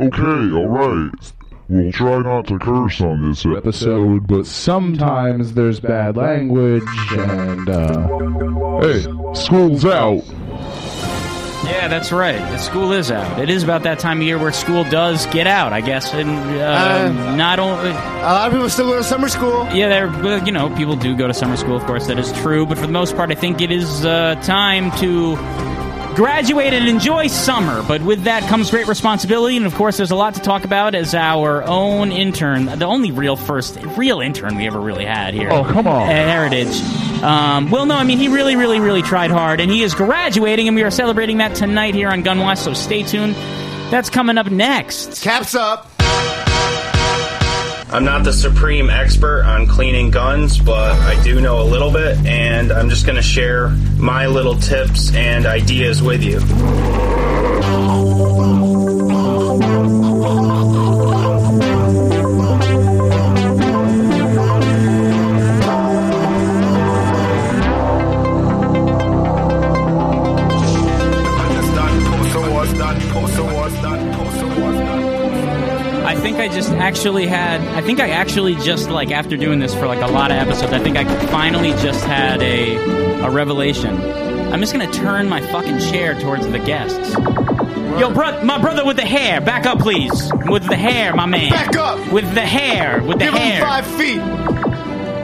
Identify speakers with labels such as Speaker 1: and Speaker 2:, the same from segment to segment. Speaker 1: Okay, alright. We'll try not to curse on this
Speaker 2: episode, but sometimes there's bad language and uh Hey, school's out.
Speaker 3: Yeah, that's right. The school is out. It is about that time of year where school does get out, I guess, and uh, not only.
Speaker 4: A lot of people still go to summer school.
Speaker 3: Yeah, there. well, You know, people do go to summer school. Of course, that is true. But for the most part, I think it is uh, time to graduate and enjoy summer. But with that comes great responsibility, and of course, there's a lot to talk about. As our own intern, the only real first real intern we ever really had here.
Speaker 2: Oh, come on.
Speaker 3: at Heritage. Um, well, no, I mean, he really, really, really tried hard, and he is graduating, and we are celebrating that tonight here on Gunwash, so stay tuned. That's coming up next.
Speaker 4: Caps up.
Speaker 5: I'm not the supreme expert on cleaning guns, but I do know a little bit, and I'm just going to share my little tips and ideas with you.
Speaker 3: I think I just actually had, I think I actually just, like, after doing this for, like, a lot of episodes, I think I finally just had a, a revelation. I'm just gonna turn my fucking chair towards the guests. Yo, bro, my brother with the hair, back up, please. With the hair, my man.
Speaker 4: Back up.
Speaker 3: With the hair, with the
Speaker 4: Give
Speaker 3: hair.
Speaker 4: him five feet.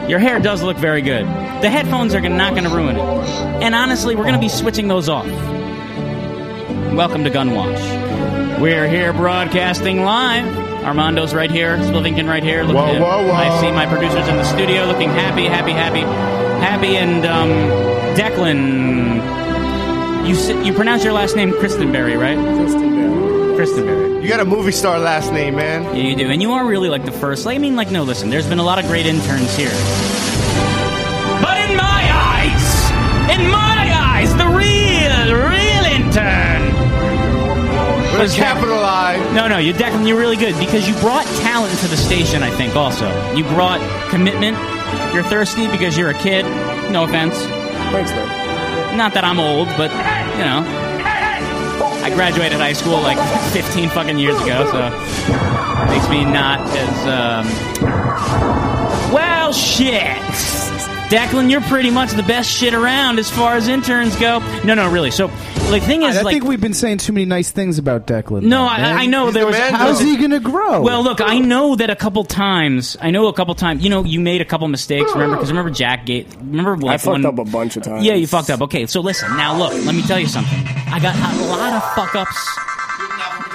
Speaker 3: Your hair does look very good. The headphones are gonna- not going to ruin it. And honestly, we're going to be switching those off. Welcome to Gunwash. We're here broadcasting live. Armando's right here. Spivington right here. Looking
Speaker 4: Whoa, whoa, whoa.
Speaker 3: I see my producers in the studio looking happy, happy, happy. Happy and um, Declan. You s- you pronounce your last name Kristenberry, right? Kristenberry.
Speaker 4: You got a movie star last name, man.
Speaker 3: Yeah, you do. And you are really like the first. Like, I mean, like, no, listen, there's been a lot of great interns here. But in my eyes, in my eyes, the real, real intern was
Speaker 4: Capital I.
Speaker 3: No, no, you Declan, you're really good because you brought talent to the station, I think, also. You brought commitment. You're thirsty because you're a kid. No offense.
Speaker 6: Thanks, man.
Speaker 3: Not that I'm old, but, you know. I graduated high school like 15 fucking years ago, so makes me not as. Um... Well, shit. Declan, you're pretty much the best shit around as far as interns go. No, no, really. So, like, thing is,
Speaker 6: I
Speaker 3: like,
Speaker 6: think we've been saying too many nice things about Declan.
Speaker 3: no,
Speaker 6: though,
Speaker 3: I,
Speaker 6: man.
Speaker 3: I know
Speaker 4: He's
Speaker 3: there
Speaker 4: the
Speaker 3: was.
Speaker 4: man,
Speaker 6: How's he gonna grow?
Speaker 3: Well, look, I know that a couple times. I know a couple times. You know, you made a couple mistakes. Remember, because remember Jack Gate. Remember, like,
Speaker 6: I fucked
Speaker 3: one-
Speaker 6: up a bunch of times.
Speaker 3: Yeah, you fucked up. Okay, so listen. Now, look. Let me tell you something. I got a lot of fuck ups.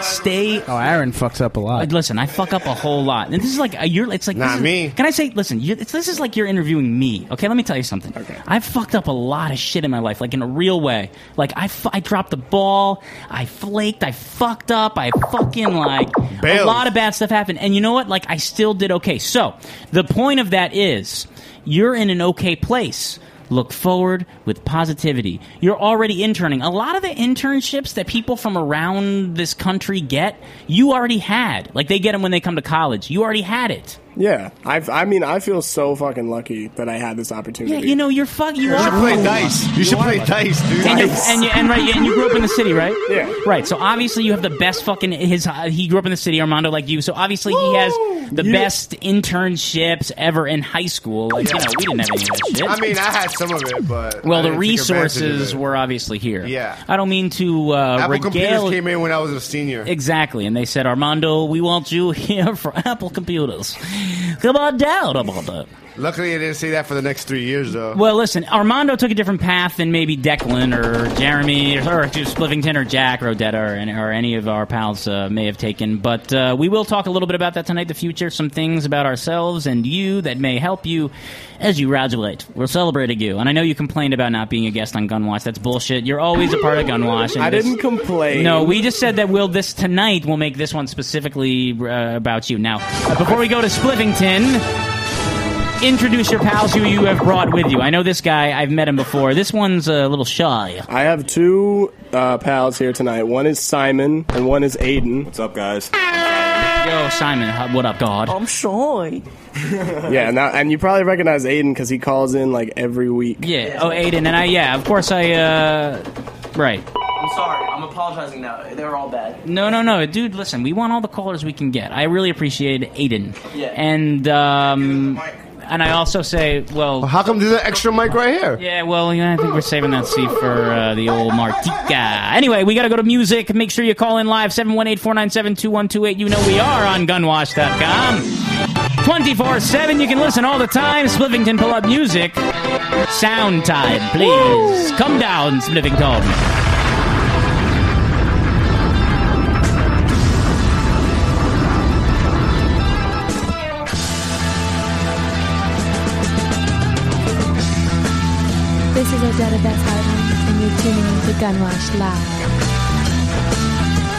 Speaker 3: Stay.
Speaker 6: oh, Aaron fucks up a
Speaker 3: Like,
Speaker 6: lot.
Speaker 3: Uh, Listen, I fuck up a whole lot, and this is like a, you're. It's like this
Speaker 4: Not
Speaker 3: is-
Speaker 4: me.
Speaker 3: Can I say? Listen, you it's, this is like you're interviewing me. Okay, let me tell you something.
Speaker 6: Okay.
Speaker 3: I've fucked up a lot of shit in my life, like in a real way. Like I, fu- I dropped the ball. I flaked. I fucked up. I fucking like a
Speaker 4: Bailed.
Speaker 3: lot of bad stuff happened. And you know what? Like I still did okay. So the point of that is, you're in an okay place. Look forward with positivity. You're already interning. A lot of the internships that people from around this country get, you already had. Like they get them when they come to college. You already had it.
Speaker 7: Yeah, I I mean I feel so fucking lucky that I had this opportunity.
Speaker 3: Yeah, you know you're fuck. You
Speaker 4: You
Speaker 3: are
Speaker 4: should play dice. You should play dice, dude.
Speaker 3: and, you,
Speaker 7: Nice.
Speaker 3: and, you, and right, and you grew up in the city, right?
Speaker 7: Yeah.
Speaker 3: Right. So obviously you have the best fucking his. Uh, he grew up in the city, Armando, like you. So obviously he has the
Speaker 7: Yeah.
Speaker 3: best internships ever in high school. Like you know, we didn't have any of that shit.
Speaker 4: I mean, I had some of it, but I
Speaker 3: well, the
Speaker 4: didn't take advantage of
Speaker 3: resources
Speaker 4: it.
Speaker 3: were uh, obviously here.
Speaker 4: Yeah.
Speaker 3: I don't mean to uh,
Speaker 4: Apple computers
Speaker 3: regale.
Speaker 4: came in when I was a senior.
Speaker 3: Exactly, and they said, Armando, we want you here for Apple computers. Come on down, Armando.
Speaker 4: Luckily, I didn't say that for the next three years, though.
Speaker 3: Well, listen, Armando took a different path than maybe Declan or Jeremy or, or just Splivington or Jack or Odetta or, any- or any of our pals uh, may have taken. But uh, we will talk a little bit about that tonight, the future, some things about ourselves and you that may help you as you graduate. We're celebrating you. And I know you complained about not being a guest on Gunwash. That's bullshit. You're always a part of Gunwash. And
Speaker 7: I
Speaker 3: this-
Speaker 7: didn't complain.
Speaker 3: No, we just said that we'll this tonight. We'll make this one specifically uh, about you. Now, uh, before we go to Splivington, introduce your pals who you have brought with you. I know this guy. I've met him before. This one's a little shy.
Speaker 7: I have two uh, pals here tonight. One is Simon and one is Aiden.
Speaker 8: What's up, guys?
Speaker 3: Yo, Simon, h- what up, God?
Speaker 9: I'm shy.
Speaker 7: Yeah, and, that, and you probably recognize Aiden because he calls in like every week.
Speaker 3: oh, Yeah. Oh, Aiden, and I. Yeah, of course I. uh Right.
Speaker 8: I'm Sorry, I'm apologizing now. They were all bad.
Speaker 3: No, no, no, dude. Listen, we want all the callers we can get. I really appreciated Aiden,
Speaker 8: Yeah.
Speaker 3: and um, and I also say, well,
Speaker 4: How come there's an extra mic right here?
Speaker 3: yeah, well, yeah, I think we're saving that seat for uh, the old Martika. Anyway, we got to go to music. Make sure you call in live 718-497-2128. You know we are on gunwash.com. 24-7, you can listen all the time. Spliffington pull up music. Sound time, please. Come down, Spliffington.
Speaker 9: This is Odetta Bethlehem, and you're tuning into Gunwash Live.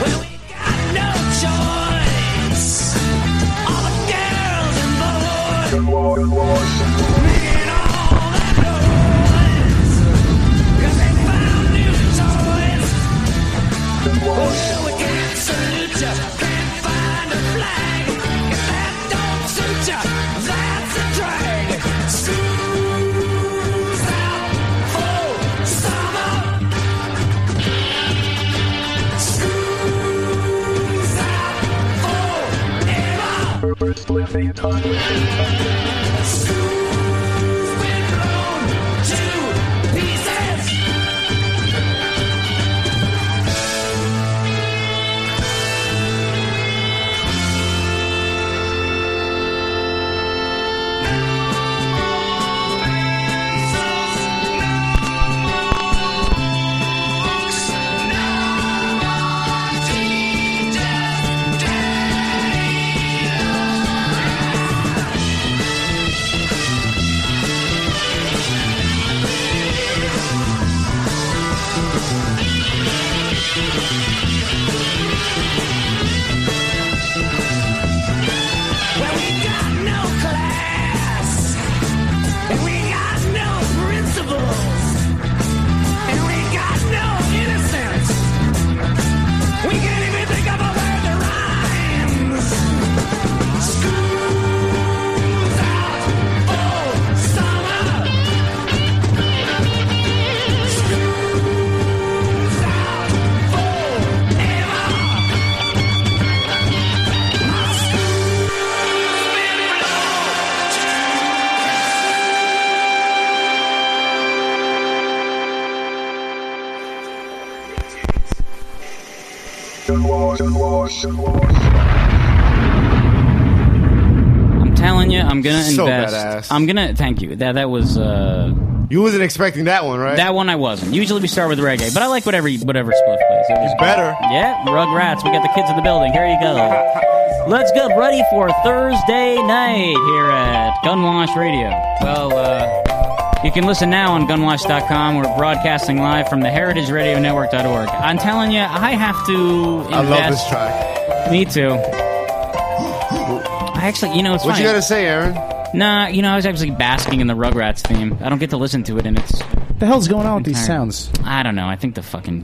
Speaker 10: Well, we got no choice. All the girls and boys making all that noise 'Cause they found new toys. Well, we can't salute ya, can't find a flag. If that don't suit ya, that's a drag. Sue's out for summer. Well, we got no class, and we got no principles, and we got no innocence. We can't even think of a word that rhymes. School's out for summer. School's out Oh. forever.
Speaker 3: I'm telling you, I'm gonna
Speaker 4: So
Speaker 3: invest.
Speaker 4: badass.
Speaker 3: I'm gonna thank you. That that was. Uh,
Speaker 4: You wasn't expecting that one, right?
Speaker 3: That one I wasn't. Usually we start with reggae, but I like whatever whatever split plays. It was
Speaker 4: better.
Speaker 3: Yeah, Rugrats. We got the kids in the building. Here you go. Let's get ready for Thursday night here at Gunwash Radio. Well, uh, you can listen now on gunwash.com. We're broadcasting live from the heritageradionetwork.org. I'm telling you, I have to invest.
Speaker 4: I love this track.
Speaker 3: Me too. I actually, you know, it's
Speaker 4: What
Speaker 3: funny.
Speaker 4: you gotta say, Aaron?
Speaker 3: Nah, you know, I was actually basking in the Rugrats theme. I don't get to listen to it, and it's
Speaker 6: the hell's going on with these
Speaker 3: tired.
Speaker 6: sounds?
Speaker 3: I don't know. I think the fucking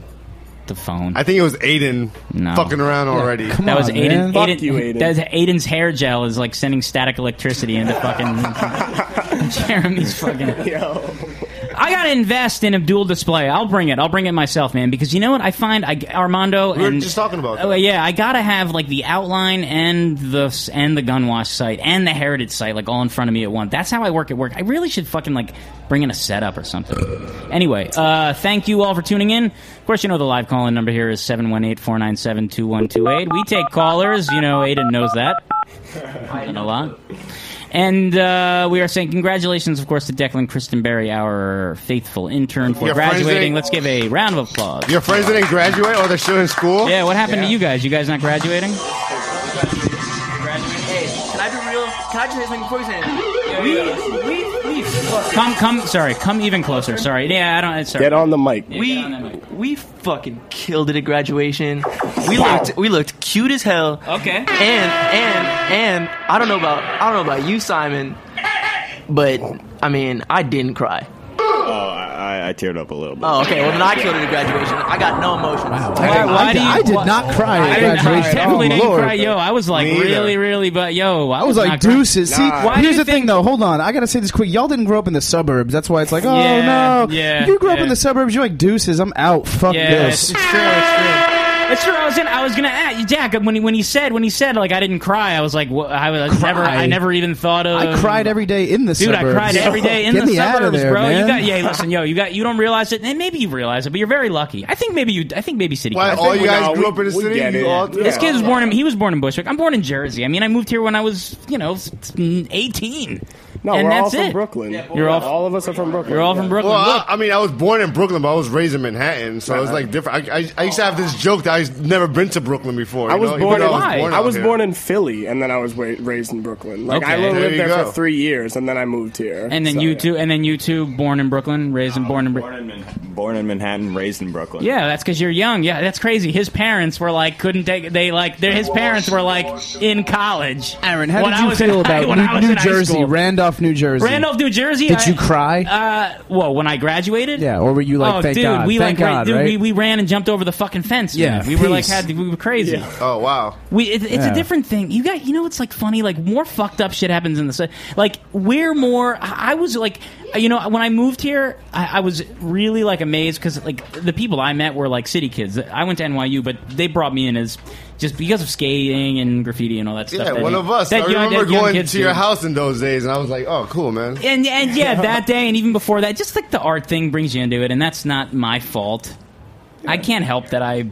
Speaker 3: the phone.
Speaker 4: I think it was Aiden
Speaker 3: No.
Speaker 4: fucking around already.
Speaker 6: Come
Speaker 3: that was
Speaker 6: on,
Speaker 3: Aiden.
Speaker 6: man. Fuck
Speaker 3: Aiden,
Speaker 7: you, Aiden.
Speaker 3: that was Aiden's hair gel is like sending static electricity into fucking Jeremy's fucking.
Speaker 7: Yo.
Speaker 3: I gotta invest in a dual display. I'll bring it. I'll bring it myself, man. Because you know what? I find I, Armando
Speaker 4: We were
Speaker 3: and
Speaker 4: just talking about
Speaker 3: Oh
Speaker 4: that.
Speaker 3: yeah, I gotta have like the outline and the and the gunwash site and the heritage site like all in front of me at once. That's how I work at work. I really should fucking like bring in a setup or something. anyway, uh, thank you all for tuning in. Of course, you know the live call in number here is 718-497-2128. We take callers. You know, Aiden knows that. I a lot. And uh, we are saying congratulations, of course, to Declan Kristen Berry, our faithful intern, for
Speaker 4: Your friends
Speaker 3: graduating.
Speaker 4: ain't-
Speaker 3: Let's give a round of applause.
Speaker 4: Your friends that didn't graduate or they're still in school?
Speaker 3: Yeah, what happened to you guys? You guys not graduating?
Speaker 8: Hey, can I be real? Can I just say something before you say anything? We, we, we fucking,
Speaker 3: Come, come, sorry, come even closer. Sorry, yeah, I don't. it's- Sorry.
Speaker 7: Get on the mic.
Speaker 8: we, we fucking killed it at graduation. We looked, we looked cute as hell.
Speaker 3: Okay.
Speaker 8: And and and I don't know about I don't know about you, Simon, but I mean I didn't cry.
Speaker 5: I, I,
Speaker 11: Oh, I, I teared up a little bit.
Speaker 8: Oh, okay. Well, then I killed it at graduation. I got no emotions.
Speaker 11: Why- why I did- do you- I did
Speaker 3: not
Speaker 11: cry at
Speaker 3: I didn't cry.
Speaker 11: graduation.
Speaker 3: Definitely
Speaker 11: Oh,
Speaker 3: didn't
Speaker 11: Lord.
Speaker 3: cry. Yo, I was like
Speaker 6: Me either.
Speaker 3: really, really, but yo, I,
Speaker 6: I was like
Speaker 3: not crying.
Speaker 6: deuces. See,
Speaker 3: Why do
Speaker 6: here's
Speaker 3: you
Speaker 6: the thing, though. Hold on, I gotta say this quick. Y'all didn't grow up in the suburbs. That's why it's like, oh
Speaker 3: Yeah,
Speaker 6: no,
Speaker 3: yeah,
Speaker 6: you grew up
Speaker 3: yeah.
Speaker 6: in the suburbs. You're like deuces. I'm out. Fuck
Speaker 3: Yeah,
Speaker 6: this.
Speaker 3: It's, it's true. It's true. It's true. I was in. I was gonna ask Jack when he when he said when he said like I didn't cry. I was like wha- I was never. I never even thought of.
Speaker 6: I cried every day in the
Speaker 3: Dude,
Speaker 6: suburbs.
Speaker 3: I cried every day in
Speaker 6: Get
Speaker 3: the
Speaker 6: me out
Speaker 3: suburbs,
Speaker 6: of there,
Speaker 3: bro.
Speaker 6: Man.
Speaker 3: You got yeah. Listen, yo, you got you don't realize it, and maybe you realize it, but you're very lucky. I think maybe you. I think maybe city.
Speaker 4: Well,
Speaker 3: kids-
Speaker 4: all you guys grew up in the city, you all-
Speaker 3: This
Speaker 4: yeah.
Speaker 3: kid was born. In, he was born in Bushwick. I'm born in Jersey. I mean, I moved here when I was you know 18.
Speaker 7: No,
Speaker 3: and
Speaker 7: we're all
Speaker 3: that's
Speaker 7: from
Speaker 3: it.
Speaker 7: Brooklyn.
Speaker 3: You're all
Speaker 7: all of us are from Brooklyn.
Speaker 3: You're all from Brooklyn.
Speaker 4: Well,
Speaker 3: Look.
Speaker 4: I, I mean, I was born in Brooklyn, but I was raised in Manhattan, so it was like different. I, I, I used to have this joke that I was never been to Brooklyn before.
Speaker 7: I
Speaker 4: you
Speaker 7: was
Speaker 4: know, even
Speaker 7: born.
Speaker 4: though
Speaker 7: In, I was, born,
Speaker 4: out here.
Speaker 7: in Philly, and then I was wa- raised in Brooklyn. Like I
Speaker 3: Okay.
Speaker 7: lived
Speaker 3: There
Speaker 7: there
Speaker 3: you go.
Speaker 7: for three years, and then I moved here.
Speaker 3: And then
Speaker 7: So,
Speaker 3: you
Speaker 7: yeah.
Speaker 3: two, and then you two, born in Brooklyn, raised and born in Brooklyn.
Speaker 11: Born in Manhattan, raised in Brooklyn.
Speaker 3: Yeah, that's because you're young. Yeah, that's crazy. His parents were like, couldn't take. They like, their, his parents were like in college. Aaron,
Speaker 6: How did you feel about
Speaker 3: when I
Speaker 6: New,
Speaker 3: was
Speaker 6: New
Speaker 3: in high
Speaker 6: Jersey,
Speaker 3: school.
Speaker 6: Randolph, New Jersey?
Speaker 3: Randolph, New Jersey.
Speaker 6: Did
Speaker 3: I-
Speaker 6: you cry?
Speaker 3: Uh, well, when I graduated,
Speaker 6: Yeah, or were you like,
Speaker 3: oh,
Speaker 6: thank
Speaker 3: dude,
Speaker 6: God,
Speaker 3: we
Speaker 6: thank
Speaker 3: like, ra-
Speaker 6: God,
Speaker 3: dude,
Speaker 6: right?
Speaker 3: we, we ran and jumped over the fucking fence.
Speaker 6: Yeah,
Speaker 3: dude. we were like,
Speaker 6: peace.
Speaker 3: had we were crazy.
Speaker 4: Oh wow.
Speaker 3: We, it, it's
Speaker 4: Yeah.
Speaker 3: a different thing. You got, you know, it's like funny. Like more fucked up shit happens in the city. Like we're more. I I was like, uh, you know, when I moved here, I, I was really like amazed because like the people I met were like city kids. I went to NYU, but they brought me in as just because of skating and graffiti and all that stuff.
Speaker 4: Yeah,
Speaker 3: that
Speaker 4: one
Speaker 3: they-
Speaker 4: of us.
Speaker 3: that
Speaker 4: I
Speaker 3: young- that
Speaker 4: remember
Speaker 3: young
Speaker 4: going
Speaker 3: kids
Speaker 4: to your
Speaker 3: do.
Speaker 4: house in those days, and I was like, "Oh, cool, man."
Speaker 3: And and yeah, that day and even before that, just like the art thing brings you into it, and that's not my fault. I can't help that I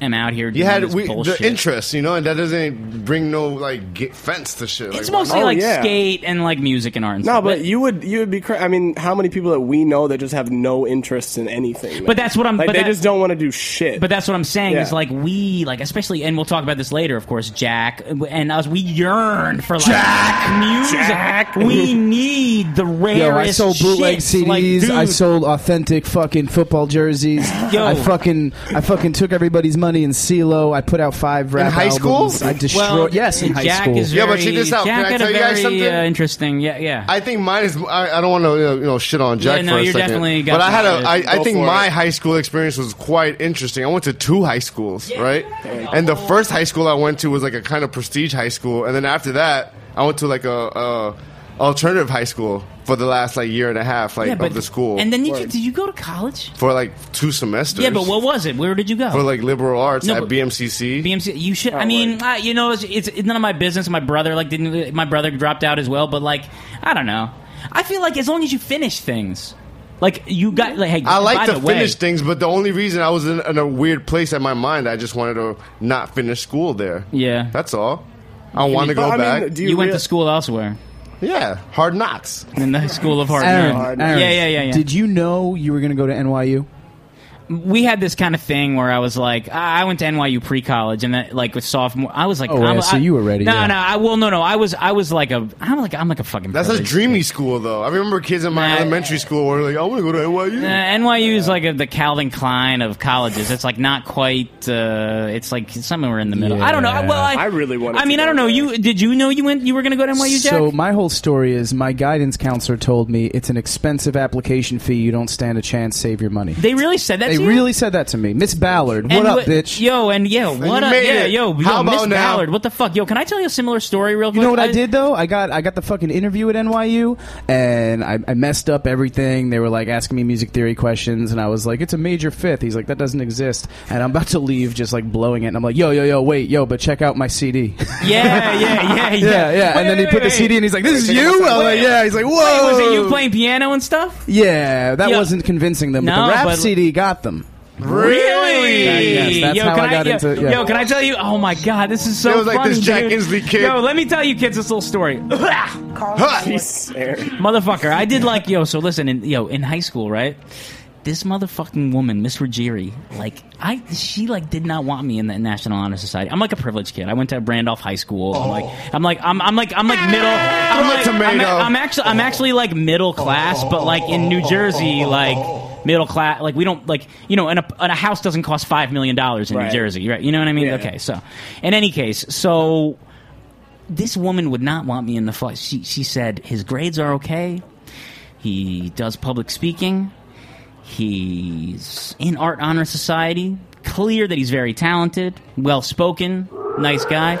Speaker 3: am out here. Doing
Speaker 4: You had
Speaker 3: this
Speaker 4: we, the
Speaker 3: bullshit.
Speaker 4: interest, you know, and that doesn't bring no like get fence to shit.
Speaker 3: It's
Speaker 4: why
Speaker 6: Oh,
Speaker 3: mostly
Speaker 4: not?
Speaker 3: like skate and like music and art. And
Speaker 7: No,
Speaker 3: stuff,
Speaker 7: but you would you would be. Cra- I mean, how many people that we know that just have no interest in anything?
Speaker 3: But that's what I'm-
Speaker 7: Like,
Speaker 3: but
Speaker 7: they
Speaker 3: that-
Speaker 7: just don't want to do shit.
Speaker 3: But that's what I'm saying is
Speaker 7: Yeah.
Speaker 3: like we like especially and we'll talk about this later, of course, Jack and us we yearn for like Jack music. We need the rarest
Speaker 6: Yo, I sold bootleg
Speaker 3: shits, like,
Speaker 6: CDs. I
Speaker 3: dude.
Speaker 6: sold authentic fucking football jerseys.
Speaker 3: Yo.
Speaker 6: I fucking I fucking took everybody's money in CeeLo. I put out five rap
Speaker 4: high school?
Speaker 6: albums. I destroyed.
Speaker 4: Well,
Speaker 6: yes, in high
Speaker 4: Jack
Speaker 6: school.
Speaker 4: is Yeah, but she very- just out-
Speaker 3: Jack
Speaker 4: Can I
Speaker 3: had
Speaker 4: tell
Speaker 3: a
Speaker 4: you guys
Speaker 3: very
Speaker 4: something?
Speaker 3: Uh, interesting. Yeah, yeah.
Speaker 4: I think mine is. I, I don't want to you know shit on Jack
Speaker 3: Yeah, no,
Speaker 4: for a
Speaker 3: you're
Speaker 4: second,
Speaker 3: definitely got
Speaker 4: but I had
Speaker 3: some
Speaker 4: a.
Speaker 3: shit.
Speaker 4: I, I
Speaker 3: Go
Speaker 4: think
Speaker 3: for
Speaker 4: my
Speaker 3: it.
Speaker 4: high school experience was quite interesting. I went to two high schools, right? And the first high school I went to was like a kind of prestige high school, and then after that, I went to like a, a alternative high school for the last like year and a half, like
Speaker 3: Yeah, but-
Speaker 4: of the school.
Speaker 3: And then did you, did you go to college?
Speaker 4: for like two semesters.
Speaker 3: Yeah, but what was it? Where did you go?
Speaker 4: for like liberal arts
Speaker 3: No,
Speaker 4: at
Speaker 3: but-
Speaker 4: BMCC.
Speaker 3: BMC, you
Speaker 6: Oh,
Speaker 3: should. I mean, uh, you know, it's, it's, it's none of my business. My brother like didn't. My brother dropped out as well. But like, I don't know. I feel like as long as you finish things, like you got like. Hey,
Speaker 4: I like
Speaker 3: by
Speaker 4: to
Speaker 3: the way-
Speaker 4: finish things, but the only reason I was in, in a weird place at my mind, I just wanted to not finish school there.
Speaker 3: Yeah,
Speaker 4: that's all. I want to go
Speaker 3: But, I mean,
Speaker 4: back.
Speaker 3: do you You went rea- to school elsewhere.
Speaker 4: Yeah, hard knocks.
Speaker 3: In the school of hard
Speaker 6: Aaron,
Speaker 3: knocks.
Speaker 6: Aaron,
Speaker 3: Yeah, yeah, yeah, yeah.
Speaker 6: Did you know you were going to go to NYU?
Speaker 3: we had this kind of thing where I was like, I I went to NYU pre college, and that like with sophomore, I was like,
Speaker 6: Oh,
Speaker 3: I'm,
Speaker 6: yeah, so
Speaker 3: I-
Speaker 6: you were ready,
Speaker 3: No,
Speaker 6: yeah.
Speaker 3: no, I well, no, no, I was, I was like a, I'm like, I'm like a fucking.
Speaker 4: That's a
Speaker 3: privileged
Speaker 4: dreamy school, though. I remember kids in my elementary school were like, "I want to go to NYU."
Speaker 3: Uh, NYU is like a, the Calvin Klein of colleges. It's like not quite. Uh, it's like somewhere in the middle. I don't know. I- Well, I,
Speaker 7: I really wanted
Speaker 3: I mean,
Speaker 7: to
Speaker 3: I
Speaker 7: go
Speaker 3: don't know. You did you know you went? You were going to go to NYU, Jack?
Speaker 6: So my whole story is my guidance counselor told me it's an expensive application fee. You don't stand a chance. Save your money.
Speaker 3: they really said that.
Speaker 6: They
Speaker 3: to you?
Speaker 6: really said that to me, Miss Ballard. What
Speaker 3: And
Speaker 6: up,
Speaker 3: what-
Speaker 6: bitch?
Speaker 3: Yo, and yo,
Speaker 6: And
Speaker 3: what
Speaker 6: you
Speaker 3: up?
Speaker 6: made
Speaker 3: Yeah,
Speaker 6: it.
Speaker 3: yo, yo,
Speaker 6: How about
Speaker 3: Miss
Speaker 6: now?
Speaker 3: Ballard. What the fuck? Yo, can I tell you a similar story real quick?
Speaker 6: You know what I, did though? I got I got the fucking interview at NYU, and I, I messed up everything. They were like asking me music theory questions, and I was like, "It's a major fifth. He's like, "That doesn't exist," and I'm about to leave, just like blowing it. And I'm like, "Yo, yo, yo, wait, yo, but check out my CD."
Speaker 3: Yeah, yeah, yeah, yeah.
Speaker 6: yeah, yeah.
Speaker 3: Wait,
Speaker 6: and then he
Speaker 3: wait,
Speaker 6: put
Speaker 3: wait,
Speaker 6: the CD, and he's like, "This is you?" I was like, "Yeah." He's like, "Whoa!"
Speaker 3: Wait, was it you playing piano and stuff?
Speaker 6: Yeah, that
Speaker 3: Yo.
Speaker 6: wasn't convincing them. But
Speaker 3: No,
Speaker 6: the rap
Speaker 3: but-
Speaker 6: CD got them.
Speaker 3: Really?
Speaker 6: Yeah, yes, that's
Speaker 3: yo,
Speaker 6: how
Speaker 3: can
Speaker 6: I got
Speaker 3: yo,
Speaker 6: into- yeah.
Speaker 3: Yo, can I tell you? Oh my god, this is so.
Speaker 4: It was like
Speaker 3: funny,
Speaker 4: this Jack
Speaker 3: dude.
Speaker 4: Inslee kid.
Speaker 3: Yo, let me tell you kids this little story. Motherfucker, I did like yo. So listen, in, yo, in high school, right? This motherfucking woman, Miss Ruggieri, like I, she like did not want me in the National Honor Society. I'm like a privileged kid. I went to Randolph High School. I'm like, I'm like, I'm, I'm like, I'm like middle. I'm
Speaker 4: Throw a
Speaker 3: like, I'm,
Speaker 4: tomato.
Speaker 3: I'm actually, I'm actually like middle class, but like in New Jersey, like middle class, like we don't like, you know, and a, and a house doesn't cost five million dollars in
Speaker 7: Right.
Speaker 3: New Jersey, right? You know what I mean?
Speaker 7: Yeah.
Speaker 3: Okay, so in any case, so this woman would not want me in the fuck. She, she said his grades are okay. He does public speaking. He's in Art Honor Society. Clear that he's very talented, well spoken, nice guy.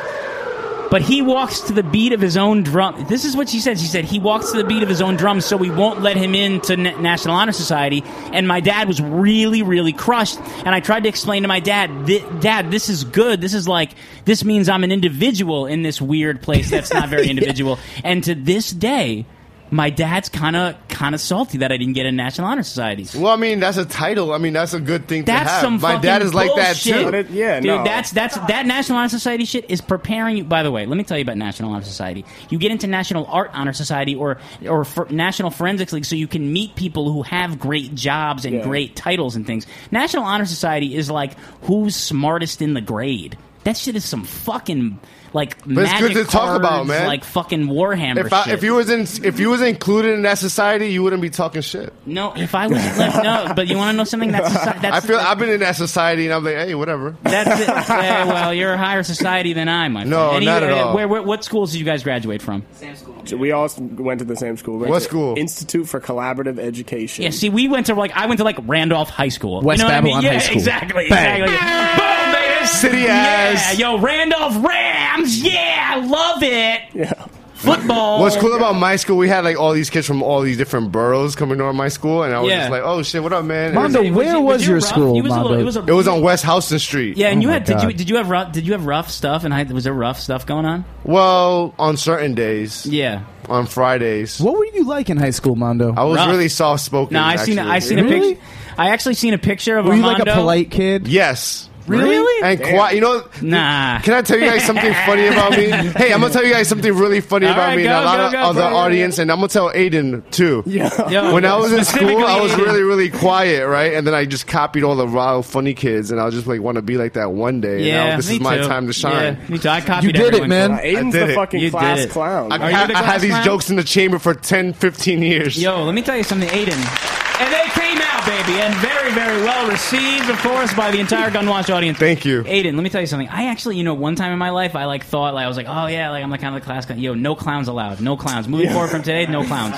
Speaker 3: But he walks to the beat of his own drum. This is what she said. She said he walks to the beat of his own drum, so we won't let him into N- National Honor Society. And my dad was really, really crushed. And I tried to explain to my dad, "Th- Dad, this is good. This is like this means I'm an individual in this weird place that's not very individual. And to this day, my dad's kind of kind of salty that I didn't get in National Honor Society.
Speaker 4: Well, I mean, that's a title. I mean, that's a good thing
Speaker 3: That's
Speaker 4: to have.
Speaker 3: some
Speaker 4: My
Speaker 3: fucking
Speaker 4: dad is like that
Speaker 3: bullshit.
Speaker 4: too.
Speaker 3: dude. That's that's that National Honor Society shit is preparing you. By the way, let me tell you about National Honor Society. You get into National Art Honor Society or or for National Forensics League, so you can meet people who have great jobs and
Speaker 8: Yeah.
Speaker 3: great titles and things. National Honor Society is like who's smartest in the grade. That shit is some fucking like
Speaker 4: But it's good
Speaker 3: magic
Speaker 4: to talk about,
Speaker 3: cards,
Speaker 4: man.
Speaker 3: Like fucking Warhammer.
Speaker 4: if, I,
Speaker 3: shit.
Speaker 4: if you was in, if you was included in that society, you wouldn't be talking shit.
Speaker 3: no, if I was left, no. But you want to know something? That's soci- that's
Speaker 4: I feel I've been in that society, and I'm like, hey, whatever.
Speaker 3: That's it. Yeah, well, you're a higher society than I, my
Speaker 4: No,
Speaker 3: friend. And
Speaker 4: not
Speaker 3: you- uh,
Speaker 4: at all.
Speaker 3: Where, where, what schools did you guys graduate from? Same school.
Speaker 7: We all went to the same school. We went
Speaker 3: What
Speaker 7: to
Speaker 3: school?
Speaker 7: Institute for Collaborative Education.
Speaker 3: Yeah, see, we went to like I went to like Randolph High School.
Speaker 7: West
Speaker 3: you know what
Speaker 7: Babylon
Speaker 3: I mean?
Speaker 7: High
Speaker 3: yeah,
Speaker 7: School.
Speaker 3: Exactly.
Speaker 7: Bang.
Speaker 3: Exactly. Boom, baby.
Speaker 10: City
Speaker 3: Yeah,
Speaker 10: ass.
Speaker 3: yo, Randolph Rams. Yeah, I love it. Yeah. Football.
Speaker 4: What's cool about my school? We had like all these kids from all these different boroughs coming to my school, and I was
Speaker 3: Yeah.
Speaker 4: just like, oh shit, what up, man?
Speaker 3: Mondo, Was it- was where it- was was your your rough? school,
Speaker 4: It
Speaker 3: You was
Speaker 4: was, Oh
Speaker 3: a little- Mondo? it was a-
Speaker 4: on West Houston Street.
Speaker 3: Yeah,
Speaker 6: Oh
Speaker 3: and you had did you did you have rough did you have rough stuff and high, was there rough stuff going on?
Speaker 4: Well, on certain days.
Speaker 3: Yeah.
Speaker 4: On Fridays.
Speaker 6: What were you like in high school, Mondo?
Speaker 4: I was really soft spoken.
Speaker 3: No, I seen I seen a picture. I actually seen a picture of
Speaker 6: Were you
Speaker 3: Armando.
Speaker 6: like a polite kid?
Speaker 4: Yes.
Speaker 3: Really? Ah,
Speaker 4: And
Speaker 3: Damn.
Speaker 4: quiet. You know,
Speaker 3: Nah.
Speaker 4: Can I tell you guys something funny about me? Hey, I'm gonna tell you guys something really funny
Speaker 3: All
Speaker 4: about
Speaker 3: right,
Speaker 4: me
Speaker 3: go,
Speaker 4: and a lot
Speaker 3: go,
Speaker 4: of
Speaker 3: go,
Speaker 4: other
Speaker 3: go, go.
Speaker 4: audience, and I'm gonna tell Aiden too.
Speaker 7: Yeah.
Speaker 3: Yo,
Speaker 4: when I was in school, I
Speaker 3: specifically
Speaker 4: was
Speaker 3: Aiden.
Speaker 4: really, really quiet, right? And then I just copied all the wild, funny kids, and I was just like, want to be like that one day. and
Speaker 3: Yeah,
Speaker 4: now this
Speaker 3: me
Speaker 4: is my
Speaker 3: too.
Speaker 4: time to shine.
Speaker 3: Yeah, me too. I copied
Speaker 4: You did it,
Speaker 3: everyone.
Speaker 4: man.
Speaker 7: Uh, Aiden's
Speaker 4: I did
Speaker 7: the
Speaker 4: it.
Speaker 7: fucking
Speaker 4: You did
Speaker 7: class
Speaker 3: it.
Speaker 7: clown.
Speaker 4: I,
Speaker 3: Are you
Speaker 4: I-
Speaker 3: the
Speaker 4: I
Speaker 3: class
Speaker 4: had these
Speaker 3: clown?
Speaker 4: jokes in the chamber for 10, 15 years.
Speaker 3: Yo, let me tell you something, Aiden. And they came out, baby, and very, very well received, of course, by the entire Gunwash audience.
Speaker 4: Thank you.
Speaker 3: Aiden, let me tell you something. I actually, you know, one time in my life, I like thought, like, I was like, oh yeah, like I'm like kind of the class. Yo, no clowns allowed. No clowns. Moving
Speaker 8: Yeah.
Speaker 3: forward from today, no clowns.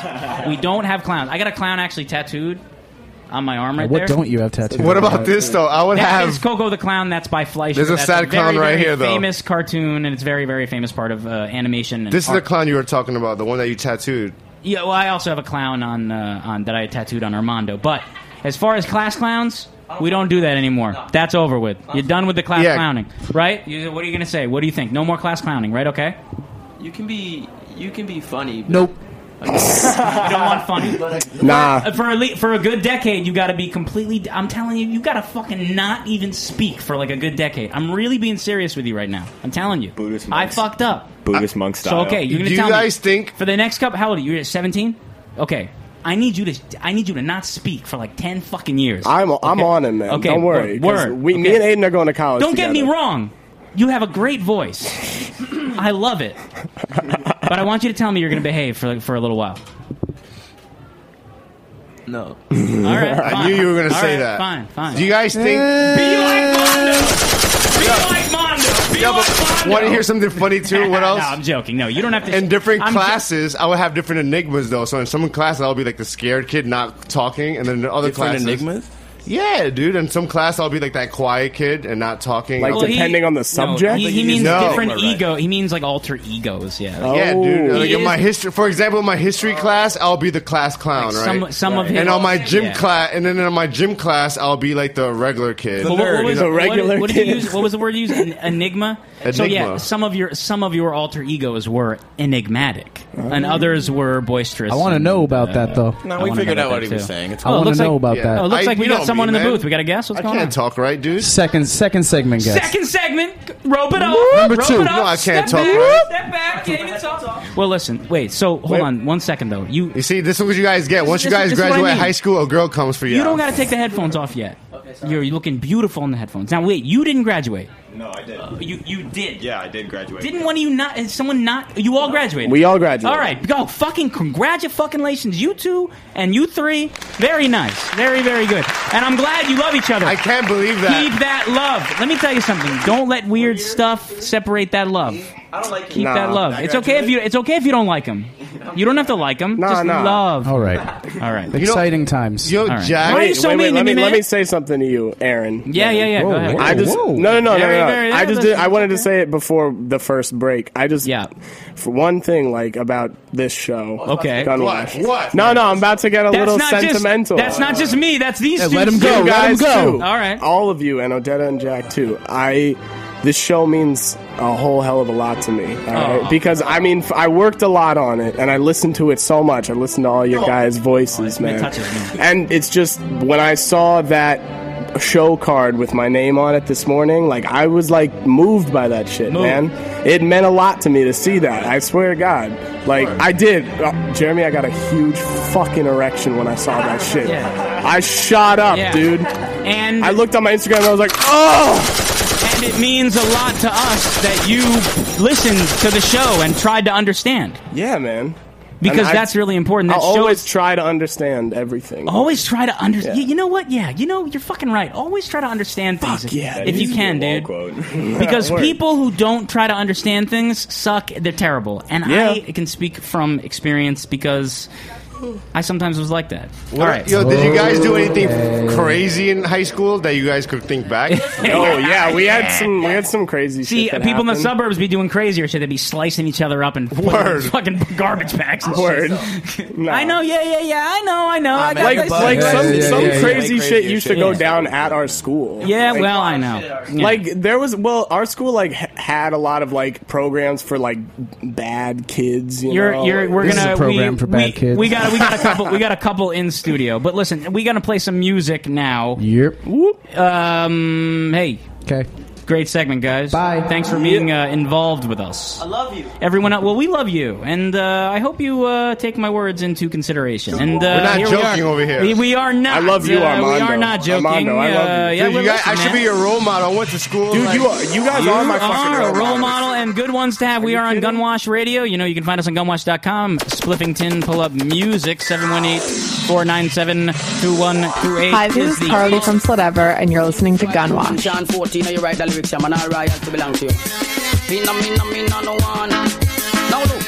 Speaker 3: We don't have clowns. I got a clown actually tattooed on my arm right
Speaker 6: what
Speaker 3: there.
Speaker 6: don't you have tattooed?
Speaker 4: What about this though? I would
Speaker 3: That
Speaker 4: have.
Speaker 3: is Coco the Clown. That's by Fleischer.
Speaker 4: There's a
Speaker 3: That's
Speaker 4: sad
Speaker 3: very,
Speaker 4: clown right
Speaker 3: very
Speaker 4: here, though.
Speaker 3: Famous cartoon, and it's very, very famous part of uh, animation. And
Speaker 4: This is
Speaker 3: art.
Speaker 4: the clown you were talking about, the one that you tattooed.
Speaker 3: Yeah, well, I also have a clown on uh, on that I tattooed on Armando. But as far as class clowns, we don't do that anymore. That's over with. You're done with the class
Speaker 8: Yeah.
Speaker 3: clowning, right? You, what are you going to say? What do you think? No more class clowning, right? Okay.
Speaker 8: You can be you can be funny. but-
Speaker 6: Nope.
Speaker 3: you don't want funny.
Speaker 7: Nah.
Speaker 3: For a, le- for a good decade, you got to be completely. I'm telling you, you got to fucking not even speak for like a good decade. I'm really being serious with you right now. I'm telling you. I fucked up.
Speaker 11: Buddhist monk style.
Speaker 3: So okay, you're gonna
Speaker 11: Do
Speaker 3: tell
Speaker 11: you
Speaker 3: me, think for the next couple? How old are you? You're 17. Okay, I need you to I need you to not speak for like 10 fucking years.
Speaker 7: I'm I'm
Speaker 3: Okay.
Speaker 7: on him, man.
Speaker 3: Okay,
Speaker 7: Don't worry.
Speaker 3: word,
Speaker 7: 'cause
Speaker 3: word.
Speaker 7: We, Me and
Speaker 3: Okay.
Speaker 7: Aiden are going to college.
Speaker 3: Don't get me
Speaker 7: together.
Speaker 3: wrong. You have a great voice. I love it. but I want you to tell me you're going to behave for for a little while.
Speaker 8: No.
Speaker 3: All right.
Speaker 4: I
Speaker 3: fine.
Speaker 4: knew you were gonna
Speaker 3: All
Speaker 4: say
Speaker 3: right,
Speaker 4: that.
Speaker 3: Fine, fine.
Speaker 4: Do you guys think?
Speaker 3: Be like Mondo. Be like Mondo. Be like Mondo.
Speaker 4: Want to hear something funny too? What
Speaker 3: No,
Speaker 4: else?
Speaker 3: I'm joking. No, you don't have to.
Speaker 4: In different
Speaker 3: I'm jo-
Speaker 4: classes, I would have different enigmas though. So in some classes, I'll be like the scared kid, not talking, and then in other
Speaker 7: Different
Speaker 4: classes,
Speaker 7: enigmas?
Speaker 4: Yeah, dude. In some class, I'll be like that quiet kid and not talking.
Speaker 7: Like, Well, he- depending on the
Speaker 3: No, he, he means different ego. He means like alter egos. Yeah.
Speaker 4: Yeah,
Speaker 7: Oh.
Speaker 4: dude. Like
Speaker 3: He
Speaker 4: in my
Speaker 3: is-
Speaker 4: history, for example, in my history class, I'll be the class clown,
Speaker 3: Like
Speaker 4: right?
Speaker 3: some- some of his-
Speaker 4: and on my gym
Speaker 3: Yeah.
Speaker 4: class, and then on my gym class, I'll be like the regular kid,
Speaker 3: But
Speaker 4: You know?
Speaker 3: what- What, did you use? What was the word you used? En- Enigma. So yeah,
Speaker 4: Enigma.
Speaker 3: some of your some of your alter egos were enigmatic, and others were boisterous.
Speaker 6: Oh. I want to
Speaker 3: and,
Speaker 6: know about
Speaker 3: uh,
Speaker 6: that
Speaker 3: I
Speaker 6: though.
Speaker 3: wanna know about that, too.
Speaker 6: I want
Speaker 3: looks
Speaker 6: to
Speaker 3: like-
Speaker 6: know about
Speaker 3: yeah.
Speaker 6: that.
Speaker 3: Oh, it looks like we
Speaker 4: you know
Speaker 3: got
Speaker 4: me,
Speaker 3: someone in the
Speaker 4: man.
Speaker 3: booth. We got a guess. What's
Speaker 4: I
Speaker 3: going
Speaker 4: can't
Speaker 3: on?
Speaker 4: talk right, dude.
Speaker 6: Second second segment, guys.
Speaker 3: Second segment. Rope it up.
Speaker 6: Number
Speaker 3: rope
Speaker 6: two.
Speaker 3: It up,
Speaker 6: No, I
Speaker 3: step
Speaker 6: can't talk,
Speaker 3: Back,
Speaker 6: right?
Speaker 3: Step back. Game it up. Well, listen. Wait. So hold on one second though. You
Speaker 4: you see, this is what you guys get.
Speaker 3: This-
Speaker 4: Once you
Speaker 3: this-
Speaker 4: guys
Speaker 3: this is what I
Speaker 4: graduate
Speaker 3: mean.
Speaker 4: high school, a girl comes for you.
Speaker 3: You don't got to take the headphones off yet. You're looking beautiful in the headphones. Now wait, you didn't graduate.
Speaker 11: No, I did.
Speaker 3: you you did.
Speaker 11: Yeah, I did graduate.
Speaker 3: Didn't one of you not? Is someone not? You all graduated.
Speaker 7: We all graduated.
Speaker 3: All right, go fucking congratulations, you two and you three. Very nice, very very good, and I'm glad you love each other. I
Speaker 4: can't believe
Speaker 3: that. Keep that love. Let me tell you something. Don't let weird stuff separate that love.
Speaker 5: I don't like
Speaker 3: Keep that love. It's okay if you. It's okay if you don't like him. You don't have to like him. Just
Speaker 7: nah.
Speaker 3: love.
Speaker 6: All right.
Speaker 3: All right.
Speaker 6: Exciting times.
Speaker 3: All right. Why are you so
Speaker 7: wait, wait,
Speaker 3: mean
Speaker 7: let
Speaker 3: to
Speaker 7: me,
Speaker 3: me,
Speaker 7: Let
Speaker 3: man?
Speaker 7: me say something to you, Aaron.
Speaker 3: Yeah, yeah, yeah, go Whoa, ahead. whoa,
Speaker 7: I just
Speaker 3: whoa.
Speaker 7: no, no, no, no,
Speaker 3: Very,
Speaker 7: no.
Speaker 3: very-
Speaker 7: I just
Speaker 3: that's-
Speaker 7: did, I wanted to say it before the first break. I just yeah. For one thing, like about this show.
Speaker 3: Okay.
Speaker 7: Gunwash.
Speaker 3: What? What?
Speaker 7: No, no. I'm about to get a
Speaker 3: That's
Speaker 7: little
Speaker 3: not just-
Speaker 7: sentimental.
Speaker 3: that's not just me. That's these. two
Speaker 7: You guys too.
Speaker 3: All right.
Speaker 7: All of you and Odetta and Jack too. I this show means a whole hell of a lot to me. all right?
Speaker 3: Oh.
Speaker 5: Aw.
Speaker 7: Because I mean f- I worked a lot on it and I listened to it so much. I listened to all your guys' voices, man.
Speaker 5: touches
Speaker 7: And it's just when I saw that show card with my name on it this morning, like I was like moved by that shit,
Speaker 5: Moved.
Speaker 7: man. It meant a lot to me to see that. I swear to God, like I did. Uh, Jeremy, I got a huge fucking erection when I saw that shit. I shot up,
Speaker 3: Yeah.
Speaker 7: dude.
Speaker 3: And
Speaker 7: I looked on my Instagram and I was like, oh.
Speaker 3: And it means a lot to us that you listened to the show and tried to understand.
Speaker 7: Yeah, man.
Speaker 3: Because
Speaker 7: And I-
Speaker 3: that's really important.
Speaker 7: I
Speaker 3: That shows
Speaker 7: always try to understand everything.
Speaker 3: Always try to understand.
Speaker 7: Yeah.
Speaker 3: You know what? Yeah, you know you're fucking right. Always try to understand things if-
Speaker 7: yeah,
Speaker 3: if
Speaker 7: dude.
Speaker 3: you can, dude. Because
Speaker 7: Word.
Speaker 3: people who don't try to understand things suck. They're terrible, and I can speak from experience because I sometimes was like that. All right,
Speaker 4: Yo, did you guys do anything
Speaker 3: Oh.
Speaker 4: crazy in high school that you guys could think back?
Speaker 7: oh yeah, we had some we had some crazy
Speaker 3: See,
Speaker 7: shit. that
Speaker 3: people in the
Speaker 7: happened.
Speaker 3: suburbs be doing crazier shit. They'd be slicing each other up and
Speaker 7: Word.
Speaker 3: fucking garbage bags. And
Speaker 7: Word.
Speaker 3: Shit. I know. Yeah, yeah, yeah. I know. Oh, I know. I got
Speaker 7: like
Speaker 3: this-
Speaker 7: like
Speaker 3: Yeah,
Speaker 7: some
Speaker 3: yeah,
Speaker 7: some
Speaker 3: yeah, yeah.
Speaker 7: crazy
Speaker 3: Way
Speaker 7: shit
Speaker 3: crazier
Speaker 7: used to
Speaker 3: shit.
Speaker 7: go
Speaker 3: Yeah.
Speaker 7: down at our school.
Speaker 3: Yeah,
Speaker 7: Like,
Speaker 3: well, I know. Yeah.
Speaker 7: Like there was well, our school like h- had a lot of like programs for like bad kids. You
Speaker 3: You're,
Speaker 7: know?
Speaker 3: you're,
Speaker 7: Like,
Speaker 3: we're
Speaker 7: this is
Speaker 3: gonna
Speaker 7: a program
Speaker 3: we,
Speaker 7: for bad
Speaker 3: we,
Speaker 7: kids.
Speaker 3: We got we got a couple we got a couple in studio. But listen, we gotta play some music now.
Speaker 6: Yep.
Speaker 3: Whoop. Um. Hey.
Speaker 6: Okay.
Speaker 3: Great segment, guys. Bye. Thanks for being uh, involved with us. I love you, everyone. uh, Well, we love you, and uh, I hope you uh, take my words into consideration. And uh,
Speaker 4: We're not
Speaker 3: here we
Speaker 4: joking
Speaker 3: are.
Speaker 4: over here.
Speaker 3: We, we are not.
Speaker 4: I love you,
Speaker 3: uh, We
Speaker 4: Armando.
Speaker 3: are not joking.
Speaker 4: Armando, I love you.
Speaker 3: Uh, yeah,
Speaker 4: Dude,
Speaker 3: we're
Speaker 4: you guys- I
Speaker 3: listening,
Speaker 4: should be
Speaker 3: man.
Speaker 4: your role model. I went to school.
Speaker 7: Dude,
Speaker 4: like-
Speaker 7: you are- you guys
Speaker 4: You
Speaker 7: are my fucking
Speaker 3: are a
Speaker 7: role
Speaker 3: role
Speaker 7: models.
Speaker 3: model and good ones to have. we are on Gunwash Radio. You know, you can find us on gunwash.com, Spliffington Pull Up Music, 718 497 2128.
Speaker 12: Hi, this is Carly from Slidever, and you're listening to Gunwash.
Speaker 13: Sean 14, now you write the lyrics, I'm an alright to belong to you. Me no, me no, me no, no one. Now look,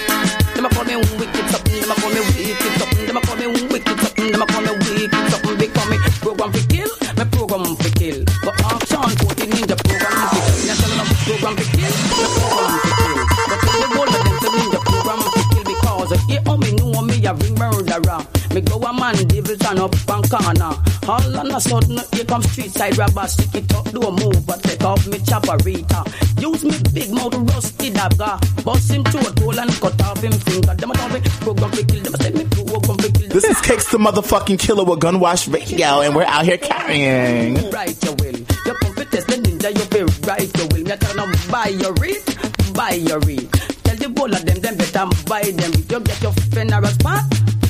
Speaker 13: them a call me wicked something, them a call me wicked something, them a call me wicked something, them a call me wicked something, because me program for kill, me program for kill. But I'm Sean 14, ninja program for kill. Me a tell them program for kill, me program for kill. But tell the world that them say ninja program for kill, because you owe me, know me, a ring murderer. Me go a man, devil turn up on corner. All on a sudden, here comes street side robber. Stick it up, do a move, but take off me chopperita. Use me big mouth rusty dagger. Bust him to a toll and cut off him finger. Them a tell me, program fi kill. Them a send me program fi kill.
Speaker 14: This is Cakes the motherfucking killer with Gunwash Radio, and we're out here carrying.
Speaker 13: Right, you will. You come fi test the ninja, you be right, you will. Me a tell them, buy your wreath, buy your wreath. Tell the whole of them, them better buy them. You get your funeral spot,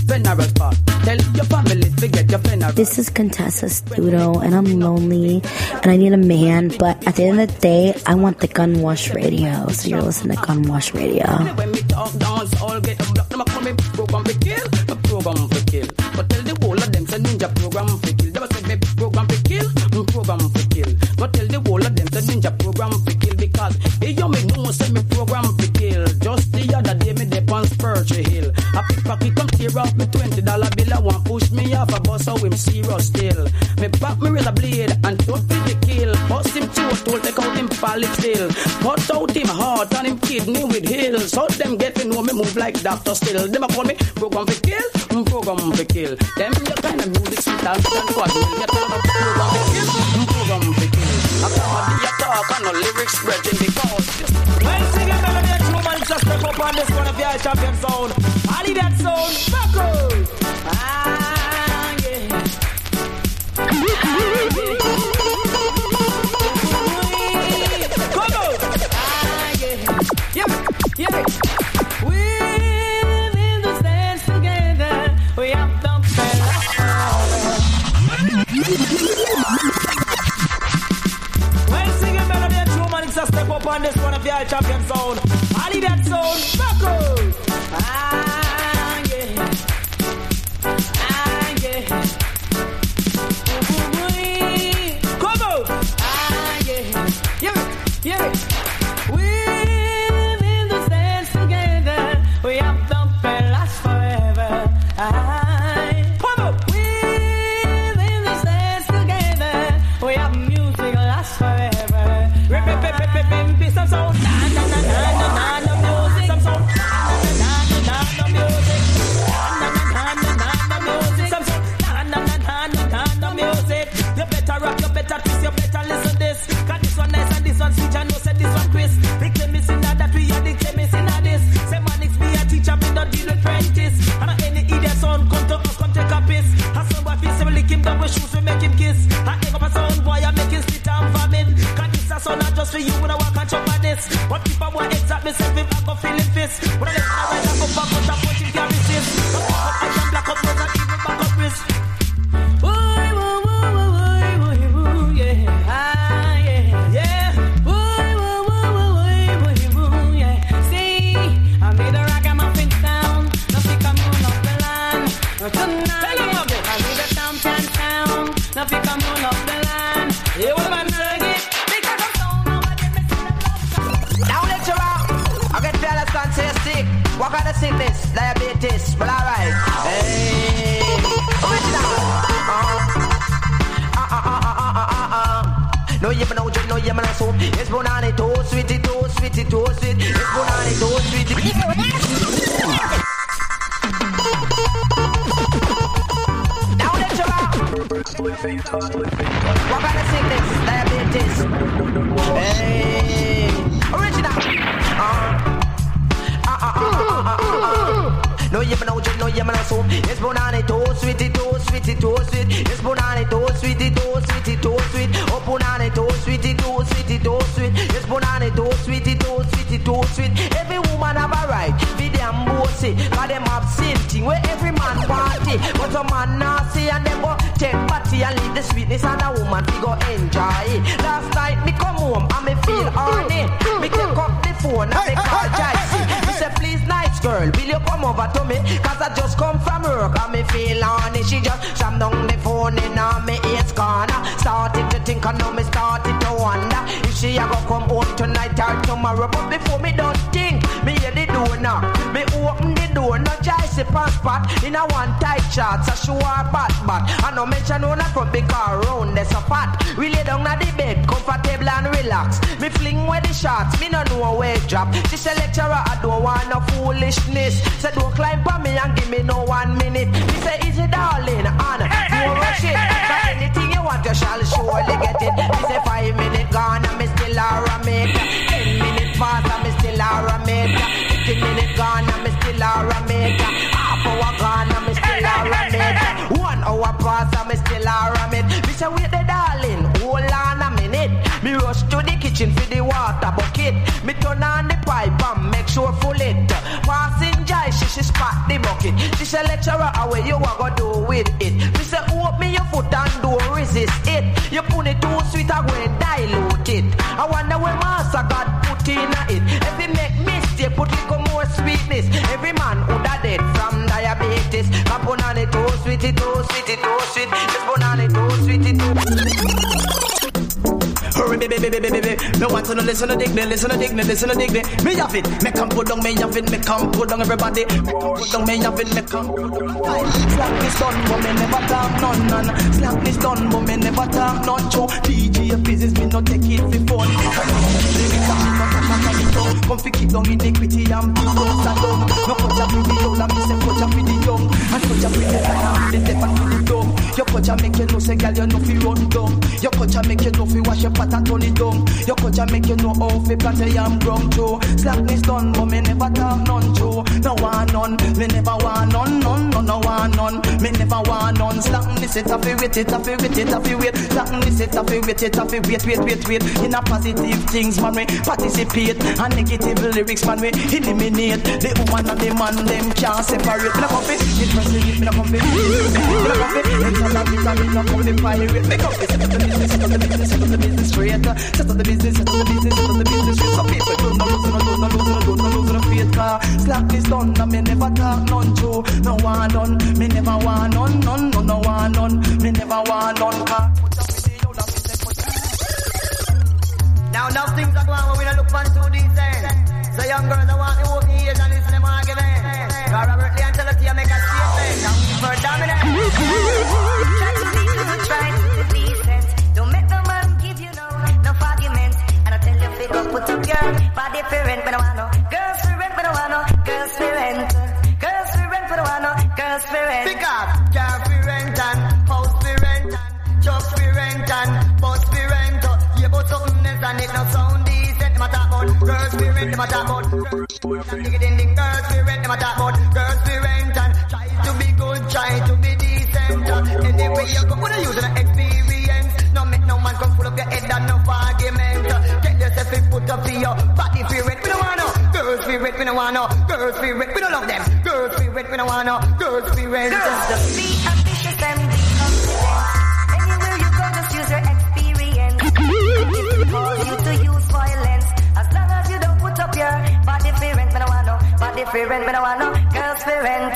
Speaker 13: funeral spot. Tell your family to get your funeral
Speaker 15: This is Contessa Studo, and I'm lonely, and I need a man. But at the end of the day, I want the Gunwash Radio. So you're listening to Gunwash Radio.
Speaker 13: When me talk dance, all get a block. Them a call me program for kill, me program for kill. But tell the whole of them say ninja program for kill. Them a say me program for kill, me program for kill. But tell the whole of them say ninja program for kill because hey yo me know say me program for kill. Just the other day me dey on Spurgeon Hill. A pickpocket come tear off me twenty dollar bill. I want push me off a bus so him serious still. Me back me razor blade and don't be the kill. Bust him two tool, take out him pallet still. Cut out him heart and him kidney with hill. So them get to know me move like doctor still. Them a call me program for kill, mm, program for kill. Them your kind of music sweet and and God will get on program for kill, mm, program for kill. I come at your talk and no lyrics spreading because.
Speaker 16: When singing melody, a true man just step up on this one of your champion sound. I need that sound. Back up. Ah, yeah. Come on. Ah, yeah. Yeah, yeah. We live in the stands together. We have the When singing melody and true man, it's a step up on this one of your champion sound. I need that sound, back up. Ah, yeah. Ah, yeah. Ooh-ooh-ooh-ee. Come on. Ah, yeah. Yeah, yeah. We live in the
Speaker 10: up myself if I go feel it fist. When I left my right, I go back, but I punch it, can't resist. But I pop up, I black up, but I even back up wrist. Ooh, ooh, ooh, ooh, ooh, ooh, ooh, ooh, yeah. Ah, yeah, yeah. Ooh, ooh, ooh, ooh, ooh, ooh, ooh, yeah. See, I made a ragamuffin sound. Nothing come on up the land. Tonight, I made a town, town, town. Nothing come on up the land. Yeah, what about nugget? Because I'm
Speaker 17: Now let you out. I get fearless can't say sick. What kind of sickness? Diabetes. Well, alright. Hey. Original. Uh. Uh, uh, uh, uh, uh, uh, uh. No yam no jam no yam no so It's bonani too sweet it too sweet it too sweet It's bonani too sweet it Now let you out What kind of sickness? Diabetes Hey Original Uh uh, uh, uh, uh, uh, uh. No yam no jam no yam no so It's bonani too sweet it too sweet it too sweet It's bonani too sweet it too sweet it too sweet Oh bonani too sweet it too sweet it too sweet It's bonani too sweet it too sweet it too sweet Every woman have a right Be them bossy Cause them have same thing Where every man party But some man nasty And them go take party And leave the sweetness And a woman we go enjoy it Last night me come home And me feel horny Me take up the phone And me call Jicey Me say please nice girl Will you come over to me Cause I just come from work And me feel horny She just slam down the phone In on me ears corner Started to think And now me started to wonder If she a go come home tonight Or tomorrow But before me don't think Me hear the door knock Me open the door No Jicey pants spot In a one tight shorts A shoe or bat bat And no mention one a front Because round there's a fat We lay down on the bed Comfortable and relax Me fling where the shots Me no know where it drop She say lecturer I don't want no foolishness Say don't climb on me And give me no one minute Me say easy darling And no rush it Cause anything you want You shall surely get it Me say five minute gone And me still are a mate Ten minute fast And me still are a mate Fifteen minute gone And me still are a mate Half hour gone And me still are a mate One hour past And me still are a mate Me say wait there darling Hold on a minute Me rush to the kitchen For the water bucket Me turn on the pipe And make sure full it Passing Jai She she spot the bucket She say lecturer How you a go do with it Me say open your foot And don't resist it You put it too sweet I go and dilute it I wonder where Master God put in a it If he make mistake Put little more sweetness Every man who da dead From diabetes Cap on it too sweet It too sweet It too sweet Just put on it too sweet It too
Speaker 18: Hurry, baby, baby, baby, baby. Me want to know, listen to dig me, listen to dig me, listen to dig me. Me have it, me come put down, me have it, me come put down everybody. Me come put down, me have it, me come put down. Aye. Slap this done, but me never talk none, none. Slap this done, but me never talk none. Show DJ business, me not take it before. Come fi keep down iniquity and be down saddam. No put a video, la me say put a video. And put a video, I am the step and the dumb. Your culture make you know say girl you no fi run dumb. Your culture make you know fi wash your pot and turn it down. Your culture make you know how fi plant a yam brown too. Slackness done, but me never talk none too. No want none, me never want none, none, no no want none. Me never want none. Slackness it a fi wait, it a fi wait, it a fi wait. Slackness it a fi wait, it a fi wait, wait, wait, wait. In a positive things man we participate and negative lyrics man we eliminate. The woman and the man them can't separate. Me no come fi impressive, me no come fi, me no come fi. International, me no come fi pirate. Me come fi set up the business, set up the business, set up the business straight. Set up the business, set up the business, set up the business straight. Some people don't know, don't know, don't know, don't know, don't know faith. Car slack is done, and me never talk none true. No one none, me never want none, none, no no one none, me never want none. Car
Speaker 17: Now love things are going where we don't look for two decent. So young girls I want the open ears and listen to them argument. Cause Robert Lee and tell us you make a statement. Now we for dominant. Try to be good, try to be decent. Don't make the man give you no, no argument. And I tell you pick up put up girl, body parent, but I want no girls for rent, but I want no girls for rent. Girls for rent, but I want no girls for rent. Pick up, girl for rent and house for rent and just for rent and bus for rent. Yeah, but something else and it no sound decent. Them a talk about girls for rent, them a talk about girls for rent, them a talk about girls for rent and try to be good, try to be decent. Uh, Anyway, you go, what are you gonna experience? No make no man come full up your head and no argument. Uh, Tell yourself if put up for your body for rent. We don't want no girls
Speaker 19: feel wet, we don't want no. Girls feel wet, we don't love them. Girls feel wet, we don't want no. Girls feel wet.
Speaker 20: Girls, just be ambitious and be confident. Anywhere you go, just use your experience. It's supposed you to use violence. As long as you don't put up your body for rent, me no want no. Body for rent, me no want no. Girls for rent.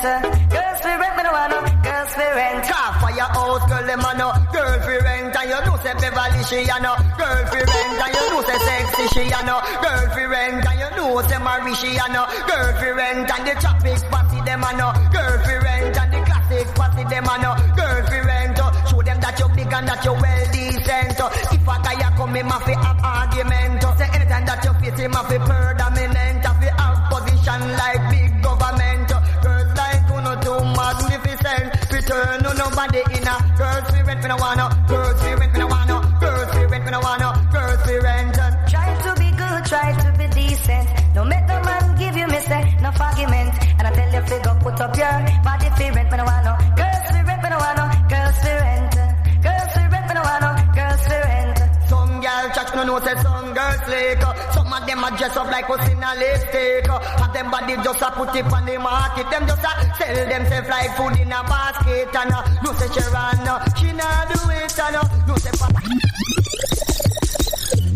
Speaker 20: Girls for rent, me no want no. Girls for rent.
Speaker 19: Car for your house, girl, them a no. Girl feel rent, and you know say Beverly she a no. Girl feel rent, and you know say sexy she a no. Girl feel rent, and you know say Mary she a no. Girl feel rent, and the traffic party them a no. Girl feel rent, and the classic party them a no. Girl feel rent, oh. show them that you're big and that you're well decent. oh. If a guy a come, him a fi have argument. oh. Say anytime that you face him a fi predominant, a fi have position like big government. oh. Girls like who no too magnificent. Return no nobody in a girls we rent, we no wanna. Girls we rent, we no wanna. Girls we rent, we no wanna. Girls we rent. and-
Speaker 20: Try to be good, try to be decent. No make no man give you me say no argument. And I tell you figure put up your body for rent, but I want no girls for rent, but I want no girls for rent. Girls for rent, but I want no girls for rent.
Speaker 19: Some girl church no know say some girls slick. uh. Some of them a dress up like pussy in a lipstick. uh. Have them body just a put it on the market. Them just a sell themselves like food in a basket. And uh, no say she run, uh, she not do it. And uh, no say papa.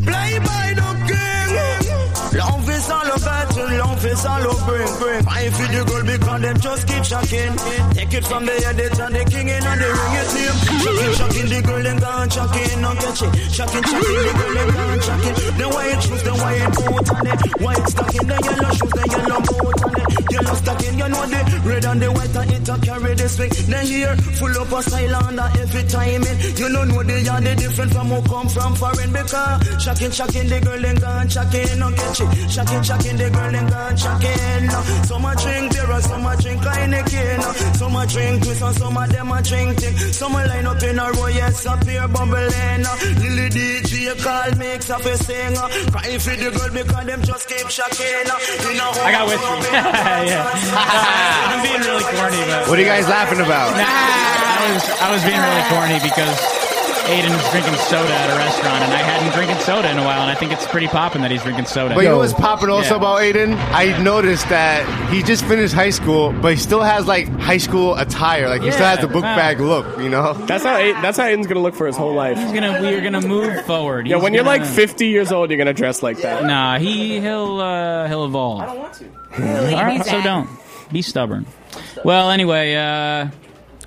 Speaker 20: Play by the king.
Speaker 21: Long face all the battle, long face all the bring, bring. I ain't feed the goal because them just keep shocking. Take it from the head, they turn the king in on the ring, it's him. Shocking, shocking, the girl, them gone shocking, no catch it. Shocking, shocking, the girl, them gone shocking. Then why you choose, then why you boot on it? White stocking, the yellow shoes, the yellow boot on it. Yellow stocking, you know the red and the white and it a carry this week. Then here, full up a silent every time it. You don't know they are the different from who come from foreign because shocking, shocking, the girl them gone shocking, no catch it. Shocking, shocking, the girl them gone shocking. No. Some a drink beer, some a drink Heineken. No. Some a drink twist and some of them a drink tick. Some a line up in a row, yes, up here bumbling. No. Lily DJ call mix up a singer. Cry for the girl because them just keep shocking. No. You know
Speaker 3: I got with you. yeah. I'm being really corny, but.
Speaker 4: What are you guys laughing about?
Speaker 3: Nah, I was, I was being really corny because Aiden was drinking soda at a restaurant, and I hadn't drinking soda in a while, and I think it's pretty poppin' that he's drinking soda.
Speaker 4: But you know what's popping also about Aiden? I noticed that he just finished high school, but he still has like high school attire. Like he still
Speaker 3: Yeah.
Speaker 4: has the book
Speaker 3: Ah.
Speaker 4: bag look, you know?
Speaker 7: That's how Aiden, that's how Aiden's gonna look for his whole life.
Speaker 3: He's gonna, we're gonna move forward.
Speaker 7: Yeah,
Speaker 3: He's
Speaker 7: when you're
Speaker 3: gonna-
Speaker 7: like 50 years old, you're gonna dress like that.
Speaker 3: Nah, he he'll uh, he'll evolve. I don't want to. All right, so don't be stubborn. Well, anyway, uh,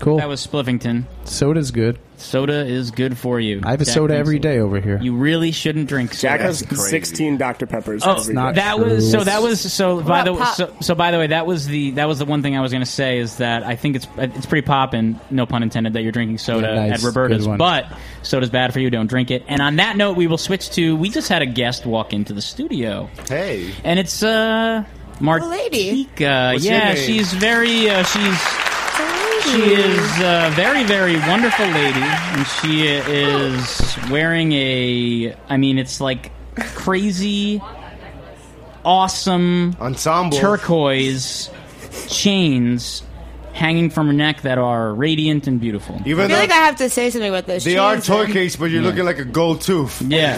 Speaker 3: cool. That was Spliffington.
Speaker 6: Soda's good.
Speaker 3: Soda is good for you.
Speaker 6: I have a soda every day over here.
Speaker 3: You really shouldn't drink. Soda.
Speaker 7: Jack has 16 Dr Peppers.
Speaker 3: Oh,
Speaker 7: every day.
Speaker 3: that was so. That was so. By
Speaker 7: about
Speaker 3: the
Speaker 7: pop?
Speaker 3: so, so by the way, that was the that was the one thing I was going to say is that I think it's it's pretty poppin', no pun intended, that you're drinking soda
Speaker 6: Yeah, nice.
Speaker 3: at Roberta's,
Speaker 6: Good one.
Speaker 3: but soda's bad for you. Don't drink it. And on that note, we will switch to. We just had a guest walk into the studio.
Speaker 4: Hey,
Speaker 3: and it's uh, Martika.
Speaker 20: lady. What's your
Speaker 3: yeah,
Speaker 20: name?
Speaker 3: she's very uh, she's. She is a very, very wonderful lady, and she is wearing a. I mean, it's like crazy awesome
Speaker 4: ensemble
Speaker 3: turquoise chains hanging from her neck that are radiant and beautiful.
Speaker 4: Even
Speaker 22: I feel like I have to say something about this.
Speaker 4: They are turquoise, but you're
Speaker 3: Yeah.
Speaker 4: looking like a gold tooth.
Speaker 3: Yeah.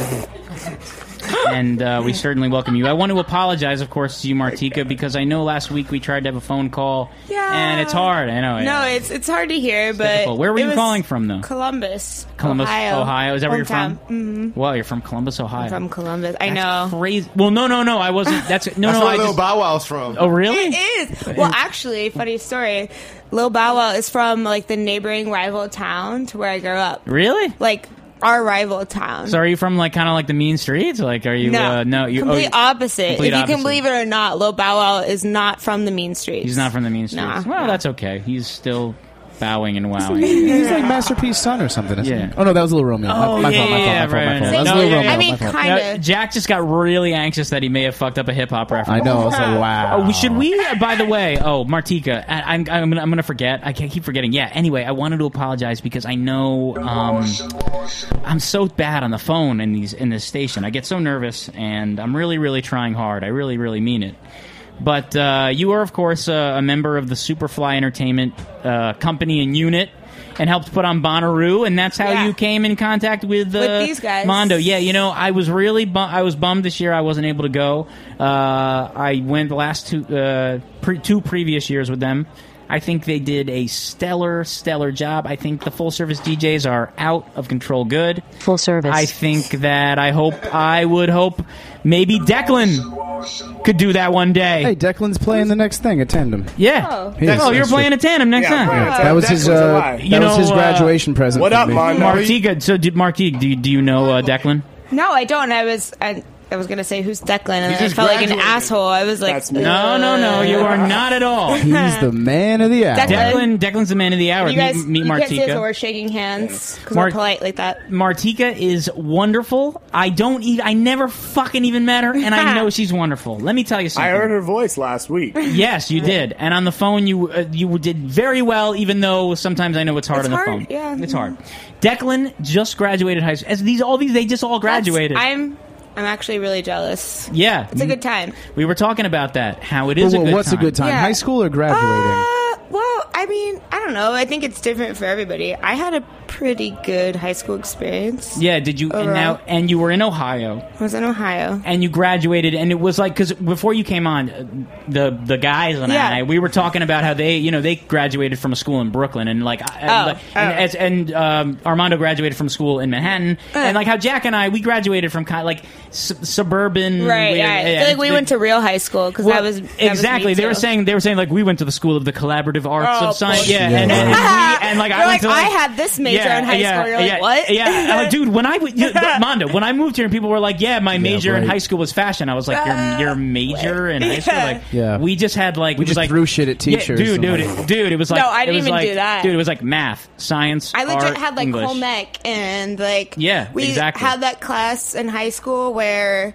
Speaker 3: and uh, we certainly welcome you. I want to apologize, of course, to you, Martika, because I know last week we tried to have a phone call,
Speaker 22: Yeah.
Speaker 3: and it's hard. I know.
Speaker 22: No,
Speaker 3: yeah.
Speaker 22: it's it's hard to hear, but
Speaker 3: difficult. Where were
Speaker 22: it
Speaker 3: you
Speaker 22: was
Speaker 3: calling from, though?
Speaker 22: Columbus,
Speaker 3: Columbus,
Speaker 22: Ohio.
Speaker 3: Ohio. Is that where you're from?
Speaker 22: Mm-hmm.
Speaker 3: Wow, you're from Columbus, Ohio.
Speaker 22: From Columbus, I
Speaker 3: That's
Speaker 22: know.
Speaker 3: Crazy. Well, no, no, no. I wasn't. That's no,
Speaker 4: That's
Speaker 3: no.
Speaker 4: where
Speaker 3: I
Speaker 4: Lil
Speaker 3: just,
Speaker 4: Bow Wow's from.
Speaker 3: Oh, really?
Speaker 22: It is. Well, actually, funny story. Lil Bow Wow is from like the neighboring rival town to where I grew up.
Speaker 3: Really?
Speaker 22: Like our rival town.
Speaker 3: So are you from like kind of like the mean streets? Like, are you?
Speaker 22: no,
Speaker 3: uh, no. You, oh,
Speaker 22: complete
Speaker 3: you-
Speaker 22: opposite.
Speaker 3: complete
Speaker 22: if you
Speaker 3: opposite.
Speaker 22: can believe it or not, Lil Bow Wow is not from the mean streets.
Speaker 3: He's not from the mean
Speaker 22: Nah.
Speaker 3: streets. well, that's okay. He's still bowing and wowing.
Speaker 6: He's like Masterpiece son or something, isn't
Speaker 3: Yeah.
Speaker 6: he? Oh no, that was Little Romeo. My- my, fault, my fault, my fault, my fault. That was Little Romeo. my fault.
Speaker 3: Yeah, Jack just got really anxious that he may have fucked up a hip hop reference.
Speaker 6: I know, I was like, wow.
Speaker 3: Oh, we- should we? uh, By the way, oh, Martika, I, I'm, I'm, gonna, I'm gonna forget. I can't keep forgetting. Yeah. Anyway, I wanted to apologize because I know um, I'm so bad on the phone in these in this station. I get so nervous, and I'm really, really trying hard. I really, really mean it. But uh, you are, of course, uh, a member of the Superfly Entertainment uh, company and unit. and helped put on Bonnaroo, and that's how you came in contact with, uh,
Speaker 22: With these guys.
Speaker 3: Mondo. Yeah, you know, I was really bu- I was bummed this year I wasn't able to go. Uh, I went the last two uh, pre- two previous years with them. I think they did a stellar, stellar job. I think the full service DJs are out of control good.
Speaker 23: Full service.
Speaker 3: I think that I hope, I would hope maybe Declan could do that one day.
Speaker 6: Hey, Declan's playing the next thing, a tandem.
Speaker 3: Yeah.
Speaker 6: Oh.
Speaker 3: Oh, you're playing a tandem next time.
Speaker 6: That was his. Uh, that was his graduation present. for me.
Speaker 3: Martika. So, did Martika? Do you, do you know uh, Declan?
Speaker 22: No, I don't. I was I, I was gonna say who's Declan, and I
Speaker 3: just
Speaker 22: felt like an
Speaker 3: graduated.
Speaker 22: asshole. I was like,
Speaker 3: That's me. No, no, no, you are not at all.
Speaker 6: He's the man of the hour.
Speaker 3: Declan. Declan's the man of the hour.
Speaker 22: You guys,
Speaker 3: meet
Speaker 22: you
Speaker 3: meet
Speaker 22: can't see us, but
Speaker 3: Martika.
Speaker 22: we're shaking hands because
Speaker 3: Mar-
Speaker 22: we're polite like that.
Speaker 3: Martika is wonderful. I don't. E- I never fucking even met her, and I know she's wonderful. Let me tell you something.
Speaker 7: I heard her voice last week.
Speaker 3: Yes, you did. And on the phone, you uh, you did very well, even though sometimes I know it's hard
Speaker 22: It's
Speaker 3: on the
Speaker 22: hard,
Speaker 3: phone.
Speaker 22: yeah.
Speaker 3: it's hard. Declan just graduated high school. As these, all these, they just all graduated.
Speaker 22: That's- I'm I'm actually really jealous.
Speaker 3: yeah,
Speaker 22: It's a good time.
Speaker 3: We were talking about that. How it
Speaker 6: But
Speaker 3: is.
Speaker 6: what-
Speaker 3: a good
Speaker 6: what's
Speaker 3: time.
Speaker 6: a good time?
Speaker 22: Yeah.
Speaker 6: High school or graduating?
Speaker 22: Uh, Well, I mean, I don't know. I think it's different for everybody. I had a pretty good high school experience.
Speaker 3: Yeah. Did you and now
Speaker 22: Overall.
Speaker 3: and you were in Ohio
Speaker 22: I was in Ohio.
Speaker 3: and you graduated and it was like because before you came on, uh, the the guys and
Speaker 22: Yeah.
Speaker 3: I we were talking about how they you know they graduated from a school in Brooklyn and like I-
Speaker 22: Oh,
Speaker 3: like- and,
Speaker 22: oh.
Speaker 3: as- and, um, Armando graduated from school in Manhattan
Speaker 22: Uh.
Speaker 3: and like how Jack and I we graduated from kind of like su- suburban
Speaker 22: Right,
Speaker 3: way-
Speaker 22: yeah. I
Speaker 3: yeah,
Speaker 22: feel like we
Speaker 3: they-
Speaker 22: went to real high school because that was that was me
Speaker 3: exactly. they were
Speaker 22: too.
Speaker 3: saying they were saying like we went to the school of the collaborative arts
Speaker 22: Oh,
Speaker 3: of science.
Speaker 22: bullshit.
Speaker 3: Yeah, and, and, we, and like I
Speaker 22: You're like,
Speaker 3: went to
Speaker 22: I had this major in high
Speaker 3: yeah,
Speaker 22: school. You're like,
Speaker 3: yeah,
Speaker 22: what?
Speaker 3: Yeah, I'm like, dude. When I w- you- the- Mondo, when I moved here, and people were like, "Yeah, my major in
Speaker 6: right.
Speaker 3: high school was fashion." I was like, "Your your major in high school?" Like,
Speaker 6: Yeah.
Speaker 3: we just had like
Speaker 6: We
Speaker 3: it was
Speaker 6: just
Speaker 3: like,
Speaker 6: threw shit at
Speaker 3: yeah,
Speaker 6: teachers
Speaker 3: dude,
Speaker 6: and,
Speaker 3: dude,
Speaker 6: like-
Speaker 3: it, dude. It was like
Speaker 22: No, I didn't
Speaker 3: it was
Speaker 22: even
Speaker 3: like,
Speaker 22: do that.
Speaker 3: Dude, it was like math, science.
Speaker 22: I legit
Speaker 3: art,
Speaker 22: had like
Speaker 3: English.
Speaker 22: home ec and like
Speaker 3: Yeah,
Speaker 22: we
Speaker 3: exactly.
Speaker 22: had that class in high school where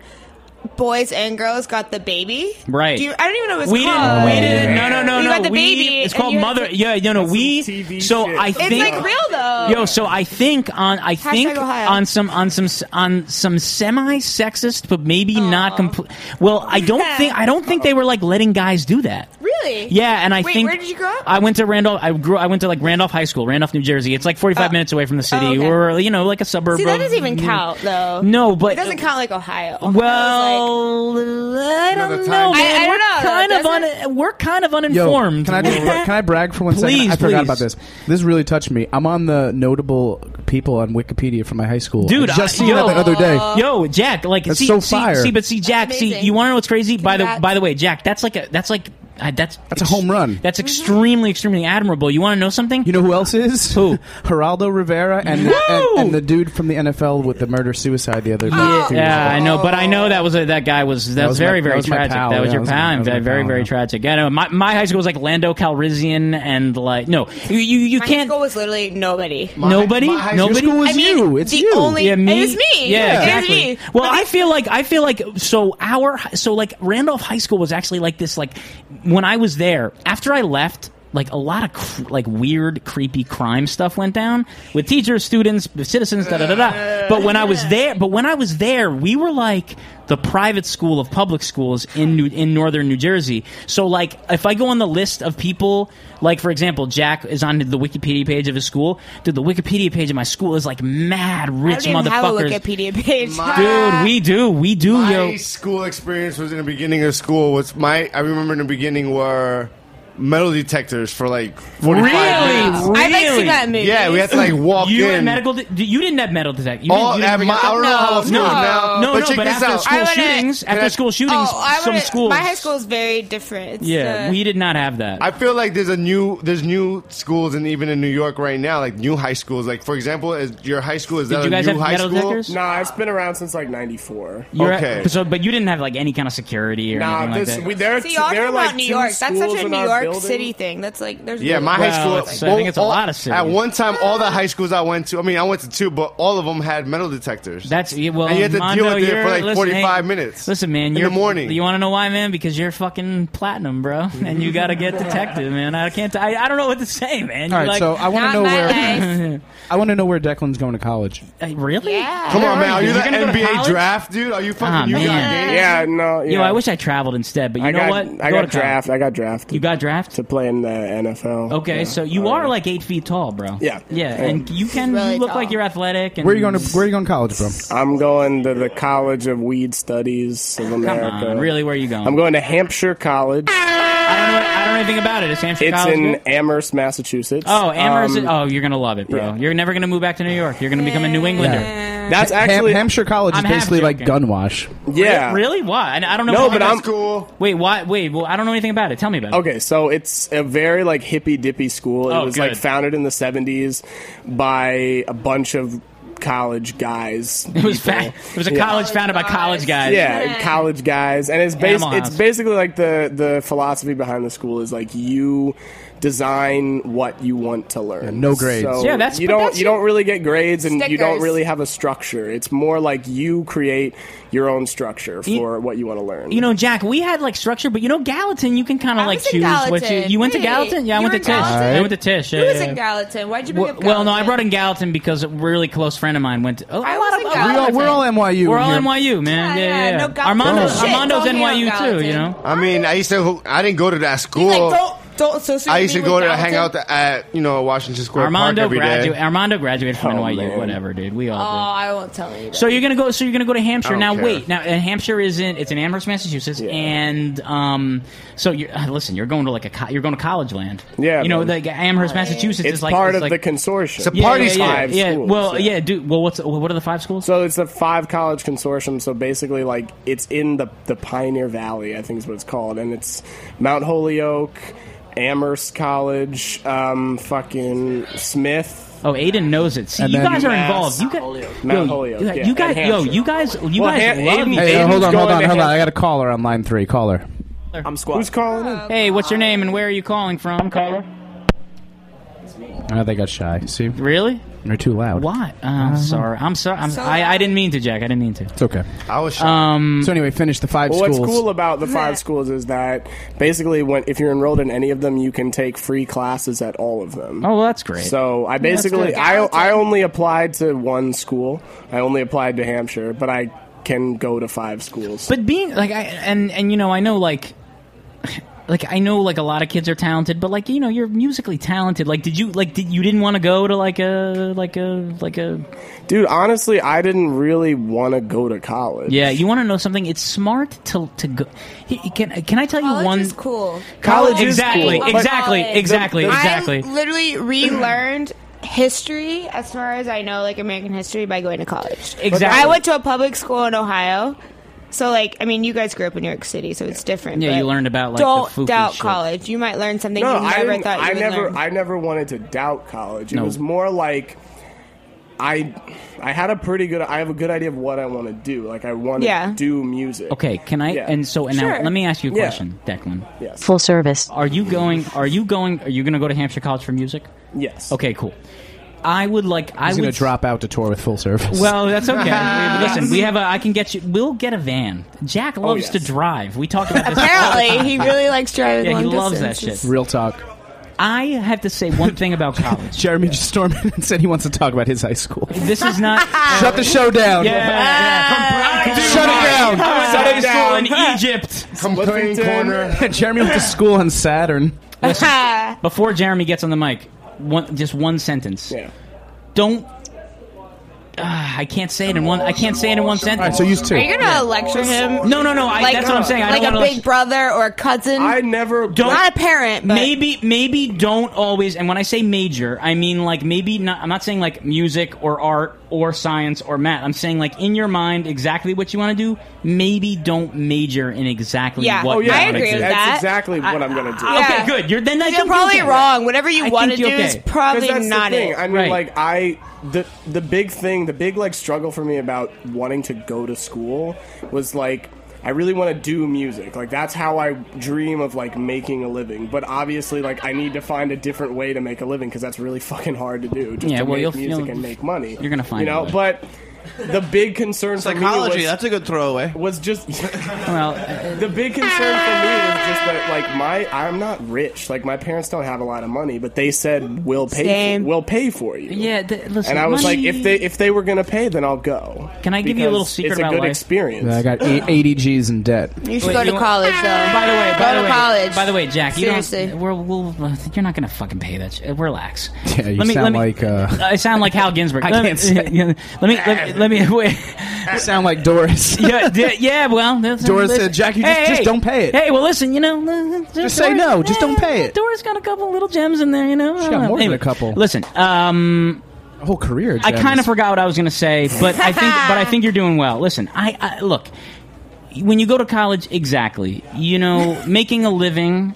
Speaker 22: boys and girls got the baby.
Speaker 3: Right.
Speaker 22: Do you, I don't even know what it's
Speaker 3: we
Speaker 22: called.
Speaker 3: didn't. We didn't. No, no, no,
Speaker 22: You
Speaker 3: no.
Speaker 22: got the
Speaker 3: we,
Speaker 22: baby.
Speaker 3: It's
Speaker 22: and
Speaker 3: called
Speaker 22: you had
Speaker 3: mother.
Speaker 22: to-
Speaker 3: Yeah, no, no. We. so I
Speaker 22: It's,
Speaker 3: think
Speaker 22: like, real, though.
Speaker 3: Yo, so I think on I
Speaker 22: Hashtag
Speaker 3: think
Speaker 22: Ohio.
Speaker 3: on some on some on some semi sexist, but maybe not complete. Well, I don't think I don't think they were like letting guys do that.
Speaker 22: Really?
Speaker 3: Yeah, and I
Speaker 22: Wait,
Speaker 3: think
Speaker 22: where did you grow up?
Speaker 3: I went to Randolph. I grew. I went to like Randolph High School, Randolph, New Jersey. It's like forty five minutes away from the city, or you know, like a suburb.
Speaker 22: Oh. See, that
Speaker 3: of-
Speaker 22: doesn't even count though.
Speaker 3: No, but-
Speaker 22: it doesn't count like Ohio.
Speaker 3: Well, I don't know.
Speaker 22: I- I don't know,
Speaker 3: man. We're kind of un- we're kind of uninformed.
Speaker 6: Yo, can I just, can I brag for one second?
Speaker 3: Please,
Speaker 6: I forgot
Speaker 3: please.
Speaker 6: about this. This really touched me. I'm on the notable people on Wikipedia from my high school.
Speaker 3: Dude,
Speaker 6: I just
Speaker 3: I-
Speaker 6: seen
Speaker 3: yo,
Speaker 6: that the other day.
Speaker 3: Yo, Jack, like
Speaker 6: That's
Speaker 3: see,
Speaker 6: so
Speaker 3: see-
Speaker 6: fire.
Speaker 3: See, but see, Jack, see, you want to know what's crazy? By the by the way, Jack, that's like a that's like I that's that's a home run. That's extremely extremely admirable. You want to know something?
Speaker 6: You know who else is?
Speaker 3: Who?
Speaker 6: Geraldo Rivera and,
Speaker 3: Woo!
Speaker 6: and, and the dude from the NFL with the murder suicide the other night.
Speaker 3: Yeah, I know, but
Speaker 6: "Oh."
Speaker 3: I know that was a, that guy was that,
Speaker 6: That
Speaker 3: was
Speaker 6: was
Speaker 3: very
Speaker 6: my- that
Speaker 3: very
Speaker 6: was my
Speaker 3: tragic.
Speaker 6: pal.
Speaker 3: That was
Speaker 6: Yeah,
Speaker 3: your
Speaker 6: that was my-
Speaker 3: pal.
Speaker 6: that
Speaker 3: and
Speaker 6: was my
Speaker 3: very very
Speaker 6: pal,
Speaker 3: very tragic. I know. My, my high school was like Lando Calrissian and like no, you you, you
Speaker 22: my
Speaker 3: can't.
Speaker 22: High school was literally nobody.
Speaker 3: nobody, nobody.
Speaker 22: I mean, the Only,
Speaker 3: yeah, me.
Speaker 22: It was me.
Speaker 3: Yeah,
Speaker 22: It was
Speaker 3: exactly.
Speaker 22: me.
Speaker 3: Well, I feel like I feel like so our so like Randolph High School was actually like this. Like when I was there, after I left. Like a lot of cr- like weird, creepy crime stuff went down with teachers, students, citizens, da da da da. But when I was there, but when I was there, we were like the private school of public schools in New, in northern New Jersey. So like, if I go on the list of people, like for example, Jack is on the Wikipedia page of his school. Dude, the Wikipedia page of my school is like mad
Speaker 22: I
Speaker 3: rich
Speaker 22: don't even have a
Speaker 3: motherfuckers.
Speaker 22: Wikipedia page.
Speaker 3: Dude, we do, we do,
Speaker 4: my
Speaker 3: yo.
Speaker 4: school experience was in the beginning of school. Was my I remember in the beginning were metal detectors for like forty
Speaker 3: Really?
Speaker 4: five minutes.
Speaker 3: I've, like, seen Really? that movie.
Speaker 4: Yeah, we had to like walk
Speaker 3: you
Speaker 4: in.
Speaker 3: Had medical de- you didn't have medical detect. You
Speaker 4: Oh,
Speaker 3: didn't, you
Speaker 4: at
Speaker 3: didn't
Speaker 4: my- I don't know how it's
Speaker 3: no,
Speaker 4: going now,
Speaker 3: no,
Speaker 4: but
Speaker 3: no,
Speaker 4: check
Speaker 3: but
Speaker 4: this
Speaker 3: after
Speaker 4: out.
Speaker 3: school
Speaker 4: I wouldn't-
Speaker 3: shootings,
Speaker 4: Can
Speaker 3: after
Speaker 4: I-
Speaker 3: school shootings,
Speaker 22: Oh, I
Speaker 3: some
Speaker 22: wouldn't-
Speaker 3: schools.
Speaker 22: My high school is very different. It's,
Speaker 3: yeah,
Speaker 22: uh,
Speaker 3: we did not have that.
Speaker 4: I feel like there's a new there's new schools and even in New York right now, like new high schools. Like for example, is your high school is
Speaker 3: Did
Speaker 4: that
Speaker 3: you
Speaker 4: a
Speaker 3: guys
Speaker 4: new
Speaker 3: have
Speaker 4: high
Speaker 3: metal
Speaker 4: school?
Speaker 3: detectors?
Speaker 7: Nah, it's been around since like '94.
Speaker 3: You're at-
Speaker 4: okay.
Speaker 3: so, but you didn't have like any kind of security or
Speaker 7: Nah,
Speaker 3: anything
Speaker 7: this-
Speaker 3: like that.
Speaker 7: we- there are
Speaker 22: See,
Speaker 7: two-
Speaker 22: y'all talking
Speaker 7: there are,
Speaker 22: about
Speaker 7: like,
Speaker 22: New
Speaker 7: two
Speaker 22: York. That's such
Speaker 7: schools
Speaker 22: a
Speaker 7: in
Speaker 22: New
Speaker 7: our
Speaker 22: York
Speaker 7: building.
Speaker 22: City thing. That's like there's
Speaker 4: Yeah,
Speaker 22: really-
Speaker 4: my high school.
Speaker 3: Oh, it's- I think it's a
Speaker 4: all-
Speaker 3: lot of cities.
Speaker 4: At one time, all the high schools I went to, I mean, I went to two, but all of them had metal detectors.
Speaker 3: That's yeah, well.
Speaker 4: and you had to
Speaker 3: Mondo,
Speaker 4: deal with it
Speaker 3: you're-
Speaker 4: for like
Speaker 3: listen,
Speaker 4: forty five
Speaker 3: hey,
Speaker 4: minutes.
Speaker 3: Listen, man,
Speaker 4: in
Speaker 3: you're,
Speaker 4: the morning.
Speaker 3: You want to know why, man? Because you're fucking platinum, bro, and you got to get detected, man. I can't. I I I don't know what to say, man. You're
Speaker 6: All right,
Speaker 3: like,
Speaker 6: so I want to know where I want to know where Declan's going to college.
Speaker 3: Hey, really?
Speaker 4: Come on, man. Are you
Speaker 3: You're
Speaker 4: the
Speaker 3: gonna go to
Speaker 4: NBA
Speaker 3: college?
Speaker 4: draft, dude? Are you fucking?
Speaker 3: Ah,
Speaker 4: you got
Speaker 3: man.
Speaker 4: game?
Speaker 7: Yeah, no. Yeah.
Speaker 3: Yo, I wish I traveled instead, but you
Speaker 7: I
Speaker 3: know
Speaker 7: got,
Speaker 3: what?
Speaker 7: I
Speaker 3: Go
Speaker 7: got
Speaker 3: to college.
Speaker 7: draft. I got drafted.
Speaker 3: You got draft?
Speaker 7: To play in the NFL.
Speaker 3: Okay,
Speaker 7: Yeah.
Speaker 3: so you are like eight feet tall, bro.
Speaker 7: Yeah.
Speaker 3: yeah,
Speaker 7: Yeah.
Speaker 3: and you can you look like you're athletic. And
Speaker 7: Where you gonna-
Speaker 6: Where are you going to college from?
Speaker 7: I'm going to the College of Weed Studies of America.
Speaker 3: on, really? Where are you going?
Speaker 7: I'm going to Hampshire College.
Speaker 3: I don't know anything about it. It's Hampshire
Speaker 7: It's
Speaker 3: College.
Speaker 7: in
Speaker 3: good?
Speaker 7: Amherst, Massachusetts.
Speaker 3: Oh, Amherst.
Speaker 7: Um,
Speaker 3: oh, you're gonna love it, bro. You're never gonna move back to New York. You're gonna become a New Englander.
Speaker 7: That's actually
Speaker 6: Hampshire College is
Speaker 3: I'm half
Speaker 6: basically like
Speaker 3: joking.
Speaker 6: Gunwash.
Speaker 7: Yeah.
Speaker 3: Re- Really? Why? I, I don't know.
Speaker 7: No,
Speaker 3: why
Speaker 7: but
Speaker 3: that's
Speaker 7: I'm-
Speaker 3: cool. Wait, why? Wait, well, I don't know anything about it. Tell me about it.
Speaker 7: Okay, so it's a very like hippy dippy school. It
Speaker 3: Oh,
Speaker 7: was
Speaker 3: good.
Speaker 7: like founded in the seventies by a bunch of college guys.
Speaker 3: It was fa- It was a
Speaker 7: Yeah.
Speaker 3: college founded by college guys.
Speaker 7: Yeah, college guys, and it's bas-
Speaker 3: Animal
Speaker 7: it's
Speaker 3: House.
Speaker 7: basically like the the philosophy behind the school is like you design what you want to learn.
Speaker 6: no grades.
Speaker 7: So
Speaker 6: Yeah, that's-
Speaker 7: you
Speaker 6: but
Speaker 7: don't
Speaker 6: that's
Speaker 7: you don't really get grades, and you don't
Speaker 6: Stickers.
Speaker 7: really have a structure. It's more like you create your own structure for
Speaker 3: E
Speaker 7: what you want to learn.
Speaker 3: You know, Jack, we had like structure, but you know, Gallatin, you can kind of like
Speaker 22: was in
Speaker 3: choose what you.
Speaker 22: Gallatin.
Speaker 3: You went to
Speaker 22: Hey,
Speaker 3: Gallatin? Yeah, I
Speaker 22: you
Speaker 3: went to
Speaker 22: were
Speaker 3: Tish.
Speaker 22: in Gallatin?
Speaker 3: I went to Tish.
Speaker 22: Who
Speaker 3: yeah,
Speaker 22: was
Speaker 3: yeah.
Speaker 22: in Gallatin? Why'd you bring
Speaker 3: Well,
Speaker 22: up
Speaker 3: well,
Speaker 22: Gallatin?
Speaker 3: no, I brought in Gallatin because a really close friend of mine went. To, oh,
Speaker 22: I
Speaker 3: a
Speaker 22: was
Speaker 3: lot of
Speaker 22: in
Speaker 3: a lot
Speaker 22: Gallatin.
Speaker 3: of
Speaker 22: We all-
Speaker 6: we're all NYU
Speaker 3: We're all
Speaker 6: here.
Speaker 3: NYU, man. Yeah, yeah.
Speaker 22: no, Gallatin.
Speaker 3: Armando,
Speaker 22: Shit,
Speaker 3: Armando's
Speaker 22: don't hate on
Speaker 3: NYU too.
Speaker 22: Gallatin.
Speaker 3: You know.
Speaker 4: I mean, I used to. I didn't go to that school.
Speaker 22: don't don't associate
Speaker 4: I used to
Speaker 22: me
Speaker 4: go
Speaker 22: with
Speaker 4: to
Speaker 22: Gallatin.
Speaker 4: hang out at you know Washington Square
Speaker 3: Armando
Speaker 4: Park every day.
Speaker 3: gradu- Armando graduated from NYU. Whatever, dude. We
Speaker 22: Oh,
Speaker 3: all.
Speaker 22: I won't tell anybody.
Speaker 3: So you're gonna go. So you're gonna go to Hampshire.
Speaker 22: I don't
Speaker 3: Now
Speaker 22: care.
Speaker 3: wait. Now uh, Hampshire is in. It's in Amherst, Massachusetts, and um. So you're uh, listen. You're going to like a. Co- you're going to college land.
Speaker 7: Yeah,
Speaker 3: You know,
Speaker 7: man.
Speaker 3: like Amherst, Massachusetts
Speaker 7: It's
Speaker 3: is like
Speaker 7: part
Speaker 3: it's
Speaker 7: of
Speaker 3: like-
Speaker 7: the consortium.
Speaker 3: It's a party
Speaker 7: yeah,
Speaker 3: school.
Speaker 7: yeah,
Speaker 3: Yeah,
Speaker 7: schools,
Speaker 3: well, yeah, dude. Well, what's what are the five schools?
Speaker 7: So it's a five college consortium. So basically, like it's in the the Pioneer Valley, I think is what it's called, and it's Mount Holyoke, Amherst College, um, fucking Smith.
Speaker 3: Oh, Aiden knows it. See, you guys are involved. You guys, yo,
Speaker 7: Mount Holyoke.
Speaker 3: you-
Speaker 7: yeah,
Speaker 3: you guys,
Speaker 7: and
Speaker 3: yo,
Speaker 7: Hampshire.
Speaker 3: you guys, you
Speaker 7: Well,
Speaker 3: guys
Speaker 7: Han-
Speaker 3: love
Speaker 7: Aiden-
Speaker 3: me.
Speaker 6: Hey, uh, hold on, hold
Speaker 7: going
Speaker 6: on,
Speaker 7: to
Speaker 6: hold on. I
Speaker 7: Hampshire.
Speaker 6: got a caller on line three. Caller.
Speaker 8: I'm squad.
Speaker 7: Who's calling in?
Speaker 3: Hey, what's your name and where are you calling from, caller?
Speaker 6: Oh, they got shy. See?
Speaker 3: Really?
Speaker 6: They're too loud. Uh-huh.
Speaker 3: Why? Uh, I'm sorry. I'm sorry. I'm, I, I didn't mean to, Jack. I didn't mean to. It's
Speaker 6: okay.
Speaker 4: I was.
Speaker 3: Um.
Speaker 6: So anyway, finish the five
Speaker 7: Well,
Speaker 6: schools.
Speaker 7: what's cool about the five schools is that basically, when if you're enrolled in any of them, you can take free classes at all of them.
Speaker 3: Oh, well, that's great.
Speaker 7: So
Speaker 3: Well,
Speaker 7: I
Speaker 3: that's
Speaker 7: basically
Speaker 3: good.
Speaker 7: I I only applied to one school. I only applied to Hampshire, but I can go to five schools.
Speaker 3: But being like I and and you know I know like like I know like a lot of kids are talented, but like you know you're musically talented. Like did you like did you didn't want to go to like a like a like a
Speaker 7: Dude, honestly, I didn't really want to go to college.
Speaker 3: yeah? You want to know something? It's smart to to go. he- he- Can can I tell you one?
Speaker 22: It's cool.
Speaker 3: College is Exactly, cool.
Speaker 22: Fuck
Speaker 3: exactly,
Speaker 22: college.
Speaker 3: exactly, exactly.
Speaker 22: I literally relearned history as far as I know, like American history, by going to college.
Speaker 3: Exactly.
Speaker 22: I went to a public school in Ohio. So, like, I mean, you guys grew up in New York City, so it's different.
Speaker 3: Yeah,
Speaker 22: but
Speaker 3: you learned about, like, the
Speaker 22: don't
Speaker 3: foofy
Speaker 22: doubt
Speaker 3: shit.
Speaker 22: college. You might learn something
Speaker 7: no,
Speaker 22: you
Speaker 7: I
Speaker 22: never
Speaker 7: didn't-
Speaker 22: thought you
Speaker 7: I
Speaker 22: would
Speaker 7: never
Speaker 22: learn.
Speaker 7: I never wanted to doubt college. It
Speaker 3: No.
Speaker 7: was more like I I had a pretty good I have a good idea of what I want to do. Like I want to
Speaker 3: Yeah.
Speaker 7: do music.
Speaker 3: Okay, can I?
Speaker 7: Yeah.
Speaker 3: And so, and now,
Speaker 7: Sure.
Speaker 3: let me ask you a
Speaker 7: Yeah.
Speaker 3: question, Declan.
Speaker 7: Yes.
Speaker 3: Full service. Are you going? Are you going? Are you going to go to Hampshire College for music?
Speaker 7: Yes.
Speaker 3: Okay, cool. I would like. I
Speaker 6: He's
Speaker 3: would
Speaker 6: going to drop out to tour with full service.
Speaker 3: Well, that's okay. We- Listen, we have a. I can get you. We'll get a van. Jack
Speaker 7: Oh,
Speaker 3: loves to drive. We talked about this. all the time.
Speaker 22: Apparently, he really likes driving
Speaker 3: Yeah,
Speaker 22: long
Speaker 3: he loves that
Speaker 22: distances.
Speaker 3: shit.
Speaker 6: Real talk.
Speaker 3: I have to say one thing about college.
Speaker 6: Jeremy just stormed in and said he wants to talk about his high school.
Speaker 3: This is not.
Speaker 6: Shut the show down.
Speaker 3: Yeah, yeah.
Speaker 6: Shut it
Speaker 3: I went
Speaker 6: down.
Speaker 3: to
Speaker 6: Shut
Speaker 3: high
Speaker 6: it
Speaker 3: school
Speaker 6: down.
Speaker 3: in Egypt.
Speaker 4: Complain corner.
Speaker 6: Jeremy went to school on Saturn.
Speaker 3: Listen, before Jeremy gets on the mic, one just one sentence. Don't. Ah, I can't say it in one. I can't say it in one sentence.
Speaker 6: so use two.
Speaker 22: Are you gonna lecture him?
Speaker 3: No, no, no, I- that's what I'm saying. I
Speaker 22: like
Speaker 3: don't
Speaker 22: a
Speaker 3: wanna
Speaker 22: big brother or a cousin. I
Speaker 7: never.
Speaker 3: Don't-
Speaker 22: not a parent, but
Speaker 3: maybe maybe don't always and when i say major i mean like maybe not i'm not saying like music or art or science or math i'm saying like in your mind exactly what you want to do maybe don't major in exactly
Speaker 22: Yeah.
Speaker 3: what
Speaker 22: Oh, yeah,
Speaker 3: you wanna
Speaker 22: I agree
Speaker 3: do.
Speaker 22: with That's that. exactly
Speaker 7: what I'm gonna do.
Speaker 3: I- okay good you're then I
Speaker 22: You're
Speaker 3: think
Speaker 22: probably
Speaker 3: okay.
Speaker 22: wrong. Whatever you
Speaker 3: I
Speaker 22: wanna
Speaker 3: think
Speaker 22: do
Speaker 3: you're
Speaker 22: is
Speaker 3: okay.
Speaker 22: probably
Speaker 7: 'Cause that's
Speaker 22: not
Speaker 7: the thing.
Speaker 22: it.
Speaker 7: I mean,
Speaker 22: Right.
Speaker 7: like I the the big thing, the big like struggle for me about wanting to go to school was like I really want to do music. Like that's how I dream of like making a living. But obviously, like I need to find a different way to make a living because that's really fucking hard to do. Just
Speaker 3: Yeah,
Speaker 7: to
Speaker 3: well,
Speaker 7: make
Speaker 3: you'll-
Speaker 7: music
Speaker 3: you'll-
Speaker 7: and make money.
Speaker 3: you're gonna find
Speaker 7: you know.
Speaker 3: a way.
Speaker 7: But the big concern for me
Speaker 23: Psychology,
Speaker 7: was,
Speaker 23: that's a good throwaway.
Speaker 7: Was just
Speaker 3: well,
Speaker 7: the big concern for me was just that like my I'm not rich. Like my parents don't have a lot of money, but they said we'll pay
Speaker 3: Same.
Speaker 7: we'll pay for you.
Speaker 3: Yeah, th- listen.
Speaker 7: and I was
Speaker 3: money-
Speaker 7: like, if they if they were gonna pay, then I'll go.
Speaker 3: Can I give you a little
Speaker 7: Because
Speaker 3: secret
Speaker 7: It's a
Speaker 3: about
Speaker 7: good
Speaker 3: life?
Speaker 7: experience.
Speaker 6: I got eight- 80 G's in debt.
Speaker 22: You should
Speaker 3: Wait,
Speaker 22: go to
Speaker 3: you-
Speaker 22: college, though. By
Speaker 3: the way,
Speaker 22: go
Speaker 3: by
Speaker 22: to
Speaker 3: the way,
Speaker 22: college.
Speaker 3: By the way, Jack, you
Speaker 22: seriously,
Speaker 3: don't, we'll, we'll, you're not going to fucking pay that. Shit. Relax.
Speaker 6: Yeah, you sound like uh,
Speaker 3: I sound like Hal Ginsberg.
Speaker 6: I
Speaker 3: let
Speaker 6: can't
Speaker 3: me,
Speaker 6: say.
Speaker 3: Let me let, let me wait.
Speaker 6: sound like Doris.
Speaker 3: yeah, d- yeah. Well, that's-
Speaker 6: Doris
Speaker 3: listen.
Speaker 6: said, "Jack, you just-
Speaker 3: Hey,
Speaker 6: just
Speaker 3: hey.
Speaker 6: don't pay it."
Speaker 3: Hey, well, listen, you know, just,
Speaker 6: say no, just don't pay it.
Speaker 3: Doris got a couple little gems in there, you know. Uh,
Speaker 6: She got more than a couple.
Speaker 3: Listen, um,
Speaker 6: a whole career.
Speaker 3: I
Speaker 6: gems.
Speaker 3: kind of forgot what I was going to say, but I think, but I think you're doing well. Listen, I, I look when you go to college, exactly. You know, making a living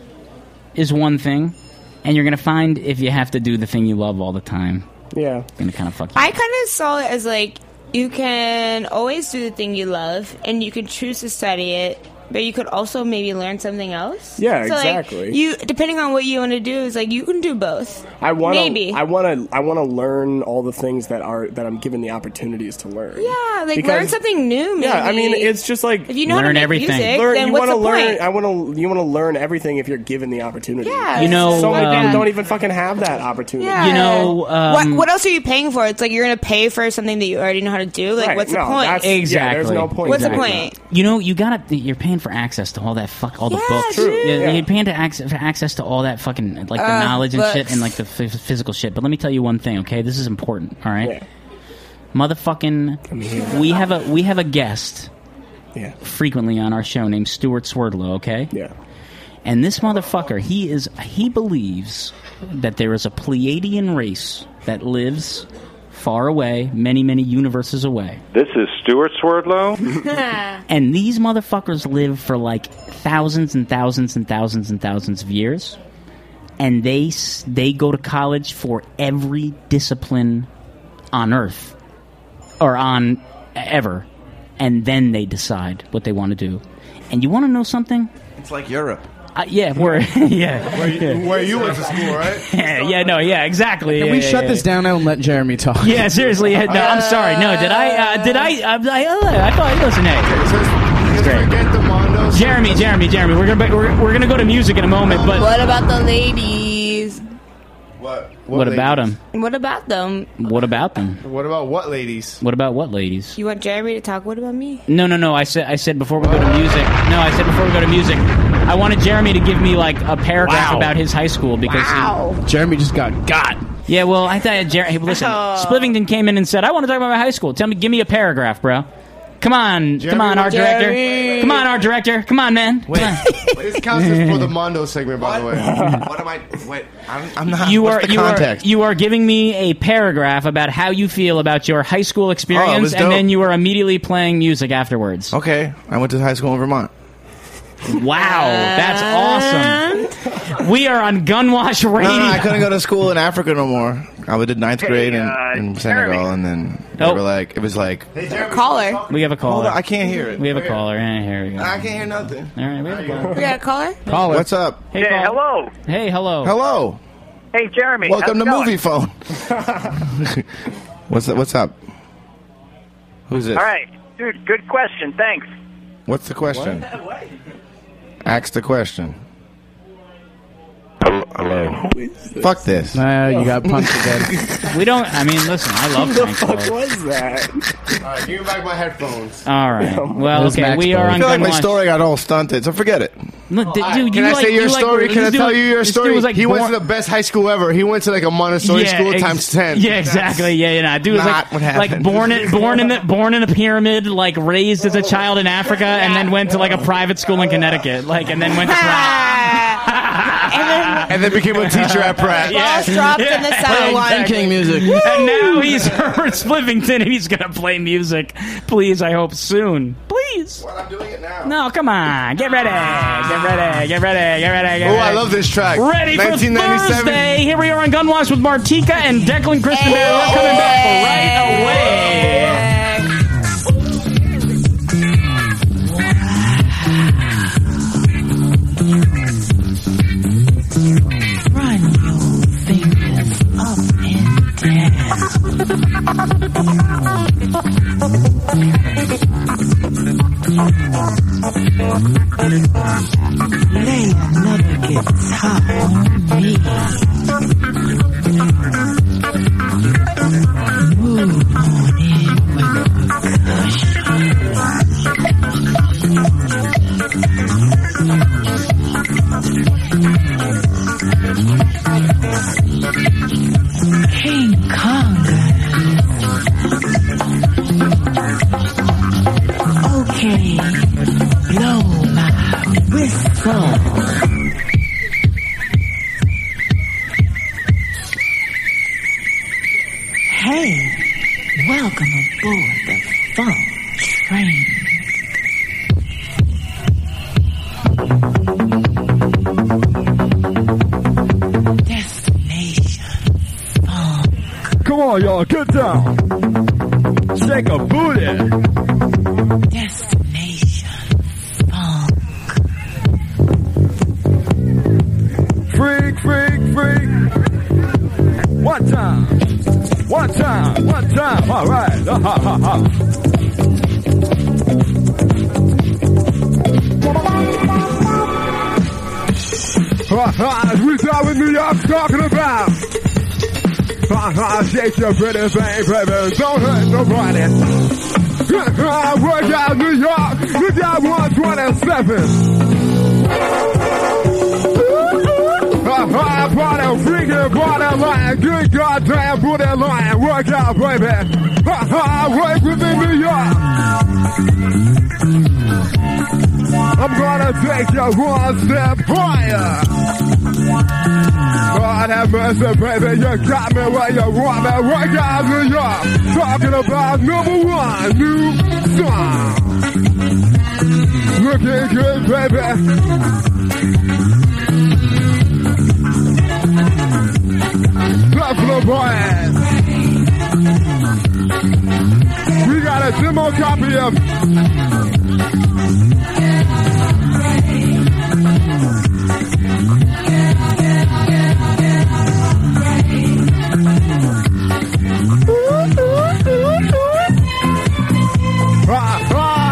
Speaker 3: is one thing, and you're going to find if you have to do the thing you love all the time,
Speaker 7: Yeah.
Speaker 3: it's going to kind of fuck you.
Speaker 22: I kind of saw it as like you can always do the thing you love, and you can choose to study it, but you could also maybe learn something else.
Speaker 7: Yeah,
Speaker 22: So, like,
Speaker 7: exactly.
Speaker 22: you depending on what you want to do is like you can do both.
Speaker 7: I want
Speaker 22: maybe.
Speaker 7: to. I want to. I want to learn all the things that are that I'm given the opportunities to learn.
Speaker 22: yeah, like learn
Speaker 7: Because-
Speaker 22: something new. Maybe.
Speaker 7: Yeah, I mean, it's just like
Speaker 22: If you know how to Learn make everything. music, then
Speaker 7: you
Speaker 22: what's
Speaker 7: wanna
Speaker 22: the
Speaker 7: learn.
Speaker 22: point?
Speaker 7: I want to. You want to learn everything if you're given the opportunity.
Speaker 22: Yeah, You know,
Speaker 7: so many people
Speaker 22: um,
Speaker 7: don't even fucking have that opportunity.
Speaker 22: Yeah. what,
Speaker 3: um,
Speaker 7: um,
Speaker 22: what else are you paying for? It's like you're gonna pay for something that you already know how to do. Like,
Speaker 7: Right,
Speaker 22: what's the
Speaker 7: no,
Speaker 22: point?
Speaker 7: that's- yeah, there's no point
Speaker 22: What's the
Speaker 3: Exactly.
Speaker 22: point?
Speaker 3: You know, you got to. You're paying for access to all that fuck, all the books.
Speaker 22: True.
Speaker 3: Yeah,
Speaker 22: Yeah.
Speaker 3: You're paying to access for access to all that fucking like the
Speaker 22: Uh,
Speaker 3: knowledge and shit
Speaker 22: books.
Speaker 3: and like the f- physical shit. But let me tell you one thing, okay? This is important. All right, motherfucking. We have a we have a guest.
Speaker 7: Yeah.
Speaker 3: Frequently on our show named Stuart Swerdlow. Okay.
Speaker 7: Yeah.
Speaker 3: And this motherfucker, he is he believes that there is a Pleiadian race that lives far away, many many universes away.
Speaker 24: This is Stuart Swerdlow.
Speaker 3: And these motherfuckers live for like thousands and thousands and thousands and thousands of years. And they s- they go to college for every discipline on earth or on ever. And then they decide what they want to do. And you want to know something?
Speaker 23: It's like Europe.
Speaker 3: Uh, yeah, we're yeah.
Speaker 4: Where you, where you went to school, right?
Speaker 3: Yeah, yeah, no, yeah, exactly.
Speaker 6: Can
Speaker 3: yeah,
Speaker 6: we
Speaker 3: yeah,
Speaker 6: shut
Speaker 3: yeah.
Speaker 6: this down now and let Jeremy talk?
Speaker 3: Yeah, seriously. yeah, no, I'm sorry. No, did I? Uh, did I? I, I, I thought. Listen, hey, it's great. Jeremy, Jeremy, Jeremy. We're gonna we're, we're gonna go to music in a moment, but
Speaker 22: what about the ladies?
Speaker 3: what, about them?
Speaker 22: What about them?
Speaker 3: What about them?
Speaker 4: What about what ladies?
Speaker 3: What about what ladies?
Speaker 22: You want Jeremy to talk? What about me?
Speaker 3: No, no, no. I said I said before we go to music. No, I said before we go to music. I wanted Jeremy to give me like a paragraph
Speaker 6: Wow.
Speaker 3: about his high school because he-
Speaker 6: Jeremy just got got.
Speaker 3: yeah. Well, I thought Jeremy. Hey, listen,
Speaker 6: Oh.
Speaker 3: Splivington came in and said, "I want to talk about my high school. Tell me, give me a paragraph, bro." Come on, come on, our director.
Speaker 4: Jeremy.
Speaker 3: Come on, our director. Come on, man. Come on.
Speaker 4: this counts as for the Mondo segment, by the way.
Speaker 23: what am I? Wait, I'm, I'm not.
Speaker 3: you
Speaker 23: what's
Speaker 3: are
Speaker 23: the
Speaker 3: you
Speaker 23: context?
Speaker 3: are you are giving me a paragraph about how you feel about your high school
Speaker 23: Oh, it
Speaker 3: experience,
Speaker 23: was
Speaker 3: and
Speaker 23: dope.
Speaker 3: then you are immediately playing music afterwards.
Speaker 23: Okay, I went to high school in Vermont.
Speaker 3: Wow, that's awesome. We are on Gunwash
Speaker 23: No,
Speaker 3: Radio.
Speaker 23: no, I couldn't go to school in Africa no more. I did ninth grade in, in Senegal, and then they were like, it was like,
Speaker 22: Caller.
Speaker 3: Oh. We have a caller.
Speaker 23: Hold on, I can't hear it.
Speaker 3: We have a caller. Eh, here we go.
Speaker 23: I can't hear nothing.
Speaker 3: All right, we have a caller.
Speaker 22: We got a caller.
Speaker 23: Caller, what's up?
Speaker 3: Hey,
Speaker 25: yeah,
Speaker 3: caller.
Speaker 25: hello.
Speaker 3: Hey, hello.
Speaker 23: Hello.
Speaker 25: Hey, Jeremy.
Speaker 23: Welcome
Speaker 25: how's
Speaker 23: to
Speaker 25: it going?
Speaker 23: Movie Phone. what's up? What's up? Who's this?
Speaker 25: All right, dude. Good question. Thanks.
Speaker 23: What's the question? Ask the question.
Speaker 24: Hello.
Speaker 23: Fuck this.
Speaker 6: Nah, you got punched again.
Speaker 3: We don't. I mean, listen. I love
Speaker 7: the
Speaker 3: Frank
Speaker 7: fuck
Speaker 3: Lloyd.
Speaker 7: was that?
Speaker 4: All right, give me back my headphones.
Speaker 3: All right. Well,
Speaker 23: There's
Speaker 3: okay.
Speaker 23: Max
Speaker 3: We are
Speaker 23: Boyd.
Speaker 3: on
Speaker 23: I feel like my
Speaker 3: Gunwash.
Speaker 23: story got all stunted, so forget it.
Speaker 3: Look, d-
Speaker 4: All right,
Speaker 3: dude,
Speaker 4: Can
Speaker 3: you
Speaker 4: I
Speaker 3: like-
Speaker 4: say your
Speaker 3: you like-
Speaker 4: story? Can I
Speaker 3: this dude-
Speaker 4: tell you your
Speaker 3: this dude
Speaker 4: story?
Speaker 3: was like
Speaker 4: he went
Speaker 3: born-
Speaker 4: to the best high school ever. He went to like a Montessori school
Speaker 3: ex-
Speaker 4: times ten.
Speaker 3: Yeah, exactly. Yeah, yeah. Nah, dude was
Speaker 4: Not
Speaker 3: like,
Speaker 4: what happened.
Speaker 3: like born in born in the, born in a pyramid, like raised as a child in Africa, and then went to like a private school in Connecticut, like, and then went to Pratt.
Speaker 4: and then became a teacher at Pratt.
Speaker 3: Yes. Yeah. And now he's Herbert Splivington, and he's gonna play music. Please, I hope soon. Please. Well,
Speaker 23: I'm doing it now.
Speaker 3: No, come on. Get ready. Get ready. Get ready. Get ready. Get
Speaker 4: Oh,
Speaker 3: ready.
Speaker 4: I love this track.
Speaker 3: Ready for
Speaker 4: 1997.
Speaker 3: Thursday. Here we are on Gunwash with Martika and Declan Christensen. We're coming back right away.
Speaker 10: Run your fingers up and down. King Kong. Okay, blow my whistle. Hey, welcome aboard the fun train.
Speaker 1: Come on, y'all, get down. Shake a booty.
Speaker 10: Destination Funk.
Speaker 1: Freak, freak, freak. One time. One time. One time. All right. Ah, ha, ha, ha. Ah, ah, Reach out with me, I'm talking about. Ah, ah, Shake your pretty thing, baby. Don't hurt nobody. Ah, ah, Work out New York. Look out 127. Ah, ah, Body freaking body line. Good goddamn booty line. Work out, baby. Ah, ah, Work with me, New York. I'm gonna take you one step higher. God have mercy, baby, you got me where you want me. What guys are you talking about? Number one, new song. Looking good, baby. Buffalo boys. We got a demo copy of Ah. Ah, ah.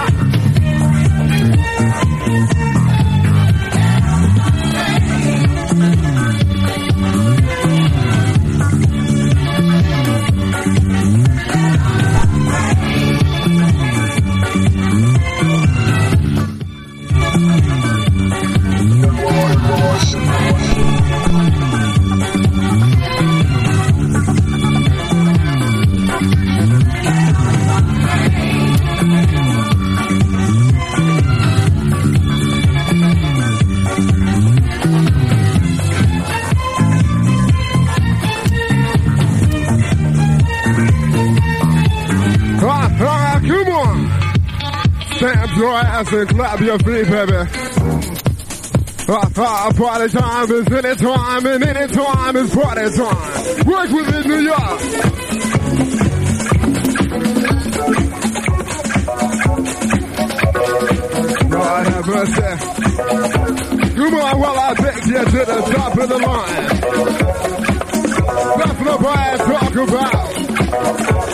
Speaker 1: Ah, ah, come on. Stamp your ass and clap your feet, baby. Ah, ah, party time is any time, and any time is party time. Work with it, New York. God have mercy. Come on, while I take you to the top of the line. That's what I talk about.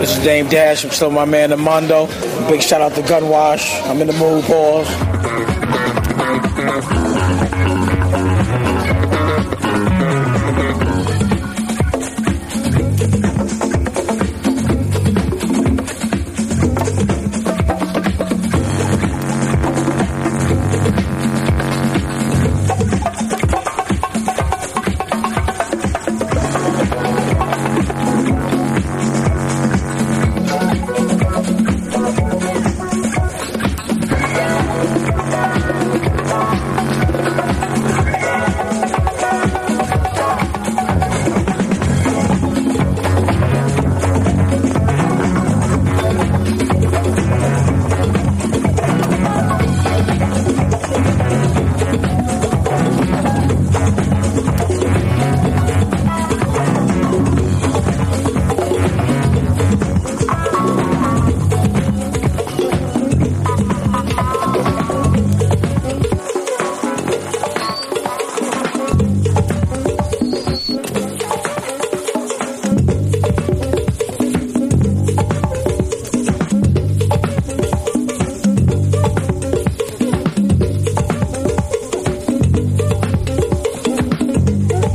Speaker 2: This is Dame Dash. I'm still my man Armando. Big shout out to Gun Wash. I'm in the mood, balls.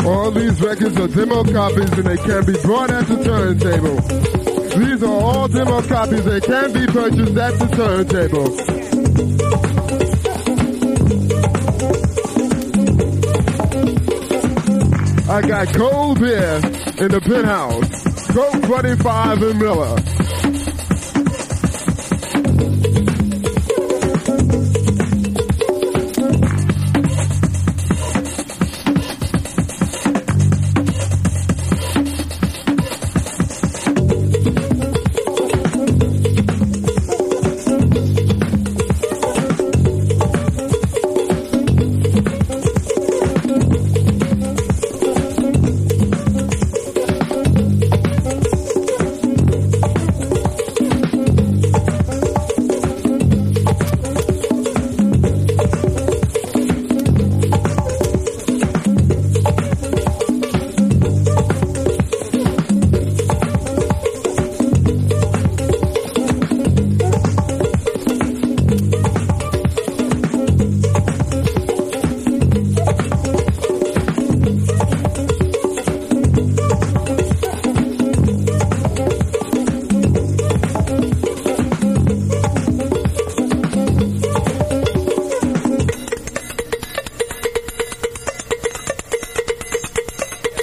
Speaker 1: All these records are demo copies and they can be brought at the turntable. These are all demo copies that can be purchased at the turntable. I got cold beer in the penthouse. Coke 25 and Miller.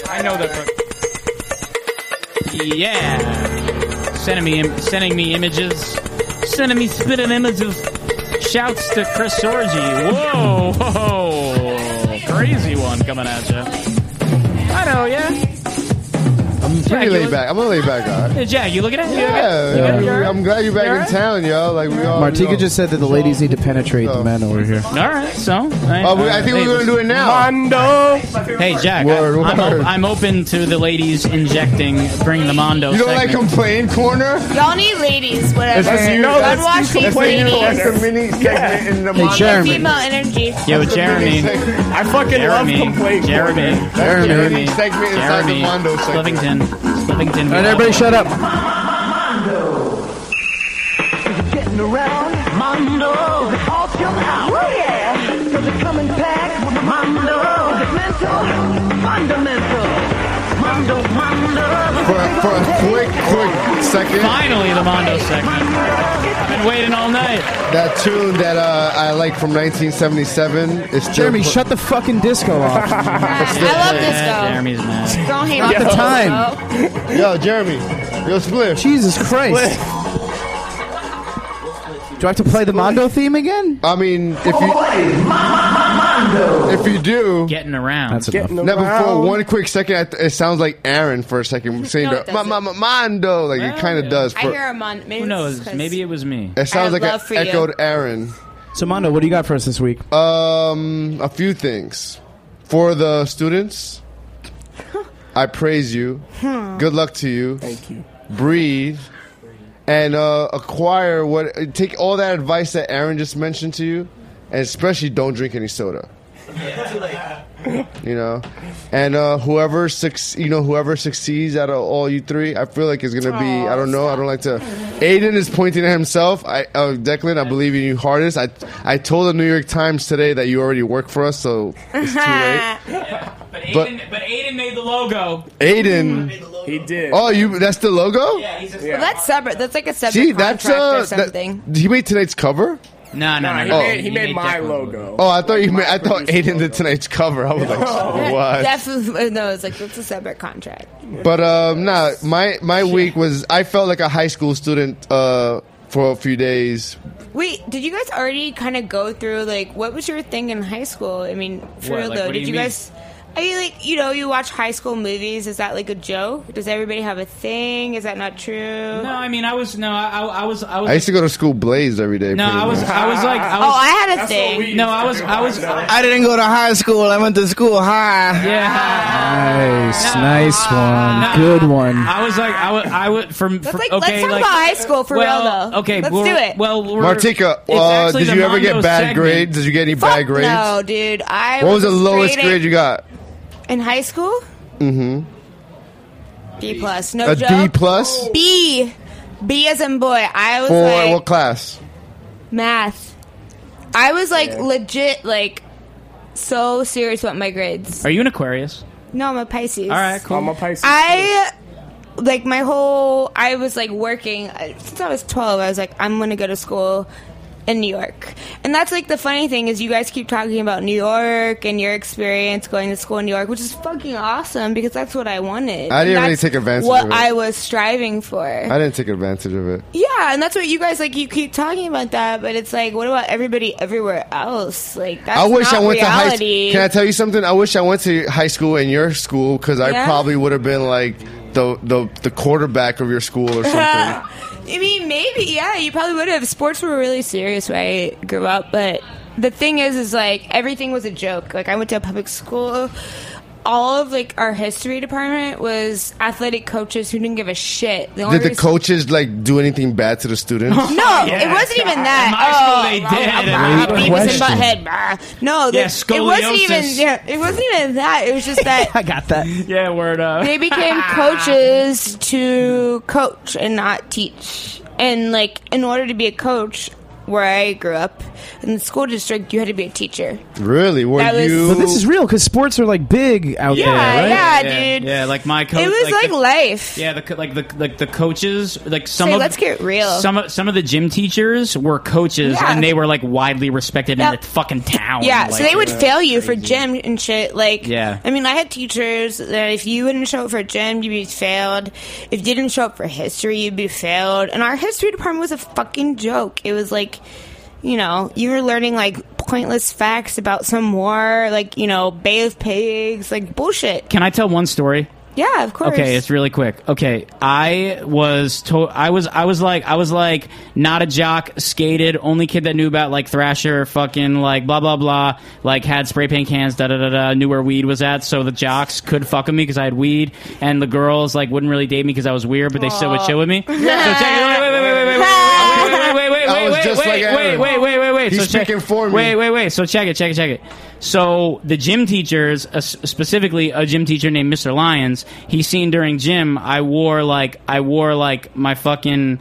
Speaker 3: I know that. Yeah, sending me im- sending me images, sending me spitting images. Shouts to Chris Sorgi. Whoa, whoa, crazy one coming at you. I know, yeah.
Speaker 4: I'm pretty laid back. I'm a laid back guy.
Speaker 3: Hey, Jack, you looking at me?
Speaker 4: Yeah,
Speaker 3: You alright?
Speaker 4: I'm glad you're back
Speaker 3: You
Speaker 4: in town, yo. Like we all.
Speaker 6: Martika just said that the ladies need to penetrate the men over here.
Speaker 3: All right, so
Speaker 4: Oh, we- I think we're gonna do it now.
Speaker 3: Mondo. Hey, Jack.
Speaker 4: Word,
Speaker 3: I'm,
Speaker 4: word.
Speaker 3: op- I'm open to the ladies injecting, bring the Mondo.
Speaker 4: You don't like
Speaker 3: segment.
Speaker 4: complain corner?
Speaker 22: Y'all need ladies, whatever.
Speaker 3: It's just you. No,
Speaker 22: God
Speaker 3: that's
Speaker 22: wash
Speaker 3: you
Speaker 22: these
Speaker 3: complaining.
Speaker 22: ladies.
Speaker 3: That's the
Speaker 4: mini segment in the
Speaker 3: Hey, Mondo. Jeremy.
Speaker 22: Female energy.
Speaker 3: Yo, Jeremy.
Speaker 7: I
Speaker 3: fucking Jeremy, love complaint. Jeremy. Jeremy. Jeremy.
Speaker 4: Segment inside the Mondo segment.
Speaker 3: Livington. Livington.
Speaker 6: All right, everybody, shut up.
Speaker 10: Getting around Mondo. Is it all still out? Oh, yeah. Cause it's coming back with Mondo. Is it mental? Fundamental. Mondo, Mondo.
Speaker 4: For, for a quick, quick second.
Speaker 3: Finally, the Mondo segment. I've been waiting all night.
Speaker 4: That tune that uh, I like from 1977 is still
Speaker 6: Jeremy, shut the fucking disco off.
Speaker 4: I
Speaker 22: love this guy.
Speaker 3: Jeremy's mad.
Speaker 22: Don't hate
Speaker 6: Not
Speaker 22: me.
Speaker 6: the time.
Speaker 4: Yo, Jeremy. Yo, Spliff.
Speaker 6: Jesus Christ. Do I have to play the Mondo theme again?
Speaker 4: I mean, if you if you do,
Speaker 3: getting around.
Speaker 6: That's enough.
Speaker 4: Now, before one quick second, I th- it sounds like Aaron for a second saying
Speaker 22: No, it
Speaker 4: the, ma, ma, ma, Mondo, like it kind of does.
Speaker 22: I
Speaker 4: for-
Speaker 22: hear him on. Maybe
Speaker 3: Who knows? Maybe it was me.
Speaker 4: It sounds
Speaker 22: I
Speaker 4: like
Speaker 22: love for
Speaker 4: an
Speaker 22: you.
Speaker 4: echoed Aaron.
Speaker 6: So, Mondo, what do you got for us this week?
Speaker 4: Um, a few things for the students. I praise you.
Speaker 10: Hmm.
Speaker 4: Good luck to you.
Speaker 7: Thank you.
Speaker 4: Breathe and uh, acquire what. Take all that advice that Aaron just mentioned to you, and especially don't drink any soda. you know, and uh, whoever suc- you know whoever succeeds out of all you three, I feel like is gonna be. I don't know. I don't like to. Aiden is pointing at himself. I uh, Declan, I believe in you hardest. I I told the New York Times today that you already work for us, so it's too late.
Speaker 3: But
Speaker 4: But-
Speaker 3: Aiden, but Aiden made the logo.
Speaker 4: Aiden,
Speaker 7: he did.
Speaker 4: Oh, you. That's the logo.
Speaker 22: Well, that's separate. That's like a separate
Speaker 4: Oh. See,
Speaker 22: contract
Speaker 4: that's uh,
Speaker 22: or
Speaker 4: that-
Speaker 22: something.
Speaker 4: he made tonight's cover.
Speaker 3: No, no, no.
Speaker 7: Nah, he
Speaker 3: no.
Speaker 7: made, he made my logo.
Speaker 4: Oh, I thought you. Made, I thought Aiden did tonight's cover. I was like, Oh, what?
Speaker 22: Definitely no. It's like it's a separate contract.
Speaker 4: But um, nah, my my week was. I felt like a high school student uh, for a few days.
Speaker 22: Wait, did you guys already kind of go through like what was your thing in high school? I mean, for
Speaker 3: What,
Speaker 22: real
Speaker 3: like,
Speaker 22: though,
Speaker 3: what do
Speaker 22: did
Speaker 3: you
Speaker 22: you
Speaker 3: mean?
Speaker 22: guys? I mean, like you know, you watch high school movies. Is that like a joke? Does everybody have a thing? Is that not true?
Speaker 3: No, I mean, I was no, I, I was, I was.
Speaker 4: I used to go to school blazed every day.
Speaker 3: no,
Speaker 4: pretty
Speaker 3: I was,
Speaker 4: much.
Speaker 3: I was like, I
Speaker 22: Oh,
Speaker 3: was,
Speaker 22: I had a That's what thing. we
Speaker 3: No, I was, I was.
Speaker 23: I didn't go to high school. I went to school high.
Speaker 3: Yeah.
Speaker 6: Nice, nice one. Good one.
Speaker 3: I was like, I would, I would from.
Speaker 22: Let's
Speaker 3: from-
Speaker 22: like
Speaker 3: okay,
Speaker 22: let's talk
Speaker 3: like-
Speaker 22: about high school for
Speaker 3: well,
Speaker 22: real though.
Speaker 3: Okay,
Speaker 22: let's
Speaker 3: we're-
Speaker 22: do it.
Speaker 3: Well, we're,
Speaker 4: Martika,
Speaker 3: it's
Speaker 4: uh,
Speaker 3: actually
Speaker 4: did
Speaker 3: the
Speaker 4: you ever get
Speaker 3: Mondo
Speaker 4: bad
Speaker 3: segment.
Speaker 4: grades? Did you get any bad grades?
Speaker 22: No, dude. I
Speaker 4: What was the lowest
Speaker 22: straight
Speaker 4: grade you got?
Speaker 22: A- in high school?
Speaker 4: Mm-hmm.
Speaker 22: B plus. No
Speaker 4: A D
Speaker 22: joke.
Speaker 4: plus?
Speaker 22: B. B as in boy. I was
Speaker 4: For
Speaker 22: like
Speaker 4: what class?
Speaker 22: math. I was like legit like so serious about my grades.
Speaker 3: Are you an Aquarius?
Speaker 22: No, I'm a Pisces.
Speaker 7: All right, cool. I'm a Pisces,
Speaker 22: I like my whole. I was like working uh, since I was 12. I was like, I'm gonna go to school in New York, and that's like the funny thing is you guys keep talking about New York and your experience going to school in New York, which is fucking awesome because that's what I wanted.
Speaker 4: I
Speaker 22: And
Speaker 4: didn't really
Speaker 22: that's
Speaker 4: take advantage
Speaker 22: What
Speaker 4: of it.
Speaker 22: I was striving for.
Speaker 4: I didn't take advantage of it.
Speaker 22: Yeah, and that's what you guys like. You keep talking about that, but it's like, what about everybody everywhere else? Like, that's
Speaker 4: I wish
Speaker 22: not
Speaker 4: I went
Speaker 22: reality.
Speaker 4: to high. Can I tell you something? I wish I went to high school and your school because I
Speaker 22: Yeah.
Speaker 4: probably would have been like the, the the quarterback of your school or something.
Speaker 22: I mean, maybe, yeah, you probably would have. Sports were really serious when I grew up, but the thing is, is like everything was a joke. Like, I went to a public school. All of like our history department was athletic coaches who didn't give a shit. The only
Speaker 4: Did the
Speaker 22: reason-
Speaker 4: coaches like do anything bad to the students?
Speaker 22: No, it wasn't even that. oh,
Speaker 3: In my school, they
Speaker 22: blah,
Speaker 3: did.
Speaker 22: blah, blah,
Speaker 3: Great
Speaker 22: Beavis and
Speaker 3: question.
Speaker 22: Butthead. Blah. No,
Speaker 3: Yeah,
Speaker 22: the- it wasn't even.
Speaker 3: scoliosis.
Speaker 22: Yeah, it wasn't even that. It was just that
Speaker 6: I got that.
Speaker 3: Yeah, word up.
Speaker 22: they became coaches to coach and not teach. And like, in order to be a coach, where I grew up in the school district, you had to be a teacher.
Speaker 4: Really? Were
Speaker 22: That was- you-
Speaker 6: But this is real because sports are like big out
Speaker 22: Yeah,
Speaker 6: there, right?
Speaker 22: yeah,
Speaker 3: yeah,
Speaker 22: dude.
Speaker 3: yeah, like my coach.
Speaker 22: it was like,
Speaker 3: the-
Speaker 22: life.
Speaker 3: Yeah, the, co- like the like the coaches, like some
Speaker 22: Say,
Speaker 3: of
Speaker 22: let's get real.
Speaker 3: Some of- some of the gym teachers were coaches,
Speaker 22: Yeah.
Speaker 3: and they were like widely respected
Speaker 22: Yep.
Speaker 3: in the fucking town.
Speaker 22: Yeah, so
Speaker 3: Like,
Speaker 22: they would
Speaker 3: uh,
Speaker 22: fail you for gym and shit. Like,
Speaker 3: Yeah.
Speaker 22: I mean, I had teachers that if you wouldn't show up for gym, you'd be failed. If you didn't show up for history, you'd be failed. And our history department was a fucking joke. It was like, you know, you were learning like pointless facts about some war, like you know, Bay of Pigs, like bullshit.
Speaker 3: Can I tell one story?
Speaker 22: Yeah, of course.
Speaker 3: Okay, it's really quick. Okay, I was to- I was I was like I was like not a jock, skated, only kid that knew about like Thrasher, fucking like blah blah blah, like had spray paint cans, da da da da, knew where weed was at, so the jocks could fuck with me because I had weed, and the girls like wouldn't really date me because I was weird, but they still would chill with me. So check it out. wait, wait, wait, wait, wait, wait, wait, wait, wait,
Speaker 10: I
Speaker 3: wait,
Speaker 10: was
Speaker 3: wait,
Speaker 10: just
Speaker 3: wait,
Speaker 10: like
Speaker 3: wait,
Speaker 10: Aaron.
Speaker 3: wait, wait, wait, wait.
Speaker 10: He's
Speaker 3: so check,
Speaker 10: speaking for me.
Speaker 3: Wait, wait, wait. So check it, check it, check it. So the gym teachers, uh, s- specifically a gym teacher named Mr. Lyons, he seen during gym, I wore like I wore like my fucking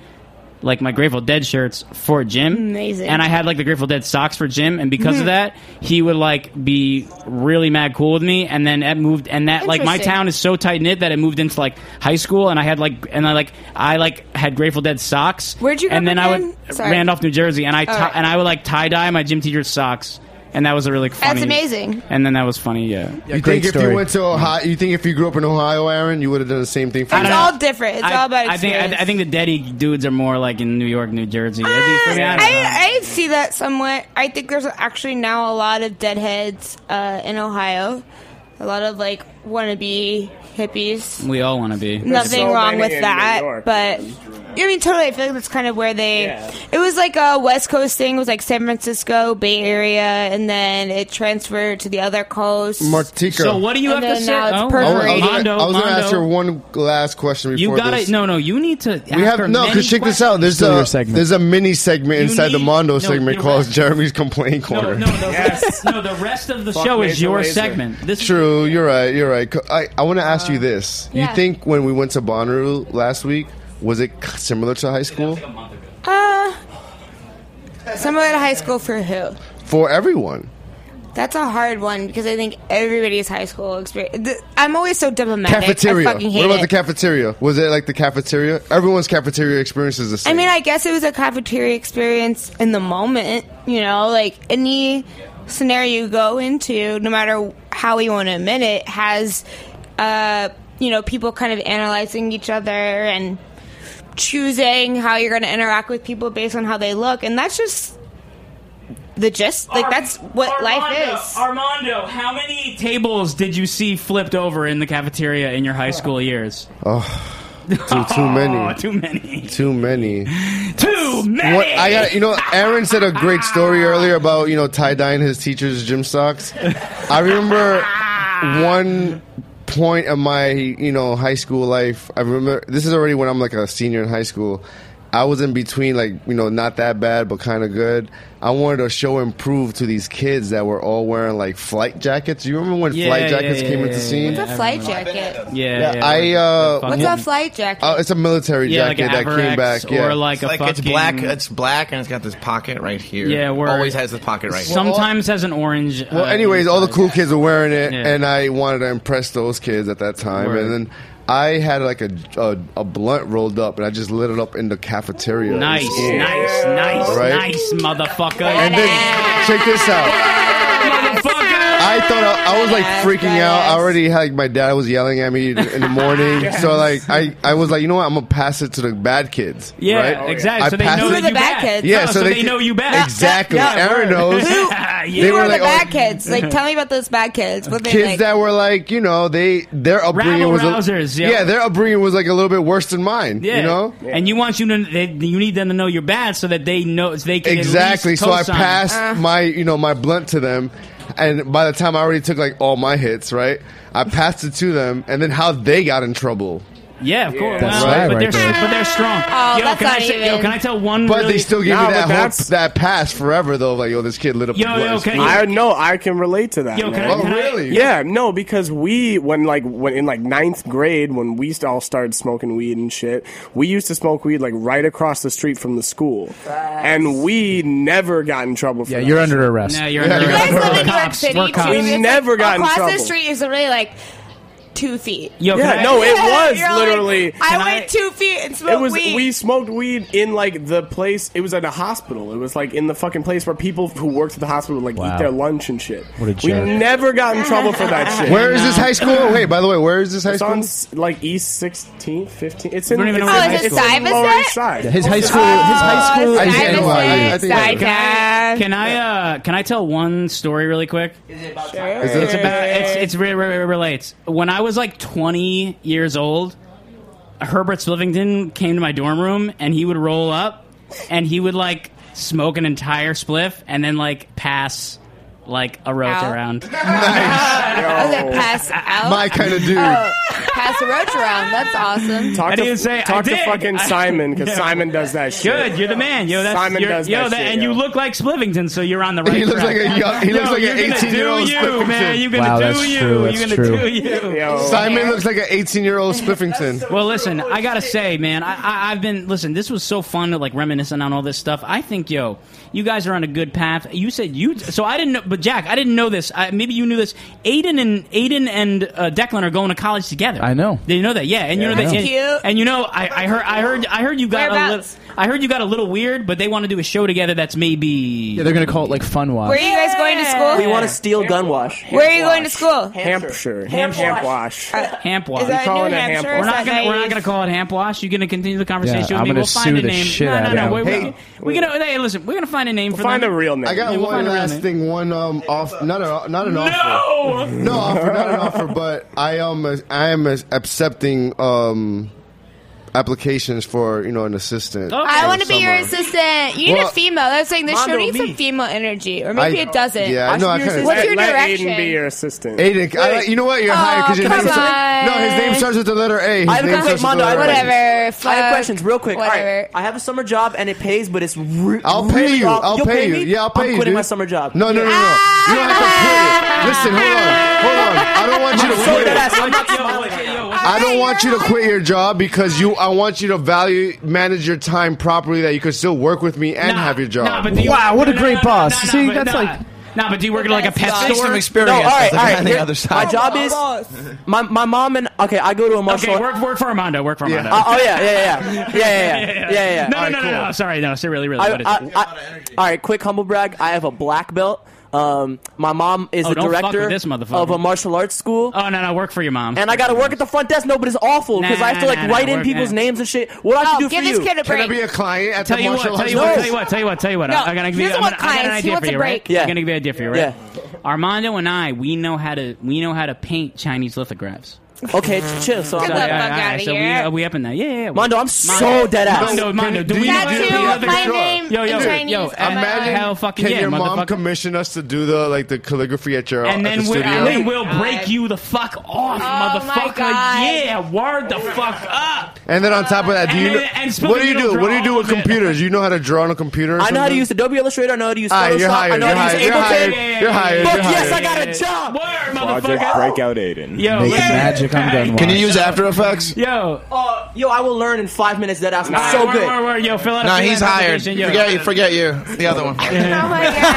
Speaker 3: like my Grateful Dead shirts for gym.
Speaker 22: Amazing.
Speaker 3: And I had like the Grateful Dead socks for gym, and because of
Speaker 22: Mhm.
Speaker 3: that, he would like be really mad cool with me. And then it moved, and that like my
Speaker 22: Interesting.
Speaker 3: town is so tight knit that it moved into like high school, and I had like and I like I like had Grateful Dead socks.
Speaker 22: Where'd you grow
Speaker 3: And
Speaker 22: up
Speaker 3: then I would
Speaker 22: again? Sorry.
Speaker 3: Randolph, New Jersey, and I ti-
Speaker 22: All right.
Speaker 3: and I would like tie dye my gym teacher's socks, and that was a really funny.
Speaker 22: amazing.
Speaker 3: And then that was funny, yeah.
Speaker 4: You think if you went to Ohio, you think if you grew up in Ohio, Aaron, you would have done the same thing for
Speaker 22: it's
Speaker 4: you?
Speaker 22: all different. It's
Speaker 3: I,
Speaker 22: all about
Speaker 3: I think
Speaker 22: experience. Ah,
Speaker 3: I, I think the daddy dudes are more like in New York, New Jersey. At least for me, I don't know.
Speaker 22: I, I see that somewhat. I think there's actually now a lot of deadheads uh, in Ohio. A lot of like wannabe hippies.
Speaker 3: we all want to be.
Speaker 22: Nothing wrong with that, but I mean, totally. I feel like that's kind of where they. It was like a West Coast thing. It was like San Francisco, Bay Area, and then it transferred to the other coast.
Speaker 4: Martica. So what do you
Speaker 22: And
Speaker 4: have
Speaker 22: then
Speaker 4: to say-
Speaker 22: Now
Speaker 4: Oh.
Speaker 22: it's
Speaker 3: Oh,
Speaker 4: I was- I was,
Speaker 22: perforated.
Speaker 4: gonna- I was going to ask her one last question before
Speaker 3: You gotta
Speaker 4: this.
Speaker 3: no no. You need to.
Speaker 4: We have no, because check this out. There's a there's a mini segment inside the Mondo segment called Jeremy's Complaint Corner.
Speaker 3: no, the rest, no, the rest of the
Speaker 4: Fuck
Speaker 3: show is
Speaker 4: Major
Speaker 3: your
Speaker 4: Lazer.
Speaker 3: segment. This
Speaker 4: True, you're right. You're right. Co- I, I want to ask you this.
Speaker 22: Uh, yeah.
Speaker 4: You think when we went to Bonnaroo last week, was it k- similar to high school
Speaker 22: Uh, some of it Uh, high school for who?
Speaker 4: for everyone?
Speaker 22: That's a hard one because I think everybody's high school experience. th- I'm always so diplomatic.
Speaker 4: Cafeteria.
Speaker 22: I fucking hate
Speaker 4: What about
Speaker 22: it.
Speaker 4: the cafeteria? Was it like the cafeteria? Everyone's cafeteria experience is the
Speaker 22: I
Speaker 4: same.
Speaker 22: mean, I guess it was a cafeteria experience in the moment. You know, like any scenario you go into, no matter how you want to admit it, has uh, you know people kind of analyzing each other and choosing how you're going to interact with people based on how they look, and that's just the gist. Like that's what life is.
Speaker 3: Armando, how many tables did you see flipped over in the cafeteria in your high school years?
Speaker 4: oh, dude, too
Speaker 3: Oh,
Speaker 4: many.
Speaker 3: too many.
Speaker 4: Too many.
Speaker 3: Too many.
Speaker 4: What I got, you know, Aaron said a great story earlier about you know tie dyeing his teacher's gym socks. I remember one point of my you know high school life. I remember this is already when I'm like a senior in high school. I was in between, like you know, not that bad, but kind of good. I wanted to show and prove to these kids that were all wearing like flight jackets. You remember when
Speaker 3: Yeah,
Speaker 4: flight
Speaker 3: yeah,
Speaker 4: jackets
Speaker 3: yeah,
Speaker 4: came
Speaker 3: yeah,
Speaker 4: into
Speaker 3: yeah,
Speaker 4: scene?
Speaker 22: What's a flight jacket?
Speaker 3: Yeah, yeah,
Speaker 4: I. Uh,
Speaker 22: What's a flight jacket?
Speaker 4: Uh, it's a military
Speaker 23: Yeah,
Speaker 4: jacket
Speaker 23: like an
Speaker 4: that came
Speaker 23: Avarex
Speaker 4: back, yeah.
Speaker 3: or like a
Speaker 23: like it's
Speaker 3: fucking- uh,
Speaker 23: black. It's black, and it's got this pocket right here.
Speaker 3: Yeah, where
Speaker 23: always has this pocket right. here.
Speaker 3: Sometimes has an orange. uh,
Speaker 4: Well, anyways, all the cool kids were wearing it, and I wanted to impress those kids at that time.
Speaker 3: Word.
Speaker 4: And then I had like a, a a blunt rolled up, and I just lit it up in the cafeteria. in
Speaker 3: Nice,
Speaker 4: school.
Speaker 3: nice, nice,
Speaker 4: Right?
Speaker 3: nice, motherfucker.
Speaker 4: And then check this out. I thought I, I was like freaking out. I already had like my dad was yelling at me in the morning,
Speaker 3: Yes.
Speaker 4: so like I, I was like, you know what, I'm gonna pass it to the bad kids.
Speaker 3: Yeah,
Speaker 4: right?
Speaker 3: exactly.
Speaker 4: I
Speaker 3: So they
Speaker 4: passed
Speaker 3: know
Speaker 4: it-
Speaker 3: Who are the you bad bad. kids?
Speaker 4: Yeah,
Speaker 3: Oh,
Speaker 4: so,
Speaker 3: so they
Speaker 4: could-
Speaker 3: know you bad.
Speaker 4: Exactly.
Speaker 3: Yeah, yeah,
Speaker 4: Aaron
Speaker 3: word.
Speaker 4: knows.
Speaker 3: Who-
Speaker 4: They
Speaker 22: Who
Speaker 4: were
Speaker 22: are
Speaker 4: like,
Speaker 22: the
Speaker 4: oh,
Speaker 22: bad kids? Like, tell me about those bad kids. What they
Speaker 4: kids
Speaker 22: like?
Speaker 4: that were like, you know, they their upbringing was
Speaker 3: Rabble-rousers,
Speaker 4: a,
Speaker 3: yeah.
Speaker 4: yeah. their upbringing was like a little bit worse than mine.
Speaker 3: Yeah.
Speaker 4: You know,
Speaker 3: and you want you to they, you need them to know you're bad so that they know so they can at least
Speaker 4: exactly. So I
Speaker 3: co-sign. Uh.
Speaker 4: passed my you know my blunt to them, and by the time I already took like all my hits, right? I passed it to them, and then how they got in trouble.
Speaker 3: Yeah, of course.
Speaker 4: That's
Speaker 3: Well,
Speaker 4: right,
Speaker 3: but
Speaker 4: right
Speaker 3: they're
Speaker 4: there.
Speaker 3: but they're strong.
Speaker 22: Oh,
Speaker 3: yo,
Speaker 22: that's
Speaker 3: can I
Speaker 22: not
Speaker 3: say,
Speaker 22: even-
Speaker 3: yo, can I tell one?
Speaker 4: But
Speaker 3: really-
Speaker 4: they still gave me that whole, that pass forever though. Like yo, this kid lit up. the blunt.
Speaker 7: I know I can relate to that.
Speaker 4: Yo, can
Speaker 7: man.
Speaker 4: I- Oh, can I- really?
Speaker 7: Yeah, no, because we when like when in like ninth grade when we all started smoking weed and shit, we used to smoke weed like right across the street from the school, and we never got in trouble. For
Speaker 6: Yeah,
Speaker 7: that
Speaker 6: you're
Speaker 7: shit.
Speaker 6: under arrest. Yeah,
Speaker 7: you're
Speaker 22: You guys live in New York City
Speaker 7: We're
Speaker 22: too.
Speaker 7: cops.
Speaker 22: It's
Speaker 7: We
Speaker 22: like
Speaker 7: never got in
Speaker 22: across
Speaker 7: trouble.
Speaker 22: the street is really like two feet.
Speaker 7: Yo, Yeah, can I- no, it was
Speaker 22: you're
Speaker 7: literally-
Speaker 22: Like,
Speaker 7: Can
Speaker 22: I
Speaker 7: I-
Speaker 22: went two feet and smoked
Speaker 7: It was
Speaker 22: weed.
Speaker 7: we smoked weed in like the place. It was at a hospital. It was like in the fucking place where people who worked at the hospital would like
Speaker 4: Wow.
Speaker 7: eat their lunch and shit.
Speaker 4: What a
Speaker 7: we
Speaker 4: jerk.
Speaker 7: never got in trouble for that shit.
Speaker 4: Where is this high school? Wait, by the way, where is this high
Speaker 7: It's
Speaker 4: school?
Speaker 7: on s- like East 16th, 15th. It's
Speaker 4: You
Speaker 7: in.
Speaker 4: don't even know
Speaker 7: it's
Speaker 4: where
Speaker 7: in-
Speaker 4: his
Speaker 7: it's
Speaker 4: high
Speaker 7: in
Speaker 4: school is
Speaker 7: Lower
Speaker 4: at?
Speaker 7: East Side.
Speaker 4: Yeah, his high school- his high school is in Lower East Side. I think-
Speaker 3: Can I- Can I uh, can I tell one story really quick?
Speaker 4: Is it-
Speaker 3: It's about it's it's re- re- re- relates. When I was like 20 years old, Herbert Splivington came to my dorm room and he would roll up and he would like smoke an entire spliff and then like pass like a roach
Speaker 22: Out.
Speaker 3: around.
Speaker 22: okay, pass out.
Speaker 3: My kinda dude.
Speaker 22: Oh, pass the roach around. That's awesome.
Speaker 7: Talk
Speaker 3: I
Speaker 7: to,
Speaker 3: didn't say-
Speaker 7: talk
Speaker 3: I
Speaker 7: to
Speaker 3: did.
Speaker 7: fucking
Speaker 3: I-
Speaker 7: Simon because
Speaker 3: Yeah.
Speaker 7: Simon does that shit.
Speaker 3: Good, you're the man. Yo, that's
Speaker 7: Simon
Speaker 3: you're,
Speaker 7: does
Speaker 3: yo,
Speaker 7: that shit,
Speaker 3: and
Speaker 7: yo.
Speaker 3: you look like Splivington, so you're on the right
Speaker 7: He looks
Speaker 3: track.
Speaker 7: like a young- he
Speaker 3: Yo,
Speaker 7: looks like an
Speaker 3: you're gonna
Speaker 4: 18-year-old
Speaker 3: do you, man.
Speaker 4: Splivington.
Speaker 3: You're gonna
Speaker 4: Wow,
Speaker 3: do
Speaker 4: that's
Speaker 3: you.
Speaker 4: true,
Speaker 3: you're
Speaker 4: that's
Speaker 3: gonna do
Speaker 4: true.
Speaker 3: you.
Speaker 4: Simon looks like an 18 year old Spliffington.
Speaker 3: Well, listen, I gotta say, man, I, I, I've been listen. This was so fun to like reminiscing on all this stuff. I think, yo, you guys are on a good path. You said you, so I didn't know, but Jack, I didn't know this. I, maybe you knew this. Aiden and Aiden and uh, Declan are going to college together. I
Speaker 6: know.
Speaker 3: They know that, yeah. And you know
Speaker 6: Yeah, I
Speaker 3: that,
Speaker 6: know.
Speaker 3: and, and you know, I, I heard, I heard, I heard you got a little,
Speaker 22: Whereabouts?
Speaker 3: I heard you got a little weird, but they want to do a show together. That's maybe yeah.
Speaker 6: They're gonna call it like Fun Watch.
Speaker 22: Where are you guys going to school?
Speaker 6: We wanna
Speaker 22: steal gun wash. Where are you going to school?
Speaker 7: Hampshire.
Speaker 22: Hampshire.
Speaker 7: Hamp wash.
Speaker 3: Hamp wash.
Speaker 22: Is that
Speaker 7: We call
Speaker 22: New
Speaker 7: it a hamp
Speaker 22: Hampshire?
Speaker 7: wash.
Speaker 3: We're not
Speaker 22: Is that
Speaker 3: gonna we're
Speaker 22: nice?
Speaker 3: not gonna call it hamp wash. You're gonna continue the conversation with
Speaker 6: Yeah, I'm
Speaker 3: me.
Speaker 6: gonna
Speaker 3: We'll find
Speaker 6: sue
Speaker 3: a
Speaker 6: the
Speaker 3: name.
Speaker 6: shit
Speaker 3: no,
Speaker 6: out
Speaker 3: no,
Speaker 6: of
Speaker 3: no.
Speaker 6: him.
Speaker 3: Wait,
Speaker 6: Hey.
Speaker 3: we, are gonna hey, listen. We're gonna find a name for
Speaker 7: find
Speaker 3: them.
Speaker 7: a real name.
Speaker 4: I got
Speaker 3: We'll
Speaker 4: one
Speaker 3: find a real
Speaker 4: last
Speaker 3: name.
Speaker 4: thing. One um off, not an not an
Speaker 3: No!
Speaker 4: offer. No offer, not an offer. But I um I am accepting um applications for you know an assistant.
Speaker 3: Oh.
Speaker 22: I want to
Speaker 4: for
Speaker 22: be your
Speaker 4: summer.
Speaker 22: assistant. You need
Speaker 4: Well,
Speaker 22: a female. That's like this show
Speaker 4: Mondo,
Speaker 22: needs
Speaker 4: me.
Speaker 22: some female energy, or maybe
Speaker 4: I-
Speaker 22: it doesn't.
Speaker 4: yeah, I know, I kinda-
Speaker 22: What's your
Speaker 7: Let
Speaker 22: direction?
Speaker 7: Aiden be your assistant.
Speaker 4: Aiden, I, like- you know what? You're
Speaker 22: Oh,
Speaker 4: hired because your
Speaker 22: come
Speaker 4: name starts, no, his name
Speaker 22: on.
Speaker 4: starts with the letter A. His
Speaker 5: I have a
Speaker 4: name
Speaker 5: quick
Speaker 4: starts with
Speaker 5: Mondo.
Speaker 4: the
Speaker 5: I have
Speaker 4: letter A.
Speaker 5: questions. I
Speaker 22: fuck,
Speaker 5: have questions real quick. All right,
Speaker 22: whatever.
Speaker 5: I have a summer job and it pays, but it's. Re-
Speaker 4: I'll
Speaker 5: really
Speaker 4: pay you.
Speaker 5: off-
Speaker 4: I'll
Speaker 5: You'll
Speaker 4: pay you.
Speaker 5: me?
Speaker 4: Yeah, I'll pay
Speaker 5: I'm
Speaker 4: you.
Speaker 5: Quitting
Speaker 4: dude.
Speaker 5: my summer job.
Speaker 4: No, no, no, no. You don't have to quit it. Listen, hold on, hold on. I don't want you to
Speaker 5: I'm so
Speaker 4: quit
Speaker 5: dead
Speaker 4: it.
Speaker 5: ass. I'm not smiling.
Speaker 4: I don't want you to quit your job because you. I want you to value manage your time properly that you could still work with me and have your job.
Speaker 3: Nah, but do you-
Speaker 6: Wow, what a
Speaker 3: no,
Speaker 6: great
Speaker 3: no, no,
Speaker 6: boss.
Speaker 3: no, no,
Speaker 6: See,
Speaker 3: but
Speaker 6: that's
Speaker 3: nah.
Speaker 6: like
Speaker 3: Nah, but do you work at like a pet
Speaker 5: Guys,
Speaker 3: store?
Speaker 5: No, all right, all right. Here- My job is
Speaker 22: boss.
Speaker 5: my my mom and okay. I go to a martial.
Speaker 3: Okay, work work for Armando. Work for Armando.
Speaker 5: Uh, oh yeah, yeah, yeah, yeah, yeah, yeah, yeah. yeah, yeah.
Speaker 3: No, no,
Speaker 5: All right,
Speaker 3: no, no,
Speaker 5: cool.
Speaker 3: no. Sorry, no. Say really, really.
Speaker 5: I-
Speaker 3: what is
Speaker 5: I-
Speaker 3: it?
Speaker 5: I- all right, quick humble brag. I have a black belt. Um, my mom is
Speaker 3: Oh,
Speaker 5: the
Speaker 3: don't fuck
Speaker 5: director
Speaker 3: with this motherfucker.
Speaker 5: of a martial arts school.
Speaker 3: Oh no, no. Work for your mom.
Speaker 5: And I gotta work at the front desk. No, but it's awful because
Speaker 3: Nah,
Speaker 5: I have to like
Speaker 3: nah, nah,
Speaker 5: write in
Speaker 3: work-
Speaker 5: people's
Speaker 3: nah.
Speaker 5: names and shit. What I
Speaker 22: Oh,
Speaker 5: should do
Speaker 22: give
Speaker 5: for
Speaker 22: this
Speaker 5: you?
Speaker 22: kid a Can I break. be
Speaker 4: a client at
Speaker 3: Tell you, what, tell you what, tell you what, tell you what, tell you what,
Speaker 22: No,
Speaker 3: I'm gonna give
Speaker 22: he
Speaker 3: you.
Speaker 22: doesn't
Speaker 3: I'm
Speaker 22: want
Speaker 3: gonna, I got an
Speaker 22: clients, he
Speaker 3: idea
Speaker 22: wants
Speaker 3: for
Speaker 22: a
Speaker 3: you, right?
Speaker 22: break. Yeah.
Speaker 3: I'm gonna give you an idea for you, right?
Speaker 5: Yeah.
Speaker 3: Armando and I, we know how to we know how to paint Chinese lithographs.
Speaker 5: Okay, chill. So I'm
Speaker 3: So,
Speaker 5: done.
Speaker 3: yeah, all right, so we, uh, we up in that. Yeah, yeah. yeah.
Speaker 5: Mondo, I'm so dead ass.
Speaker 3: Mondo, Mondo, do
Speaker 5: Dude,
Speaker 3: we
Speaker 5: that
Speaker 3: know
Speaker 5: too,
Speaker 3: any other
Speaker 5: my
Speaker 3: genre?
Speaker 5: name
Speaker 3: Yo, yo,
Speaker 5: in
Speaker 4: Dude,
Speaker 3: yo.
Speaker 4: imagine
Speaker 3: Uh, hell fucking
Speaker 4: can
Speaker 3: yeah,
Speaker 4: your mom
Speaker 3: motherfucker.
Speaker 4: commission us to do the like the calligraphy at your
Speaker 3: And
Speaker 4: at
Speaker 3: then
Speaker 4: the
Speaker 3: we'll,
Speaker 4: studio?
Speaker 3: and then we'll break you the fuck off,
Speaker 22: Uh, Oh, my
Speaker 3: motherfucker.
Speaker 22: God.
Speaker 3: Yeah, word the fuck up.
Speaker 4: And then on top of that, do you
Speaker 5: and-
Speaker 4: know,
Speaker 5: and
Speaker 4: what do you
Speaker 5: Spooky
Speaker 4: do?
Speaker 5: Noodle
Speaker 4: What do you do with computers? You know how to draw on a computer? Or
Speaker 5: I know how to
Speaker 4: something?
Speaker 5: use Adobe Illustrator. I know how to use
Speaker 4: Ah,
Speaker 5: Photoshop.
Speaker 4: you're
Speaker 5: I
Speaker 4: hired,
Speaker 5: know how to use
Speaker 4: you're hired,
Speaker 5: Ableton.
Speaker 4: you're hired, you're
Speaker 5: Fuck
Speaker 4: hired.
Speaker 5: yes, I got a job.
Speaker 9: Project Breakout Aiden.
Speaker 3: Yo,
Speaker 23: Make listen.
Speaker 6: magic, I'm done.
Speaker 23: Can you use After Effects?
Speaker 3: Yo,
Speaker 5: uh, yo, I will learn in five minutes. That ass.
Speaker 23: Nah,
Speaker 5: so
Speaker 23: word,
Speaker 5: good.
Speaker 23: word,
Speaker 3: word. Yo, fill
Speaker 23: Nah, he's hired. Forget you. Forget you. The other one.
Speaker 22: He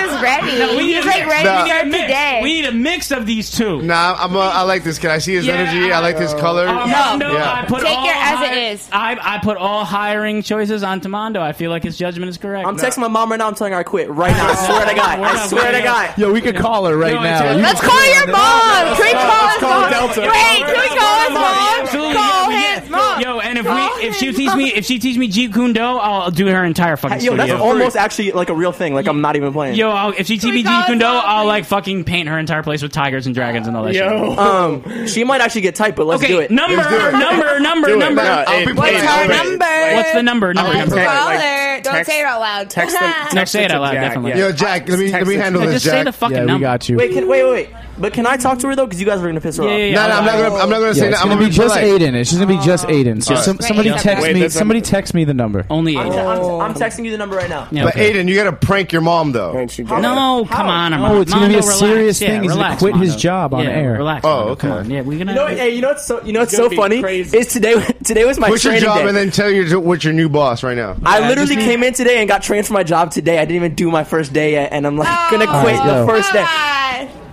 Speaker 22: is ready.
Speaker 3: No,
Speaker 22: He's
Speaker 3: need a
Speaker 22: like
Speaker 3: mix.
Speaker 22: ready
Speaker 4: Nah.
Speaker 22: to go today.
Speaker 3: We need a mix of these two.
Speaker 4: Nah, I'm. A, I like this kid. I see his
Speaker 3: Yeah.
Speaker 4: energy. I like his color.
Speaker 3: Armando, I put
Speaker 22: Take
Speaker 3: all
Speaker 22: it as it
Speaker 3: hi-
Speaker 22: is.
Speaker 3: I, I put all hiring choices onto Mondo. I feel like his judgment is correct.
Speaker 5: I'm texting my mom right now. I'm telling her I quit right now. I swear to God.
Speaker 3: We're
Speaker 5: I
Speaker 3: not
Speaker 5: swear to
Speaker 3: waiting.
Speaker 5: God.
Speaker 6: Yo, we could call her right
Speaker 3: No, it's-
Speaker 6: now. You-
Speaker 22: Let's call your mom. Can we call his mom?
Speaker 6: Delta.
Speaker 22: Wait, can we call his mom?
Speaker 3: Absolutely,
Speaker 22: Call
Speaker 3: yeah,
Speaker 22: his mom.
Speaker 3: Yo, and if we if she teach me if she teach me Jeet Kune Do, I'll do her entire fucking
Speaker 5: Yo, that's
Speaker 3: studio.
Speaker 5: almost actually like a real thing. Like I'm not even playing.
Speaker 3: Yo, I'll, if she teach me Jeet Kune Do, I'll like fucking paint her entire place with tigers and dragons and all that shit.
Speaker 5: um, she might actually get tight, but let's
Speaker 3: Okay,
Speaker 5: do it.
Speaker 3: number, Let's do it. number, number, Do it. number. No, I'll be eight, playing. eight, What's her eight. number? What's the number? Number,
Speaker 22: Call
Speaker 3: number. Like,
Speaker 22: her. Don't
Speaker 3: text-
Speaker 22: say it out loud.
Speaker 3: text them- text No, say it it to out loud, Jack, definitely. yeah.
Speaker 4: Yo, Jack, let me let me
Speaker 5: Text it.
Speaker 4: handle
Speaker 5: Yeah,
Speaker 4: this.
Speaker 5: just
Speaker 4: Jack.
Speaker 5: say the fucking Yeah, we number.
Speaker 6: got you.
Speaker 5: Wait, can, wait, wait, wait. But can I talk to her though? Because you guys are gonna piss her off.
Speaker 4: No, no, I'm not gonna. I'm not gonna
Speaker 6: Yeah,
Speaker 4: say
Speaker 6: it's
Speaker 4: that. I'm
Speaker 6: gonna be just Aiden. It's just gonna be just Aiden. So
Speaker 4: Alright.
Speaker 6: some, somebody
Speaker 4: Wait,
Speaker 6: text
Speaker 4: wait,
Speaker 6: me.
Speaker 4: that's-
Speaker 6: Somebody text me the number.
Speaker 3: Only
Speaker 5: I'm, te- I'm, I'm texting you the number right now.
Speaker 4: But Aiden, you gotta prank your mom though.
Speaker 3: No, come on, I'm
Speaker 6: Oh, it's gonna be a
Speaker 3: Mondo, relax.
Speaker 6: serious
Speaker 3: Yeah,
Speaker 6: thing. He's gonna
Speaker 3: relax,
Speaker 6: quit his
Speaker 3: Mondo.
Speaker 6: job on
Speaker 3: Yeah,
Speaker 6: air.
Speaker 3: Relax.
Speaker 4: Oh,
Speaker 3: Mondo, come
Speaker 4: okay.
Speaker 3: on. Yeah, we're
Speaker 5: You
Speaker 3: gonna.
Speaker 5: know, what- hey, you know what's so you know what's
Speaker 4: It's gonna
Speaker 5: so
Speaker 4: be
Speaker 5: funny is today today was my
Speaker 4: Quit your
Speaker 5: training
Speaker 4: job
Speaker 5: day.
Speaker 4: and then tell your what's your new boss right now.
Speaker 5: I literally came in today and got trained for my job today. I didn't even do my first day yet, and I'm like gonna
Speaker 6: All
Speaker 5: quit
Speaker 6: right,
Speaker 5: the
Speaker 6: yo.
Speaker 5: first day.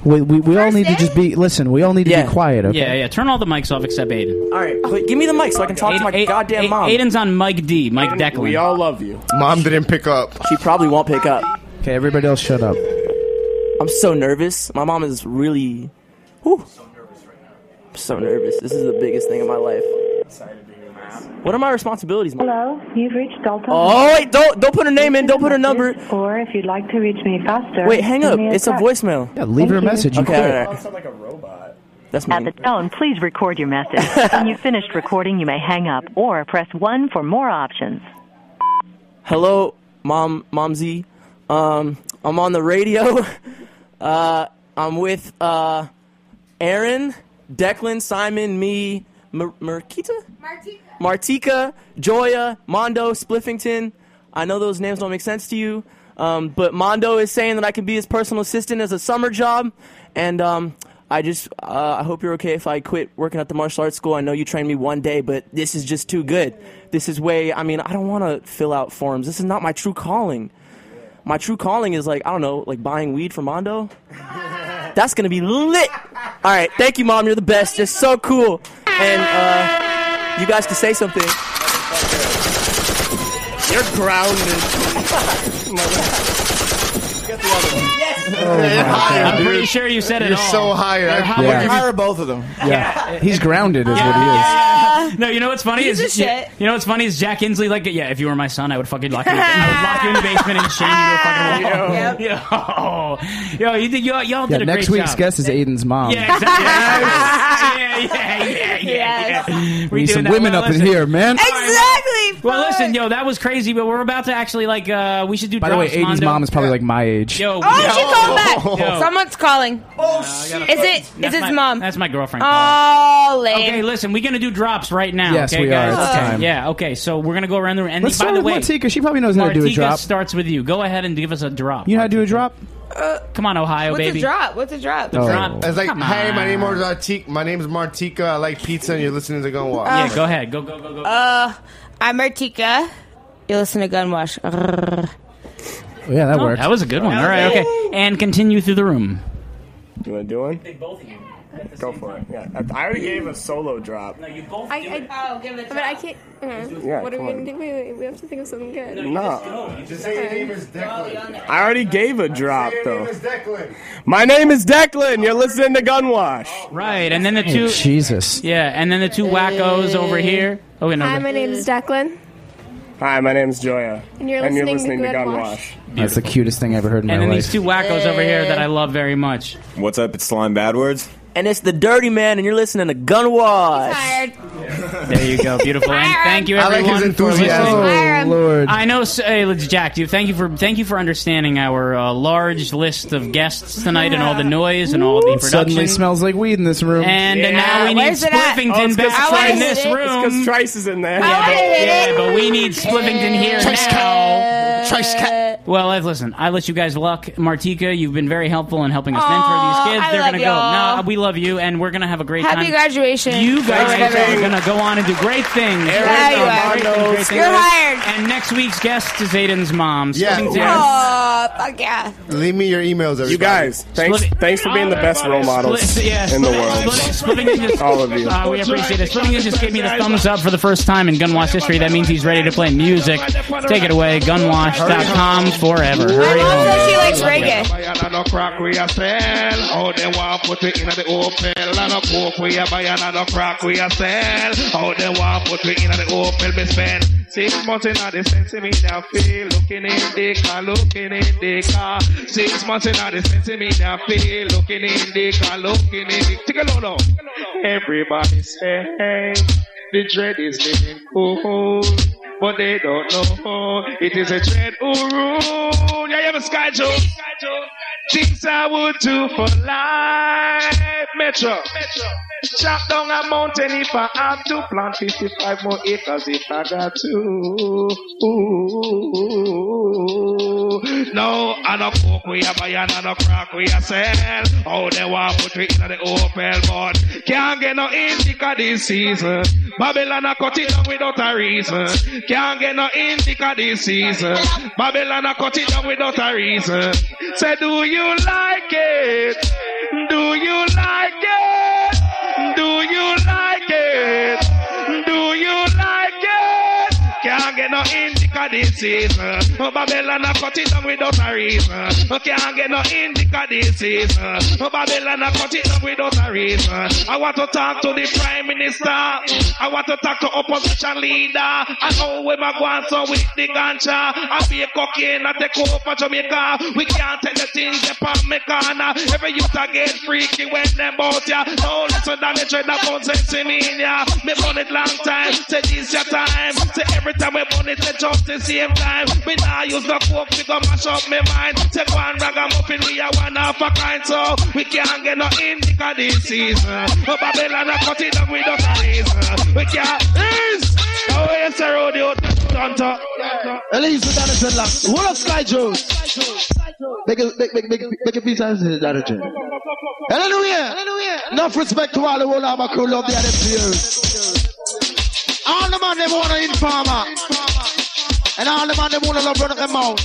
Speaker 6: We, we, we all need to just be listen. We all need to be quiet. Okay.
Speaker 3: Yeah, yeah. Turn all the mics off except Aiden.
Speaker 5: All right, but give me the mic so I can talk to my goddamn
Speaker 3: A-
Speaker 5: mom.
Speaker 3: Aiden's on Mike D. Mike Declan.
Speaker 5: we
Speaker 3: all
Speaker 7: love you.
Speaker 4: Mom didn't pick up.
Speaker 5: She probably won't pick up.
Speaker 6: Okay, everybody else, shut up.
Speaker 5: I'm so nervous. My mom is really. Whew. I'm so nervous. This is the biggest thing in my life. What are my responsibilities, mom?
Speaker 11: Hello, you've reached Delta.
Speaker 5: Oh wait! Don't don't put her name in. Don't put her number.
Speaker 11: Or if you'd like to reach me faster.
Speaker 5: Wait, hang up.
Speaker 11: send me
Speaker 5: It's a
Speaker 11: text.
Speaker 5: voicemail.
Speaker 6: Yeah, leave her a message. You
Speaker 5: Okay,
Speaker 6: quit.
Speaker 5: all right. That's
Speaker 26: At the tone, please record your message. when you've finished recording, you may hang up or press 1 for more options.
Speaker 5: Hello, mom, momsy. Um, I'm on the radio. Uh, I'm with uh, Aaron, Declan, Simon, me, Mar- Marquita, Martika, Joya, Mondo, Spliffington. I know those names don't make sense to you, um, but Mondo is saying that I can be his personal assistant as a summer job, and um, I just uh, I hope you're okay if I quit working at the martial arts school. I know you trained me one day, but this is just too good. This is way. I mean, I don't want to fill out forms. This is not my true calling. My true calling is like I don't know, like buying weed for Mondo. That's gonna be lit. All right, thank you, mom. You're the best. You're so cool. And uh, you guys can say something.
Speaker 7: You're grounded.
Speaker 3: I'm pretty sure you said it
Speaker 4: You're
Speaker 3: all.
Speaker 4: so hired. I-
Speaker 3: How-
Speaker 6: Yeah.
Speaker 23: Hire both of them.
Speaker 6: Yeah, he's grounded, is
Speaker 3: No, you know what's funny
Speaker 22: He's
Speaker 3: is
Speaker 22: a
Speaker 3: you,
Speaker 22: shit.
Speaker 3: you know what's funny is Jack Insley like yeah if you were my son I would fucking lock you in the, I would lock you in the basement and chain you to a fucking wall. Yo, yo, you did y'all, y'all
Speaker 6: what he is.
Speaker 3: did
Speaker 6: Yeah,
Speaker 3: a
Speaker 6: next
Speaker 3: great
Speaker 6: week's
Speaker 3: job.
Speaker 6: guest is Aiden's mom.
Speaker 3: Yeah, exactly. yeah, yeah, yeah, yeah, yeah.
Speaker 6: we
Speaker 3: doing
Speaker 6: need some
Speaker 3: that.
Speaker 6: women
Speaker 3: Well,
Speaker 6: up in
Speaker 3: listen.
Speaker 6: here, man.
Speaker 22: Exactly.
Speaker 3: Well, listen, yo, that was crazy, but we're about to actually like uh we should do.
Speaker 6: By the way,
Speaker 3: drops,
Speaker 6: Aiden's
Speaker 3: Mondo.
Speaker 6: mom is probably like my age.
Speaker 22: Oh,
Speaker 3: Yo,
Speaker 22: she called back.
Speaker 3: Yo.
Speaker 22: Someone's calling. Oh,
Speaker 3: shit.
Speaker 22: Is it? Is
Speaker 3: That's
Speaker 22: his
Speaker 3: my-
Speaker 22: mom?
Speaker 3: That's my girlfriend.
Speaker 22: Oh, lame.
Speaker 3: Okay, listen, we're gonna do drops right now.
Speaker 6: Yes,
Speaker 3: okay,
Speaker 6: we are.
Speaker 3: guys?
Speaker 6: It's
Speaker 3: okay.
Speaker 6: time.
Speaker 3: Yeah, okay. So we're gonna go around the room. And
Speaker 6: Let's
Speaker 3: by
Speaker 6: start
Speaker 3: the
Speaker 6: with
Speaker 3: way,
Speaker 6: Martika. She probably knows how to do a
Speaker 3: Martika
Speaker 6: drop.
Speaker 3: starts with you. Go ahead and give us a drop.
Speaker 6: You know how to do a drop?
Speaker 3: uh, Come on, Ohio
Speaker 22: What's
Speaker 3: baby.
Speaker 22: a drop? What's a drop?
Speaker 6: The drop.
Speaker 4: Oh. It's like,
Speaker 3: Come
Speaker 4: hey, my
Speaker 3: on.
Speaker 4: name is Artik. My name is Martika. I like pizza, and you're listening to Gun Walk.
Speaker 3: Yeah, go ahead. Go go go go.
Speaker 22: Uh, I'm Artika. You listen to Gunwash.
Speaker 6: Yeah, that
Speaker 3: Oh,
Speaker 6: worked.
Speaker 3: That was a good one. All right, okay. And continue through the room.
Speaker 7: You want to do one? both of you. Go for it. Yeah, I- I already gave a solo drop. No, you both.
Speaker 27: I, I, oh, give it a But I can't. uh,
Speaker 7: Yeah,
Speaker 27: what are
Speaker 7: come
Speaker 27: we
Speaker 7: on.
Speaker 27: gonna do? Wait, wait, we have to think of something good.
Speaker 7: No, you No. just go.
Speaker 27: You
Speaker 4: just say your name is Declan.
Speaker 7: I already gave a drop though.
Speaker 4: Declan.
Speaker 7: My name is Declan. You're listening to Gunwash.
Speaker 3: Right, and then the two.
Speaker 6: Jesus.
Speaker 3: Yeah, and then the two wackos over here. Oh wait, no.
Speaker 27: Hi,
Speaker 3: no.
Speaker 27: my name is Declan.
Speaker 7: Hi, my name's Joya,
Speaker 27: And you're listening to Gunwash.
Speaker 6: That's the cutest thing I ever heard in
Speaker 3: and
Speaker 6: my
Speaker 3: then
Speaker 6: life.
Speaker 3: these two wackos over here that I love very much.
Speaker 5: What's up? It's Slime Bad Words. And it's the Dirty Man, and you're listening to Gunwash.
Speaker 22: Tired.
Speaker 3: There you go. Beautiful. And thank you,
Speaker 5: I like
Speaker 3: everyone.
Speaker 5: his enthusiasm.
Speaker 3: For
Speaker 5: Fire
Speaker 3: listening.
Speaker 5: him. Oh, Lord.
Speaker 3: I know, s- hey, let's- Jack. You thank you for thank you for understanding our uh, large list of guests tonight and all the noise and all the production.
Speaker 6: Suddenly smells like weed in this room.
Speaker 3: And uh,
Speaker 6: Yeah.
Speaker 3: now we need
Speaker 6: Where's it at?
Speaker 3: Spliffington
Speaker 6: Oh, it's 'cause
Speaker 3: back
Speaker 6: Trice-
Speaker 3: in this
Speaker 6: it's 'cause
Speaker 3: room.
Speaker 7: Trice is in there.
Speaker 27: Oh,
Speaker 3: Yeah, but, yeah, but we need Spliffington here
Speaker 22: Oh.
Speaker 3: now.
Speaker 28: Trice
Speaker 3: Well, Ev, listen, I let you guys luck. Martika, you've been very helpful in helping us mentor
Speaker 22: Aw,
Speaker 3: these kids.
Speaker 22: Oh, I
Speaker 3: They're
Speaker 22: love
Speaker 3: gonna
Speaker 22: y'all.
Speaker 3: go. No, we love you, and we're gonna have a great
Speaker 22: Happy
Speaker 3: time.
Speaker 22: graduation.
Speaker 3: You guys are
Speaker 22: Graduation.
Speaker 3: going to go on and do great things.
Speaker 22: Yeah, you are.
Speaker 3: Great things, great things.
Speaker 22: You're hired.
Speaker 3: And next week's guest is Aiden's mom.
Speaker 5: Yeah.
Speaker 3: Spliffington.
Speaker 22: Oh, fuck yeah.
Speaker 5: Leave me your emails, everybody.
Speaker 7: You guys, thanks, thanks for being the best role models
Speaker 3: Split- yeah,
Speaker 7: in the
Speaker 3: Spliffington-
Speaker 7: world.
Speaker 3: Spliffington just-
Speaker 7: All of you.
Speaker 3: Uh, we appreciate it. Spliffington just gave me the thumbs up for the first time in Gunwash history. That means he's ready to play music. Take it away, gunwash.com forever. Hurry home.
Speaker 29: Another crack we a sell. How they want put we in the Opel. And a coke we a buy. Another crack we a sell. How they want put we in the Opel. We spend six months in the centimeter field. Looking in the car, looking in the car. Six months in the centimeter field. Looking in the car, looking in the Take a load off. Everybody say, hey, the dread is living cool. But they don't know it is a dread Uru. Yeah, you have a sky joke. Things I would do for life. Metro. Chop down a mountain if I have to. Plant 55 more acres if I got to. Ooh. No, I don't cook we a buy and I don't crack we a sell. Oh, they want put we in the open but Can't get no indica this season. Babylon a cut it down without a reason. Can't get no indica this season. Babylon a cut it down without a reason. Say, do you like it? Do you like it? Do you like it? Do you like it? Can't get no indica this season. Oh, Babylon a cut it down without a reason. Oh, Can't get no indica this season. Oh, Babylon a cut it down without a reason. I want to talk to the prime minister. I want to talk to opposition leader. I know where my guan so with the ganja. I be a cocaine I take over Jamaica. We can't tell the things that pan me corner. Every youth I get freaky when them bout ya. No listen to me trade about sense in me ya. Me burn it long time. Say this your time. Say every time we burn it, they just the same time. Me nah use no coke, we go mash up me mind. Say one ragamuffin, we a one half a kind. So we can't get no indica this season. Oh, Babylon a cut it down without a reason. We can't. Yes! Oh, yes, sir, oh, the Hunter.
Speaker 14: Elise, that is a lot. What up, Sky Joe? Make a, make, make, make, make a peace out of this, that is it. Hallelujah. Hallelujah. Enough respect to all the whole of my crew, love the other peers. All the man, they want to informer. And all the man, they want to love, run up them out.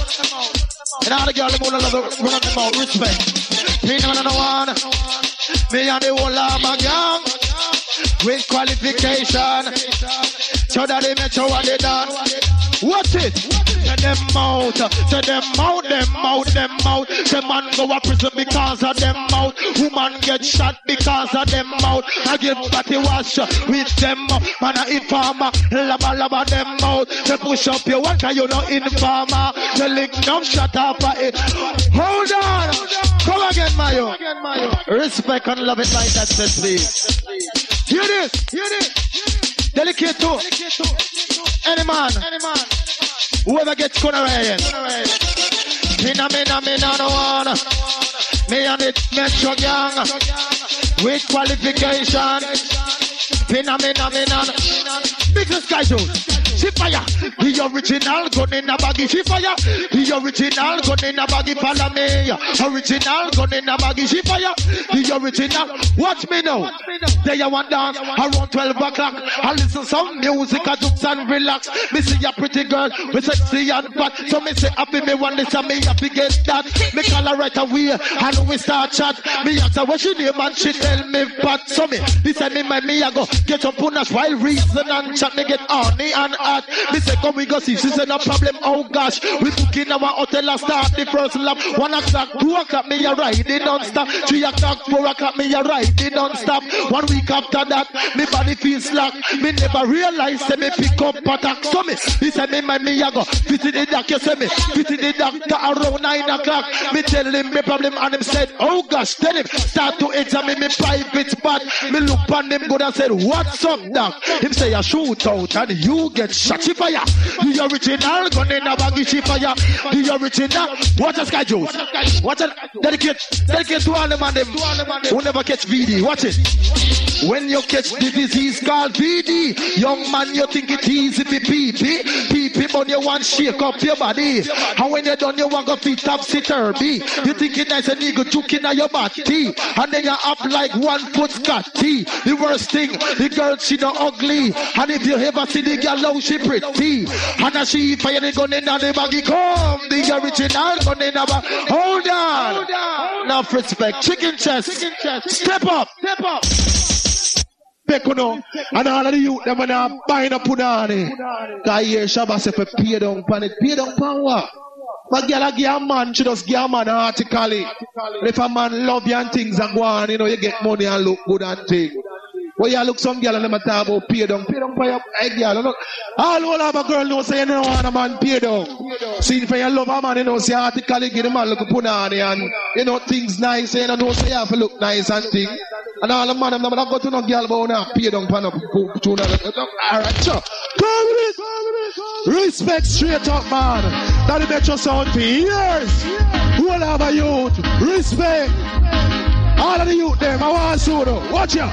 Speaker 14: And all the girl, they want to love, run up them out. Respect. Me and the one. Me and the whole of my gang. With qualification. So that they make sure what they done. Watch it. To them out, to them out, them out, them out. The man go a prison because of them out. Woman get shot because of them out. I give body wash with them out. Man a informer, lava lava them out. They push up your water, you no informer. The lick dumb shut up for it. Hold on, come again, Mayo. Respect and love it like that, says please. Hear this, hear this. Delicate too. Any man, whoever gets gonorrhea. Mina, mina, mina, no one. Me and it metro gang with qualification. Mina, mina, mina. Big this guy dude. She fire. The original gun in a baggy. She fire. The original gun in a baggy. Follow me. Original gun in a baggy. She fire. The original. Watch me now. They a want dance around 12 o'clock. I listen some music. I jokes and relax. Me see a pretty girl with sexy and fat. So me say happy me want this and me happy get that. Me call her right away and we start chat. Me ask her what she name and she tell me fat. So me, this and me, my me I go get up on a while reason and chat. Me get horny and
Speaker 30: heart. Me say, come we go see. She said, no problem. Oh gosh, we booking our hotel and start the first lap. One o'clock, two o'clock, me a riding non-stop. Three o'clock, four o'clock, me a riding non-stop. One week after that, me body feel slack. Me never realize that me pick up attack. So me, he said, me man, me a go. Visit the doc, you say me. Visit the doctor around nine o'clock. Me tell him me problem and him said, oh gosh, tell him. Start to examine me private part. Me look on him good and said, what's up, doc? Him say, a shoot out and you get shot. She fire. The original gun in a baggy she fire. The original. Watch us, guy Jones. Watch us. Dedicate, dedicate to all them and them. Who never catch VD. Watch it. When you catch the disease called VD, young man, you think it easy be PP. PP, but you want shake up your body. And when you done, you want go feet topsy turvy. You think it nice and nigga juke in your body. And then you up like one foot scotty. The worst thing, the girl, she no ugly. And if you ever see the girl, how she pretty. And as she fire the gun in the baggy, come the original gun in the bag. Hold on. Now, respect. Chicken chest. Step up. Step up. Pekuno, and all of the youth them when I'm buying a punani. Guy here, Shabba say for pay down pan it. Pay down pan what? But girl, I give a man, she just give a man artically. And if a man love you and things and go on, you know, you get money and look good and thing. Well, you look some girl and them a talk about pay down. Pay down for your hey, girl. you know. All all of a girl know say you don't want a man pay down. See, if you love a man, you know, say artically give the man look punani and, you know, things nice. You know, say you have to look nice and thing. And all the man, I'm not going to no girl, but now pay down pan up. All right, sure. Come with it. Respect straight up, man. That the Metro Sound for years. Who will have a youth? Respect. All of the youth, them, I want to though. Watch out.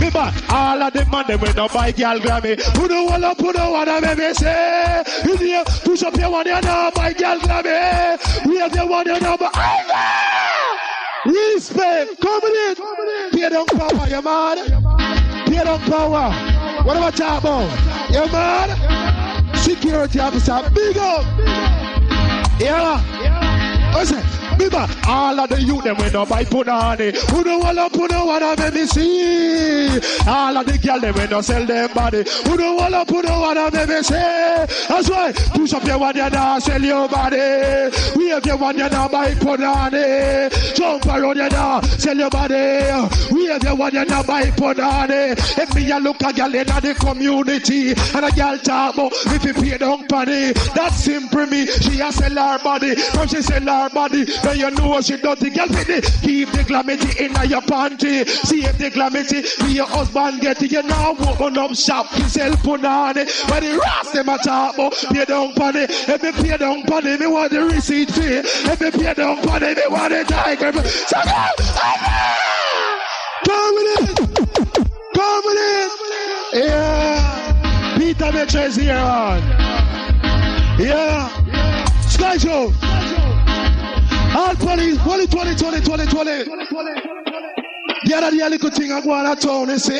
Speaker 30: Me back, all of them man, them with no buy girl Grammy. Put the one up, put the one up, baby, say. You see, push up your one, you know, buy girl Grammy. We have your one, you know, but I Respect, come with it. Pay down power, you mad? Pay down power. What about talk about? You mad? Security officer, big up. Yeah. Listen. Remember, all of the youth them we no buy punani. Who do want to put no one on me see? All of the girl them we no sell them body. Who do want to put no one on me see? That's why push up your one you not sell your body. We have your one you not buy punani. Jump around you not sell your body. We have your one you not buy punani. If me a look a girl in the community and a girl talk about if you pay down money, that's simple me. She a sell her body, come she sell her body. Then you know she dirty girl with it. Keep the glamity in your panty. See if the glamity be your husband get it. You now open up shop, you sell punani. But the rats them a talk about pay down panty. If me pay down panty, me want the receipt fee. If me pay down panty, me want the tiger. So now, come with it. Come with it. Yeah. Peter Mitchell is here on. Yeah. Sky Joe. All police, police, 20, 20, 20, 20. The other day, little thing I go on a town, they say,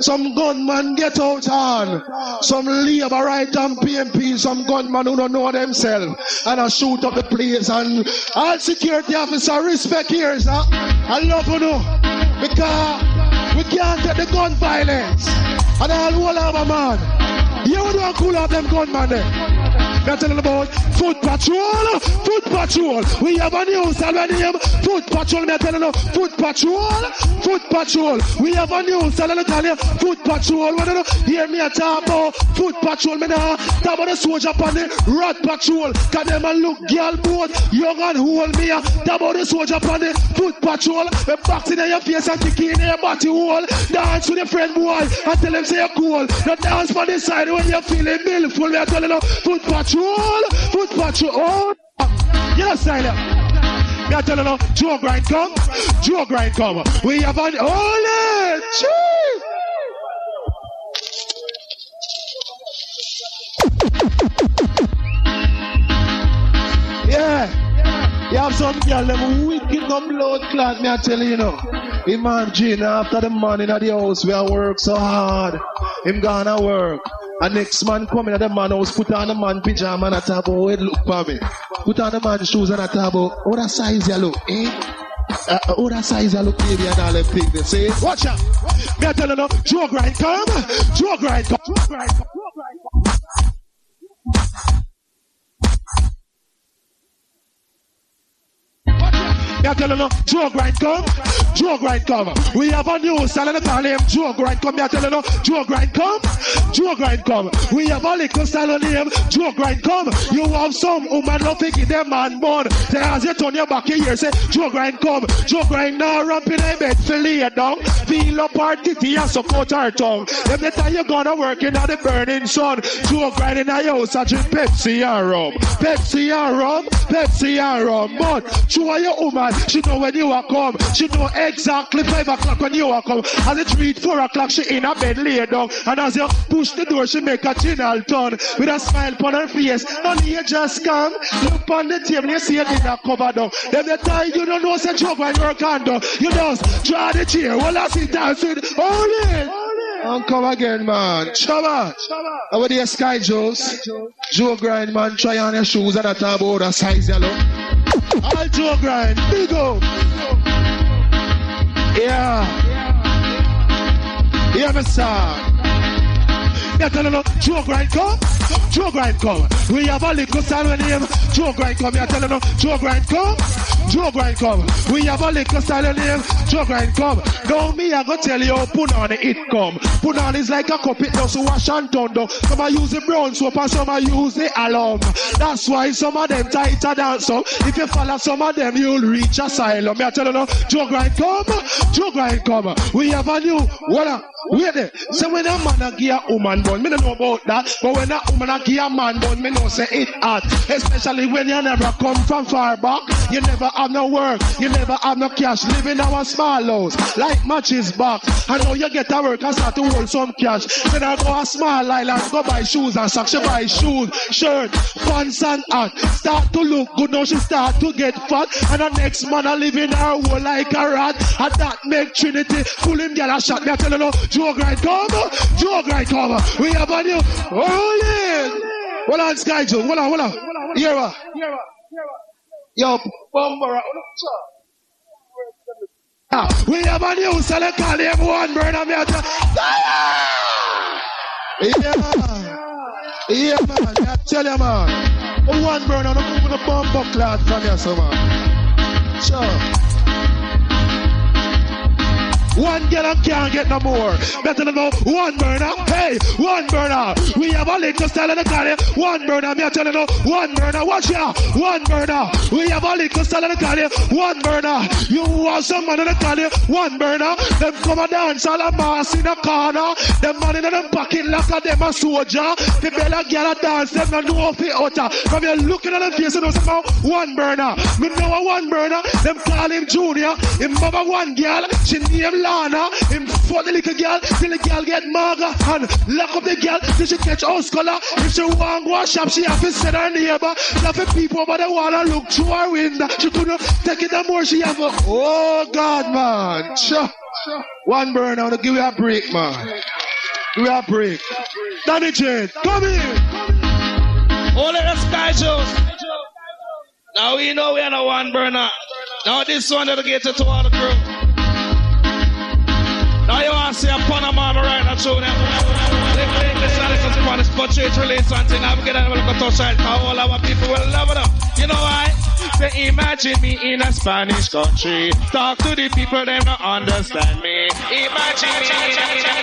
Speaker 30: some gunman get out on, some labor right on PMP, some gunman who don't know themselves, and I shoot up the place, and all security officer respect here, sir. I love you, know, because we can't get the gun violence, and I'll hold our man. You don't cool off them eh? gunman there. We're telling about Foot Patrol, Foot Patrol. We have a new seller name, Foot Patrol. We're telling you, Foot Patrol, Foot Patrol. We have a new seller name, Foot Patrol. When you hear me a talk about Foot Patrol, me nah talk about the soldier on the Rat Patrol. Cause them a look girl both young and old. Me a talk about the soldier on the Foot Patrol. We boxing in your face and kicking in your body hole. Dance with your friend boy and tell them say you're cool. Now dance for the side when you're feeling willful. We're telling you, Foot Patrol patrol, foot patrol. Oh, Yes, Tyler. Me I tell you now, Joe Grind come, Joe Grind come. We have an holy chief. Yeah, you have some girl them wicked no blood clot. Me I tell you, you know. Imagine after the man in the house where I work so hard, him gonna work. And next man coming at the man house, put on the man pajama and a tabo, it look for me. Put on the man shoes and a tabo, what a size you look, eh? uh, other size I look baby and all them things they say. Watch out! Me I tell you now, Joe Grind come, Joe Grind come. I tell you no, Joe Grind come, Joe Grind come. We have a new style and call him Joe Grind come. Me I tell you no, Joe Grind come, Joe Grind come. We have a little style on him, Joe Grind come. You have some woman love to give them man born. They as you turn your back here, say Joe Grind come, Joe Grind now rump in a bed, fill it down, feel up our titty and support our tongue. Them the time you gonna work in the burning sun, Joe Grind in a house and drink Pepsi and rum, Pepsi and rum, Pepsi and rum. But you are your woman, she know when you are come, she know exactly five o'clock when you are come. As it read four o'clock, she in a bed lay down, and as you push the door, she make a chinal turn with a smile upon her face. None here just come, look on the table, you see it in a cover down. Them the time you don't know say joke when you're condo, you just draw the chair, well I sit down, sit, hold it. And come again, man. Chaba. Over there, Sky Joes. Joe Grind, man. Try on your shoes and a tab order size, yellow. All Joe Grind. Big up. Yeah. Yeah, my son. Yeah, tell you no, Joe Grind come, Joe Grind come. We have a little style with him. Joe Grind come, yeah, tell you no, Joe Grind come, Joe Grind come. We have a little style with him. Joe Grind come. Now me, I go tell you, Punani it come. Punani is like a cup, it does wash and turn down. Some I use the brown soap and some I use the alum. That's why some of them tighter than some. If you follow some of them, you'll reach asylum. Me, I tell you no, Joe Grind come, Joe Grind come. We have a new, what up? Wait there. So when a man a give a woman bun, me don't know about that. But when a woman a give a man bun, me know say it hot. Especially when you never come from far back. You never have no work. You never have no cash. Live in our small house. Like matches box. I know you get a work and start to hold some cash. Then I go a small island, go buy shoes and socks. She buy shoes, shirt, pants and hat. Start to look good now. She start to get fat. And the next man a live in her hole like a rat. And that make Trinity pull him get a shot. Me I tell you no, Joe Grind come, Joe Grind come. We have a new hold it. Hold on, Sky Joe. Hold on, hold on. Here we are. Yo, Bumbara. Ah, We have a new seller call him one burner me at Yeah. Yeah, man. I tell you, man. The One burner, no move the bomb buckler from here, so man. Sure. One girl and can't get no more. Better than no one burner. Hey, one burner. We have a little style in the car. eh? One burner. Me I tell you no. One burner. Watch ya. One burner. We have a little style in the car. eh? One burner. You want some man in the car. eh? One burner. Them come and dance all a mass in the corner. Them man in the pocket like a them a soldier. The bella girl a dance. Them no know fi utter. From you looking at them face, you know somehow one burner. Me know a one burner. Them call him Junior. Him mama one girl. She name Lana. Him for the little girl. The little girl get maga and lock up the girl. Till she catch house color. If she want go shop, she have to send her neighbor. She have to people over the wall and look through her window. She couldn't take it no more. She have a oh God man. Sure. One burner. I'm gonna give you a break, man. Give you a break. Danny Jane, come in.
Speaker 29: All of the sky shows. Now we know we are the one burner. Now this one that'll get it to all the crew. Now you want to see a Panama right now, tune Spanish portrait release until now we get a look at outside how all our people will love it up. You know why? They imagine me in a Spanish country. Talk to the people, they don't understand me. Imagine me.